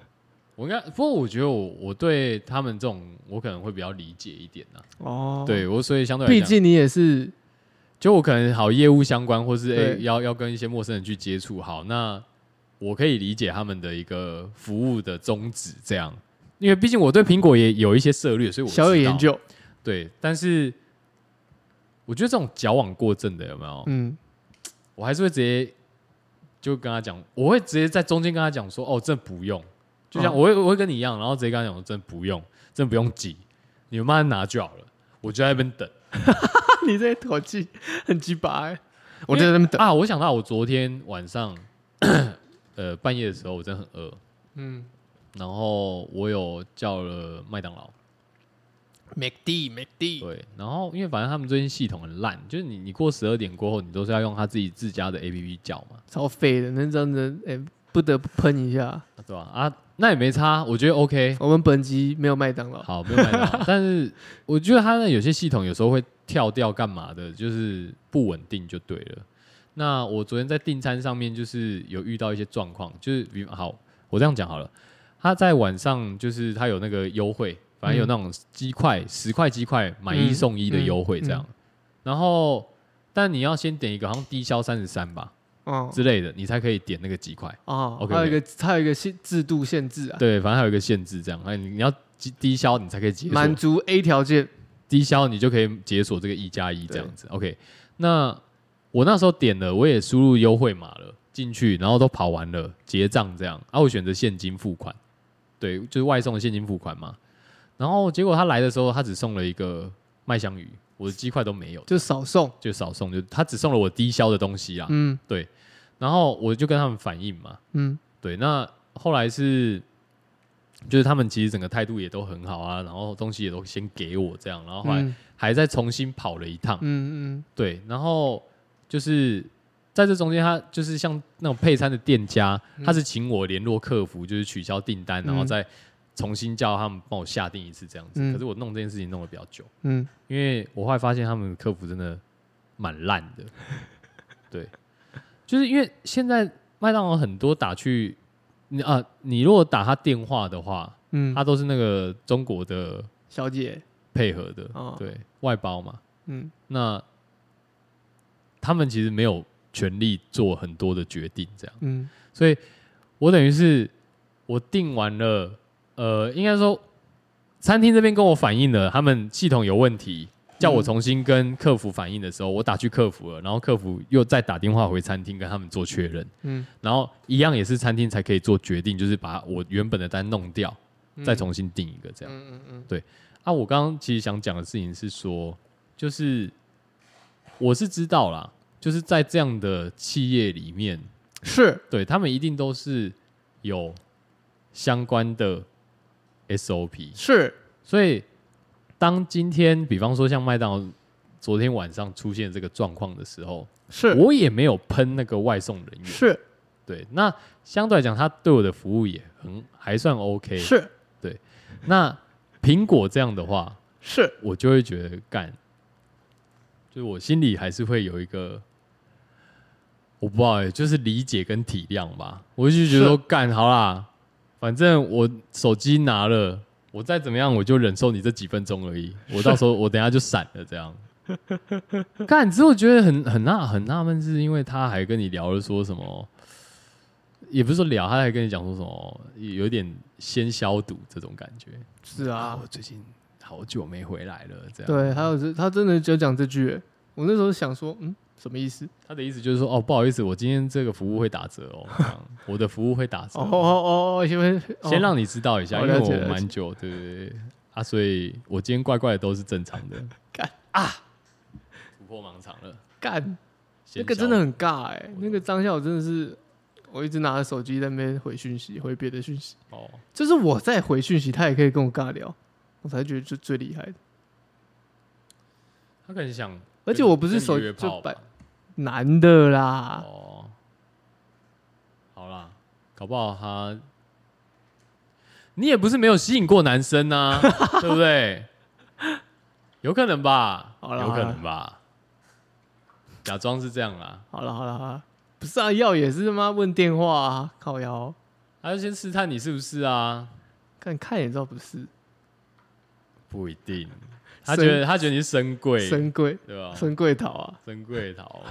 [SPEAKER 1] 我应该，不过我觉得我我对他们这种，我可能会比较理解一点呐、
[SPEAKER 2] 哦，，
[SPEAKER 1] 对我，所以相对来
[SPEAKER 2] 毕
[SPEAKER 1] 讲，
[SPEAKER 2] 竟你也是
[SPEAKER 1] 就我可能好业务相关，或是哎、
[SPEAKER 2] 对
[SPEAKER 1] 要要跟一些陌生人去接触，好，那我可以理解他们的一个服务的宗旨这样，因为毕竟我对苹果也有一些涉略，所以我
[SPEAKER 2] 小有
[SPEAKER 1] 知道
[SPEAKER 2] 研。究，
[SPEAKER 1] 对，但是我觉得这种矫枉过正的有没有？
[SPEAKER 2] 嗯，
[SPEAKER 1] 我还是会直接就跟他讲，我会直接在中间跟他讲说，哦，这不用，就像
[SPEAKER 2] 哦
[SPEAKER 1] 我会我会跟你一样，然后直接跟他讲，真不用，真不用急，你们慢慢拿就好了，我就在那边等。
[SPEAKER 2] 你这口气很鸡巴欸，我就在那边等，
[SPEAKER 1] 啊，我想到我昨天晚上， 呃，半夜的时候我真的很饿，
[SPEAKER 2] 嗯
[SPEAKER 1] 然后我有叫了麦当劳，
[SPEAKER 2] ，Mac D Mac D，
[SPEAKER 1] 对，然后因为反正他们最近系统很烂，就是你你过十二点过后，你都是要用他自己自家的 APP 叫嘛，
[SPEAKER 2] 超废的，那真的，哎、不得不喷一下，
[SPEAKER 1] 对吧？啊，那也没差，我觉得 OK，
[SPEAKER 2] 我们本集没有麦当劳，
[SPEAKER 1] 好，没有麦当劳但是我觉得它的有些系统有时候会跳掉干嘛的，就是不稳定就对了。那我昨天在订餐上面就是有遇到一些状况，就是比好，我这样讲好了，他在晚上就是他有那个优惠，反正有那种鸡块十块鸡块买一
[SPEAKER 2] 嗯
[SPEAKER 1] 送一的
[SPEAKER 2] 嗯
[SPEAKER 1] 优惠这样，然后但你要先点一个好像低消三十三吧
[SPEAKER 2] 哦
[SPEAKER 1] 之类的，你才可以点那个鸡块。
[SPEAKER 2] 哦，
[SPEAKER 1] OK，OK
[SPEAKER 2] 还有一个它有一个限制度限制啊，
[SPEAKER 1] 对，反正还有一个限制这样，哎，你你要低低消你才可以解锁。
[SPEAKER 2] 满足 A 条件，
[SPEAKER 1] 低消，你就可以解锁这个一加一这样子。OK，那我那时候点了，我也输入优惠码了进去，然后都跑完了，结账这样。啊，我选择现金付款，对，就是外送的现金付款嘛。然后结果他来的时候，他只送了一个麦香鱼，我的鸡块都没有，
[SPEAKER 2] 就少送，
[SPEAKER 1] 就少送，就他只送了我低消的东西啦。啊
[SPEAKER 2] 嗯
[SPEAKER 1] 然后我就跟他们反映嘛，
[SPEAKER 2] 嗯，
[SPEAKER 1] 对，那后来是，就是他们其实整个态度也都很好啊，然后东西也都先给我这样，然后后来
[SPEAKER 2] 嗯
[SPEAKER 1] 还再重新跑了一趟，
[SPEAKER 2] 嗯嗯，
[SPEAKER 1] 对，然后就是在这中间，他就是像那种配餐的店家，他是请我联络客服，就是取消订单，然后
[SPEAKER 2] 嗯
[SPEAKER 1] 再重新叫他们帮我下定一次这样子。
[SPEAKER 2] 嗯
[SPEAKER 1] 可是我弄这件事情弄得比较久，
[SPEAKER 2] 嗯，
[SPEAKER 1] 因为我后来发现他们的客服真的蛮烂的， 对，就是因为现在麦当劳很多打去你啊，你如果打他电话的话，
[SPEAKER 2] 嗯，
[SPEAKER 1] 他都是那个中国的
[SPEAKER 2] 小姐，
[SPEAKER 1] 配合的，
[SPEAKER 2] 哦
[SPEAKER 1] 对外包嘛，
[SPEAKER 2] 嗯
[SPEAKER 1] 那他们其实没有权利做很多的决定，这样，
[SPEAKER 2] 嗯
[SPEAKER 1] 所以我等于是我订完了，呃，应该说餐厅这边跟我反映了他们系统有问题，叫我
[SPEAKER 2] 嗯
[SPEAKER 1] 重新跟客服反映的时候，我打去客服了，然后客服又再打电话回餐厅跟他们做确认，
[SPEAKER 2] 嗯，
[SPEAKER 1] 然后一样也是餐厅才可以做决定，就是把我原本的单弄掉，再重新订一个这样。
[SPEAKER 2] 嗯嗯
[SPEAKER 1] 啊，我刚刚其实想讲的事情是说，就是我是知道啦，就是在这样的企业里面，
[SPEAKER 2] 嗯，是
[SPEAKER 1] 对他们一定都是有相关的 SOP，
[SPEAKER 2] 是，
[SPEAKER 1] 所以当今天，比方说像麦当劳昨天晚上出现这个状况的时候，
[SPEAKER 2] 是
[SPEAKER 1] 我也没有喷那个外送人员，
[SPEAKER 2] 是
[SPEAKER 1] 对，那相对来讲，他对我的哎服务也很还算 OK，
[SPEAKER 2] 是
[SPEAKER 1] 那苹果这样的话，
[SPEAKER 2] 是
[SPEAKER 1] 我就会觉得干，就是我心里还是会有一个，我不知道哎、就是理解跟体谅吧。我就觉得说
[SPEAKER 2] 是
[SPEAKER 1] 干好啦，反正我手机拿了，我再怎么样我就忍受你这几分钟而已。我到时候我等一下就闪了 这样。干，只是我觉得很很纳很纳闷，是因为他还跟你聊了说什么。也不是说聊，他还跟你讲说什么，有点先消毒这种感觉。
[SPEAKER 2] 是啊
[SPEAKER 1] 我，最近好久没回来了，这样。
[SPEAKER 2] 对，还有这他真的就讲这句欸，我那时候想说，嗯，什么意思？
[SPEAKER 1] 他的意思就是说，哦，不好意思，我今天这个服务会打折 哦，这样我的服务会打折，
[SPEAKER 2] 哦哦哦哦，先
[SPEAKER 1] 先让你知道一下，
[SPEAKER 2] 哦
[SPEAKER 1] 因为
[SPEAKER 2] 了解
[SPEAKER 1] 我
[SPEAKER 2] 了
[SPEAKER 1] 蛮久，对对对啊，所以我今天怪怪的都是正常的。
[SPEAKER 2] 干
[SPEAKER 1] 啊，突破盲场了，
[SPEAKER 2] 干，那
[SPEAKER 1] 先
[SPEAKER 2] 个
[SPEAKER 1] 消
[SPEAKER 2] 真的很尬哎、
[SPEAKER 1] 我
[SPEAKER 2] 那个当下我真的是，我一直拿着手机在那边回讯息，回别的讯息，
[SPEAKER 1] 哦，
[SPEAKER 2] 就是我在回讯息，他也可以跟我尬聊，我才觉得就最厉害的。
[SPEAKER 1] 他可能想，
[SPEAKER 2] 而且我不是
[SPEAKER 1] 跟你
[SPEAKER 2] 手
[SPEAKER 1] 约炮
[SPEAKER 2] 就
[SPEAKER 1] 吧
[SPEAKER 2] 摆男的啦，
[SPEAKER 1] 哦，好啦，搞不好他，你也不是没有吸引过男生 呐、对不对？有可能吧，
[SPEAKER 2] 好啦
[SPEAKER 1] 有可能吧，假装是这样啦，
[SPEAKER 2] 好了好了好了，不是啊，要也是他妈问电话啊，靠腰，
[SPEAKER 1] 他就先试探你是不是啊？
[SPEAKER 2] 看看也知道不是，
[SPEAKER 1] 不一定，他
[SPEAKER 2] 深
[SPEAKER 1] 觉得他觉得你是深贵，哦
[SPEAKER 2] 深柜
[SPEAKER 1] 对吧？
[SPEAKER 2] 深柜桃啊，
[SPEAKER 1] 深贵桃，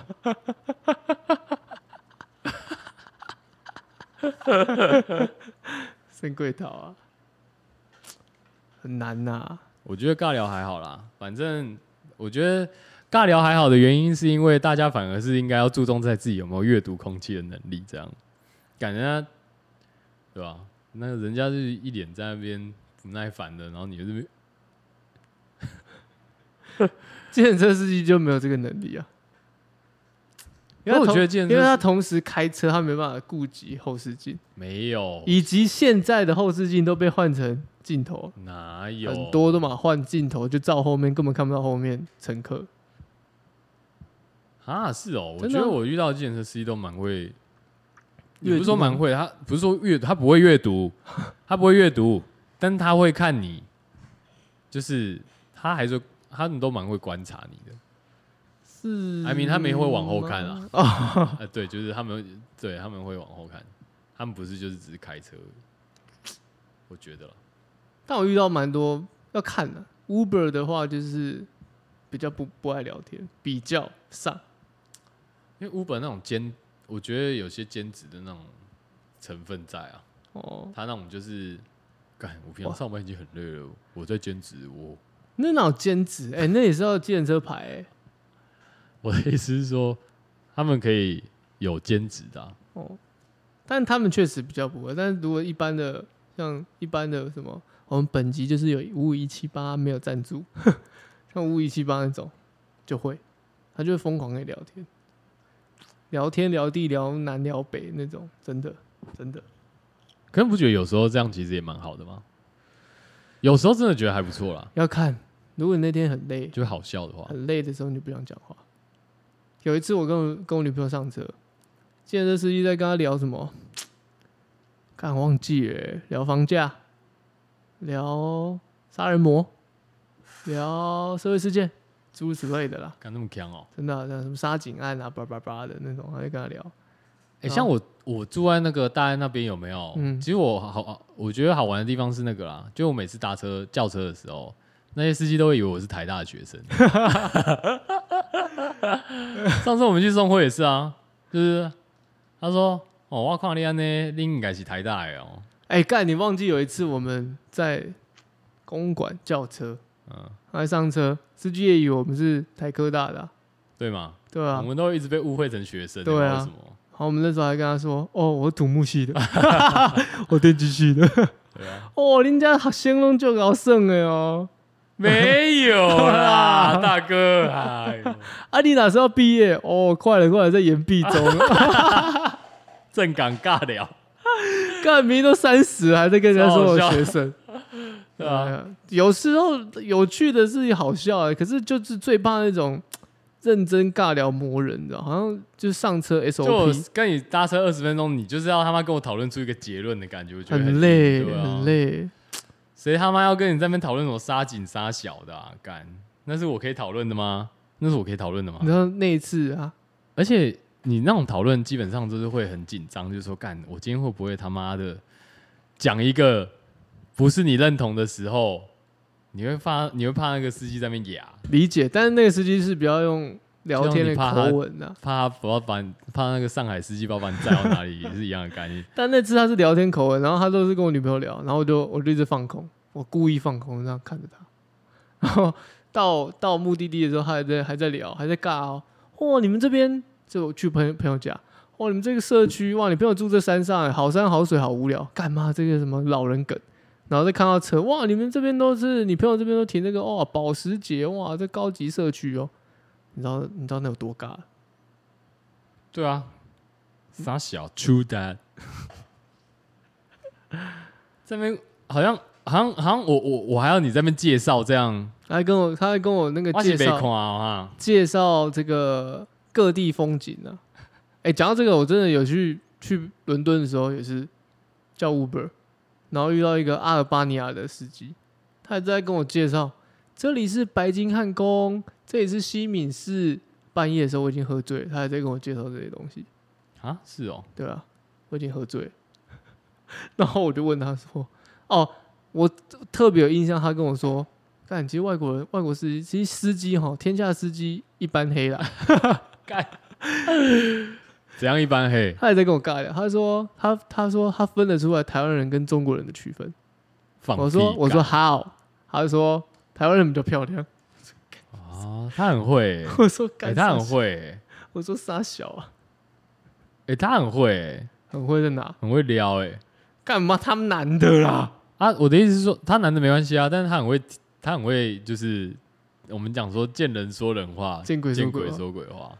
[SPEAKER 2] 深柜桃啊，很难呐、
[SPEAKER 1] 我觉得尬聊还好啦，反正我觉得。尬聊还好的原因，是因为大家反而是应该要注重在自己有没有阅读空气的能力，这样感人家对吧、那人家就是一脸在那边不耐烦的，然后你就这边
[SPEAKER 2] 计程车司机就没有这个能力啊。因为
[SPEAKER 1] 可我
[SPEAKER 2] 他同
[SPEAKER 1] 觉得计程车
[SPEAKER 2] 因为他
[SPEAKER 1] 司
[SPEAKER 2] 同时开车，他没办法顾及后视镜，
[SPEAKER 1] 没有，
[SPEAKER 2] 以及现在的后视镜都被换成镜头，
[SPEAKER 1] 哪有
[SPEAKER 2] 很多都嘛换镜头就照后面，根本看不到后面乘客。
[SPEAKER 1] 啊？是哦，我
[SPEAKER 2] 真
[SPEAKER 1] 觉
[SPEAKER 2] 的啊
[SPEAKER 1] 得我遇到的计程车司机都蛮会，
[SPEAKER 2] 阅读
[SPEAKER 1] 也不是说蛮会，他不是说阅，他不会阅读，他不会阅读，但他会看你，就是他还是会他们都蛮会观察你的。
[SPEAKER 2] 是，
[SPEAKER 1] I mean，他们也会往后看啊。
[SPEAKER 2] 哦，
[SPEAKER 1] 啊，对，就是他们，对他们会往后看，他们不是就是只是开车而已我觉得了，
[SPEAKER 2] 但我遇到蛮多要看的、Uber 的话，就是比较不不爱聊天，比较上
[SPEAKER 1] 因为 Uber 那种兼，我觉得有些兼职的那种成分在啊，
[SPEAKER 2] 哦。
[SPEAKER 1] 他那种就是，干，我平常
[SPEAKER 2] 哇
[SPEAKER 1] 上班已经很累了，我在兼职，我
[SPEAKER 2] 那哪有兼职？哎、那也是要计程车牌、哎
[SPEAKER 1] 我的意思是说，他们可以有兼职的啊、
[SPEAKER 2] 哦，但他们确实比较不会。但是如果一般的，像一般的什么，我们本集就是有五五一七八没有赞助， 像五五一七八那种就会，他就会疯狂跟你聊天，聊天聊地聊南聊北那种，真的真的。
[SPEAKER 1] 可是不觉得有时候这样其实也蛮好的吗？有时候真的觉得还不错啦，
[SPEAKER 2] 要看，如果你那天很累，
[SPEAKER 1] 就好笑的话，
[SPEAKER 2] 很累的时候你就不想讲话。有一次我跟我跟我女朋友上车，计程车司机在跟她聊什么，看忘记了欸，聊房价，聊杀人魔，聊社会事件，诸如此类的啦，
[SPEAKER 1] 干那么强哦、
[SPEAKER 2] 真的啊、像什么杀警案啊，叭叭叭的那种，她就跟她聊。
[SPEAKER 1] 哎、
[SPEAKER 2] 然后
[SPEAKER 1] 像我我住在那个大安那边有没有？
[SPEAKER 2] 嗯
[SPEAKER 1] 其实我好好，我觉得好玩的地方是那个啦，就我每次搭车叫车的时候，那些司机都会以为我是台大的学生。 上次我们去送货也是啊，就是他说哦，我看你安呢，你应该是台大的哦，
[SPEAKER 2] 哎、干，你忘记有一次我们在公馆叫车，
[SPEAKER 1] 嗯，
[SPEAKER 2] 她还上车，司机也以为我们是台科大的啊、
[SPEAKER 1] 对吗？
[SPEAKER 2] 对啊
[SPEAKER 1] 我，们都会一直被误会成学生，欸
[SPEAKER 2] 对
[SPEAKER 1] 不知
[SPEAKER 2] 啊
[SPEAKER 1] 道为什么？
[SPEAKER 2] 好，我们那时候还跟他说：“哦，我土木系的， 我电机系的。
[SPEAKER 1] 对啊，
[SPEAKER 2] 哦，人家形容就搞算的哦。
[SPEAKER 1] 没有啦，大哥，哎呦，
[SPEAKER 2] 啊，你哪时候毕业？哦，快了，快了，在延毕中。
[SPEAKER 1] 正港尬聊，
[SPEAKER 2] 干明明都三十了，还在跟人家说我学生。
[SPEAKER 1] 对啊
[SPEAKER 2] 哎呀，有时候有趣的事情好笑哎、可是就是最怕那种认真尬聊磨人，你知道？好像就是上车
[SPEAKER 1] 就我
[SPEAKER 2] SOP
[SPEAKER 1] 跟你搭车二十分钟，你就是要他妈跟我讨论出一个结论的感觉，我觉得
[SPEAKER 2] 很累，
[SPEAKER 1] 对啊
[SPEAKER 2] 很。累。
[SPEAKER 1] 谁他妈要跟你在那边讨论什么杀警杀小的啊？干，那是我可以讨论的吗？那是我可以讨论的吗
[SPEAKER 2] 你？知道那一次啊，
[SPEAKER 1] 而且你那种讨论基本上就是会很紧张，就是说干，我今天会不会他妈的讲一个不是你认同的时候，你会怕，你会怕那个司机在那边哑，
[SPEAKER 2] 理解，但是那个司机是比较用聊天的口吻啊呐、
[SPEAKER 1] 怕他不要把你，怕那个上海司机不要把你载到哪里，也是一样的概念。
[SPEAKER 2] 但那次他是聊天口吻，然后他都是跟我女朋友聊，然后我就我就一直放空，我故意放空这样看着他，然后到到目的地的时候，他还在还在聊，还在尬哦。哇，你们这边就我去朋友朋友家，哇，你们这个社区，哇，你朋友住这山上，好山好水好无聊，干嘛这个什么老人梗？然后再看到车，哇，你们这边都是你朋友这边都停这个哦，保时捷，哇，这高级社区哦，你知道你知道那有多尬？
[SPEAKER 1] 对啊，傻小，True Dad，这边好像好像好像我我我还要你在那边介绍这样，
[SPEAKER 2] 他还跟我他还跟我那个
[SPEAKER 1] 我
[SPEAKER 2] 介
[SPEAKER 1] 是被
[SPEAKER 2] 绍
[SPEAKER 1] 看。啊，
[SPEAKER 2] 介绍这个各地风景啊。哎、讲到这个，我真的有去去伦敦的时候也是叫 Uber，然后遇到一个阿尔巴尼亚的司机，他一直在跟我介绍这里是白金汉宫，这里是西敏寺。半夜的时候我已经喝醉了，他还在跟我介绍这些东西，
[SPEAKER 1] 啊是 哦，
[SPEAKER 2] 对啊，我已经喝醉了。 然后我就问他说：“哦，我特别有印象，他跟我说，但其实外国人、外国司机，其实司机哈，天下司机一般黑啦。”
[SPEAKER 1] 怎样一般黑？
[SPEAKER 2] 他也在跟我尬聊，他说他他说他分得出来台湾人跟中国人的区分。
[SPEAKER 1] 放
[SPEAKER 2] 我说
[SPEAKER 1] 屁
[SPEAKER 2] 我说
[SPEAKER 1] 干
[SPEAKER 2] how，他就说台湾人比较漂 亮。
[SPEAKER 1] 啊，他很会欸，
[SPEAKER 2] 我说
[SPEAKER 1] 哎、
[SPEAKER 2] 干、
[SPEAKER 1] 他
[SPEAKER 2] 傻
[SPEAKER 1] 很
[SPEAKER 2] 小，
[SPEAKER 1] 会欸，
[SPEAKER 2] 我说傻小啊，
[SPEAKER 1] 哎、他很会欸，
[SPEAKER 2] 很会在哪？
[SPEAKER 1] 很会撩，哎
[SPEAKER 2] 干嘛他们男的啦？
[SPEAKER 1] 啊，我的意思是说，他男的没关系啊，但是他很会，他很会，就是我们讲说见人说人话，
[SPEAKER 2] 见鬼说
[SPEAKER 1] 见
[SPEAKER 2] 鬼
[SPEAKER 1] 鬼
[SPEAKER 2] 话
[SPEAKER 1] 说鬼话。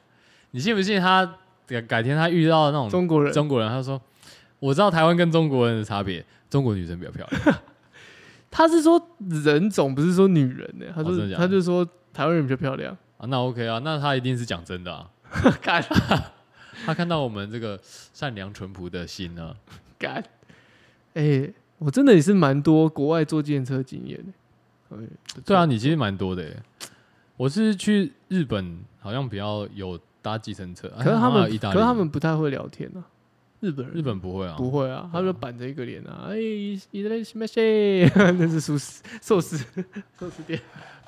[SPEAKER 1] 你信不信他改改天他遇到那种
[SPEAKER 2] 中国人
[SPEAKER 1] 中国人，他说我知道台湾跟中国人的差别，中国女生比较漂亮，
[SPEAKER 2] 他是说人种，不是说女人欸呢、他说、
[SPEAKER 1] 哦真的假的
[SPEAKER 2] 他就说台湾人比较漂亮。
[SPEAKER 1] 啊，那 OK 啊，那他一定是讲真的啊。
[SPEAKER 2] 干
[SPEAKER 1] 他看到我们这个善良淳朴的心啊呢，
[SPEAKER 2] 干，哎、我真的也是蛮多国外坐电车经验的、哎不错
[SPEAKER 1] 对啊，你其实蛮多的耶。我是去日本，好像比较有搭计程车，
[SPEAKER 2] 可是他
[SPEAKER 1] 啊还有
[SPEAKER 2] 们
[SPEAKER 1] 意大
[SPEAKER 2] 可
[SPEAKER 1] 利
[SPEAKER 2] 是他们不太会聊天啊，日本人
[SPEAKER 1] 日本不会啊，
[SPEAKER 2] 不会啊，他
[SPEAKER 1] 对
[SPEAKER 2] 就
[SPEAKER 1] 啊
[SPEAKER 2] 板着一个脸啊，哎，你在什么谁？ 那是寿司寿司寿司店，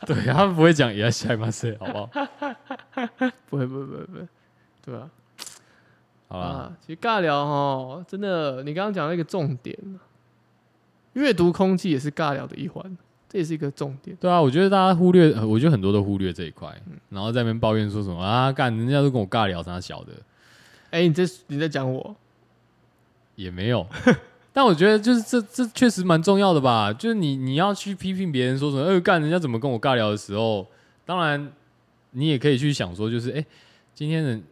[SPEAKER 1] 对他们不会讲 yes I must，好不好？
[SPEAKER 2] 不会不会不会不会，对啊，
[SPEAKER 1] 好啦，
[SPEAKER 2] 啊，其实尬聊哦，真的，你刚刚讲了一个重点，啊阅读空气也是尬聊的一环，这也是一个重点。
[SPEAKER 1] 对啊，我觉得大家忽略，呃我觉得很多都忽略这一块，然后在那边抱怨说什么啊，干人家都跟我尬聊，啥小的
[SPEAKER 2] 哎，你这你在讲我，
[SPEAKER 1] 也没有。但我觉得就是这这确实蛮重要的吧，就是你你要去批评别人说什么，呃，干人家怎么跟我尬聊的时候，当然你也可以去想说，就是哎、诶今天人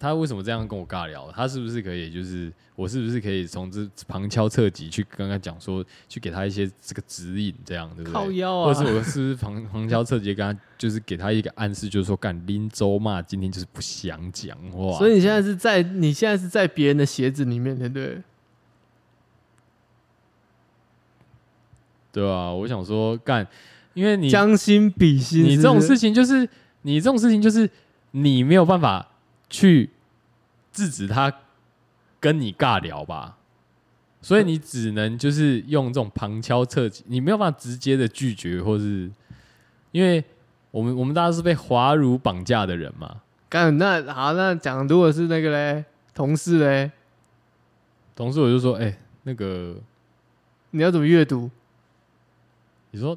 [SPEAKER 1] 他为什么这样跟我尬聊？他是不是可以就是我是不是可以从这旁敲侧击去跟他讲说，去给他一些这个指引，这样对不对？
[SPEAKER 2] 靠腰
[SPEAKER 1] 或
[SPEAKER 2] 啊
[SPEAKER 1] 者，是我是不是旁旁敲侧击地跟他，就是给他一个暗示，就是说干林州嘛，今天就是不想讲话。
[SPEAKER 2] 所以你现在是在你现在是在别人的鞋子里面，对不对？
[SPEAKER 1] 对啊，我想说干，因为你
[SPEAKER 2] 将心比心，
[SPEAKER 1] 你
[SPEAKER 2] 是
[SPEAKER 1] 这
[SPEAKER 2] 不
[SPEAKER 1] 种
[SPEAKER 2] 是
[SPEAKER 1] 事情就是你这种事情就是你没有办法去制止他跟你尬聊吧，所以你只能就是用这种旁敲侧击，你没有办法直接的拒绝，或是因为我们我们大家是被华儒绑架的人嘛。
[SPEAKER 2] 干那好，那讲如果是那个嘞，同事嘞，
[SPEAKER 1] 同事我就说，哎、那个
[SPEAKER 2] 你要怎么阅读？
[SPEAKER 1] 你说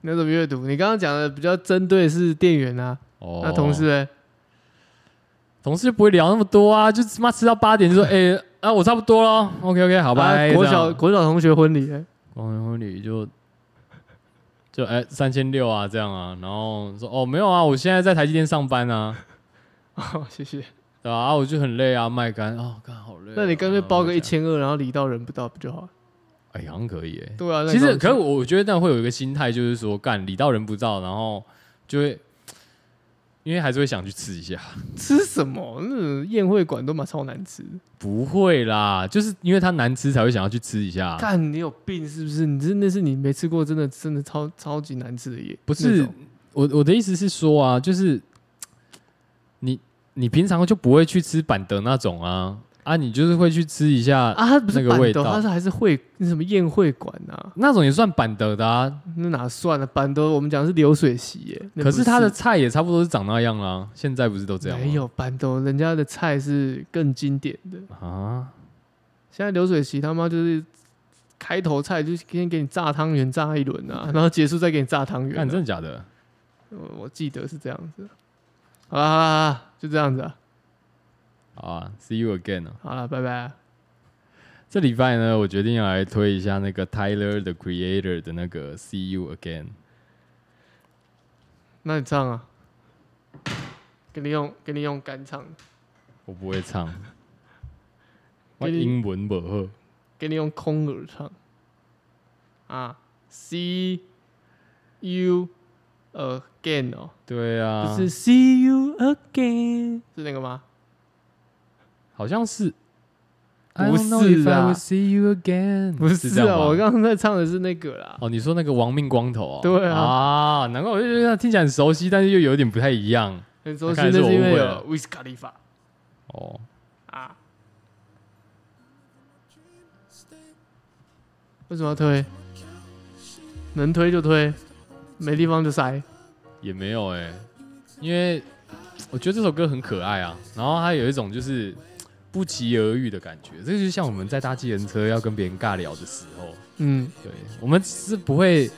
[SPEAKER 2] 你要怎么阅读？你刚刚讲的比较针对是店员啊，
[SPEAKER 1] 哦，
[SPEAKER 2] 那同事呢？
[SPEAKER 1] 同事就不会聊那么多啊，就他妈吃到八 点就说，哎、啊，我差不多了，OK OK，好
[SPEAKER 2] 好
[SPEAKER 1] 吧、
[SPEAKER 2] 啊
[SPEAKER 1] 哎
[SPEAKER 2] 国小国小同学婚礼呢，
[SPEAKER 1] 光年婚礼就就哎三千六啊这样啊，然后说哦没有啊，我现在在台积电上班啊，
[SPEAKER 2] 哦，谢谢。
[SPEAKER 1] 对吧、啊？我就很累啊，卖干哦，干好累啊、
[SPEAKER 2] 那你干脆包个
[SPEAKER 1] 啊
[SPEAKER 2] 一，千二，然后礼到人不到不就好了？
[SPEAKER 1] 哎，好像可以哎、
[SPEAKER 2] 对啊，那
[SPEAKER 1] 其实，
[SPEAKER 2] 你
[SPEAKER 1] 可
[SPEAKER 2] 干
[SPEAKER 1] 是
[SPEAKER 2] 嘛
[SPEAKER 1] 我我觉得那样会有一个心态，就是说干礼到人不到，然后就会因为还是会想去吃一下。
[SPEAKER 2] 吃什么？那种宴会馆都嘛超难吃。
[SPEAKER 1] 不会啦，就是因为它难吃才会想要去吃一下。
[SPEAKER 2] 干，你有病是不是？你真的是你没吃过，真的真的超超级难吃的耶。
[SPEAKER 1] 不
[SPEAKER 2] 那
[SPEAKER 1] 是
[SPEAKER 2] 种
[SPEAKER 1] 我我的意思是说啊，就是你你平常就不会去吃板德那种啊啊，你就是会去吃一下、
[SPEAKER 2] 啊，它不是
[SPEAKER 1] 那个
[SPEAKER 2] 板
[SPEAKER 1] 味
[SPEAKER 2] 豆，
[SPEAKER 1] 道
[SPEAKER 2] 它是还是会那什么宴会馆啊，
[SPEAKER 1] 那种也算板德的啊。
[SPEAKER 2] 那哪算了？板豆我们讲的是流水席耶，那
[SPEAKER 1] 可
[SPEAKER 2] 不
[SPEAKER 1] 是它的菜也差不多是长那样啦、现在不是都这样吗？
[SPEAKER 2] 没有板豆，人家的菜是更经典的。
[SPEAKER 1] 啊，
[SPEAKER 2] 现在流水席他妈就是开头菜就是先给你炸汤圆炸一轮啊，然后结束再给你炸汤圆啊、
[SPEAKER 1] 干真的假的？
[SPEAKER 2] 我我记得是这样子。好啦好啦，好啦就这样子啊，
[SPEAKER 1] 好啊，See you again 啊。
[SPEAKER 2] 好了，拜拜啊。
[SPEAKER 1] 这礼拜呢，我决定要来推一下那个 Tyler the Creator 的那个 See you again。
[SPEAKER 2] 那你唱啊，给你用给你用干唱，
[SPEAKER 1] 我不会 唱，我
[SPEAKER 2] 给你
[SPEAKER 1] 英文不好。
[SPEAKER 2] 给你用空耳唱啊，See you again 哦，
[SPEAKER 1] 对啊，
[SPEAKER 2] 不是 See you again 是那个吗？
[SPEAKER 1] 好像是，
[SPEAKER 2] 不
[SPEAKER 1] I don't know if
[SPEAKER 2] 是
[SPEAKER 1] I
[SPEAKER 2] 啊
[SPEAKER 1] will see you again，
[SPEAKER 2] 不
[SPEAKER 1] 是
[SPEAKER 2] 是
[SPEAKER 1] 这样
[SPEAKER 2] 啊，
[SPEAKER 1] 吗
[SPEAKER 2] 我刚刚在唱的是那个啦。
[SPEAKER 1] 哦，你说那个亡命光头哦，
[SPEAKER 2] 对啊
[SPEAKER 1] 啊，难怪我就觉得听起来很熟悉，但是又有点不太一样
[SPEAKER 2] 很熟悉，
[SPEAKER 1] 那看来
[SPEAKER 2] 那
[SPEAKER 1] 是
[SPEAKER 2] 是
[SPEAKER 1] 我
[SPEAKER 2] 因为
[SPEAKER 1] 误会
[SPEAKER 2] 有
[SPEAKER 1] 了
[SPEAKER 2] Wiz Khalifa
[SPEAKER 1] 哦。
[SPEAKER 2] 啊。为什么要推？能推就推，没地方就塞。
[SPEAKER 1] 也没有哎、因为我觉得这首歌很可爱啊，然后它有一种就是不期而遇的感觉，这就像我们在搭计程车要跟别人尬聊的时候，
[SPEAKER 2] 嗯，
[SPEAKER 1] 对我们是不会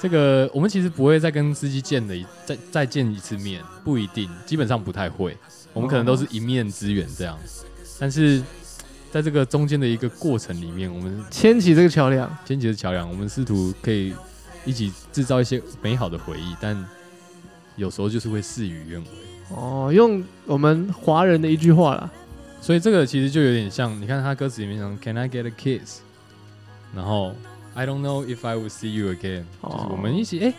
[SPEAKER 1] 这个，我们其实不会再跟司机见的一再再见一次面，不一定，基本上不太会，我们可能都是一面之缘这样，但是在这个中间的一个过程里面，我们
[SPEAKER 2] 牵起这个桥梁，
[SPEAKER 1] 牵起的桥梁，我们试图可以一起制造一些美好的回忆，但有时候就是会事与愿违。
[SPEAKER 2] 哦，用我们华人的一句话啦，
[SPEAKER 1] 所以这个其实就有点像，你看他歌词里面讲 “Can I get a kiss”，然后 “I don't know if I will see you again”，、
[SPEAKER 2] 哦
[SPEAKER 1] 就是我们一起哎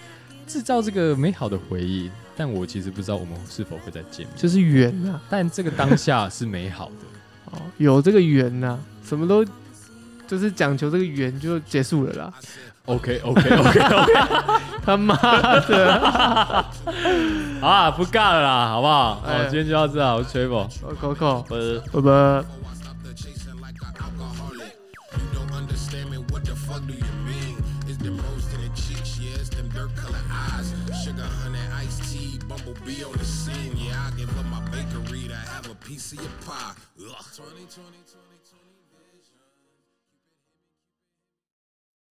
[SPEAKER 1] 制造这个美好的回忆，但我其实不知道我们是否会再见面，
[SPEAKER 2] 就是缘呐、
[SPEAKER 1] 但这个当下是美好 的，
[SPEAKER 2] 哦，有这个缘呐、什么都就是讲求这个缘就结束了啦。
[SPEAKER 1] OK OK OK OK，
[SPEAKER 2] 他妈的
[SPEAKER 1] 好 啊，不尬了啦，好不好？好、
[SPEAKER 2] 哎
[SPEAKER 1] 今天就到这啊，我是 Travel，
[SPEAKER 2] 哦，Coco，
[SPEAKER 1] 呃。
[SPEAKER 2] 拜拜。
[SPEAKER 3] Stop the chasing like an alcoholic. You don't understand me, what the fuck do you mean? It's them rose to the cheeks, yeah, it's them dirt color eyes. Sugar, honey, iced tea, bumblebee on the scene. Yeah, I give up my bakery to have a piece of your pie. Ugh. 20, 20, 20, 20.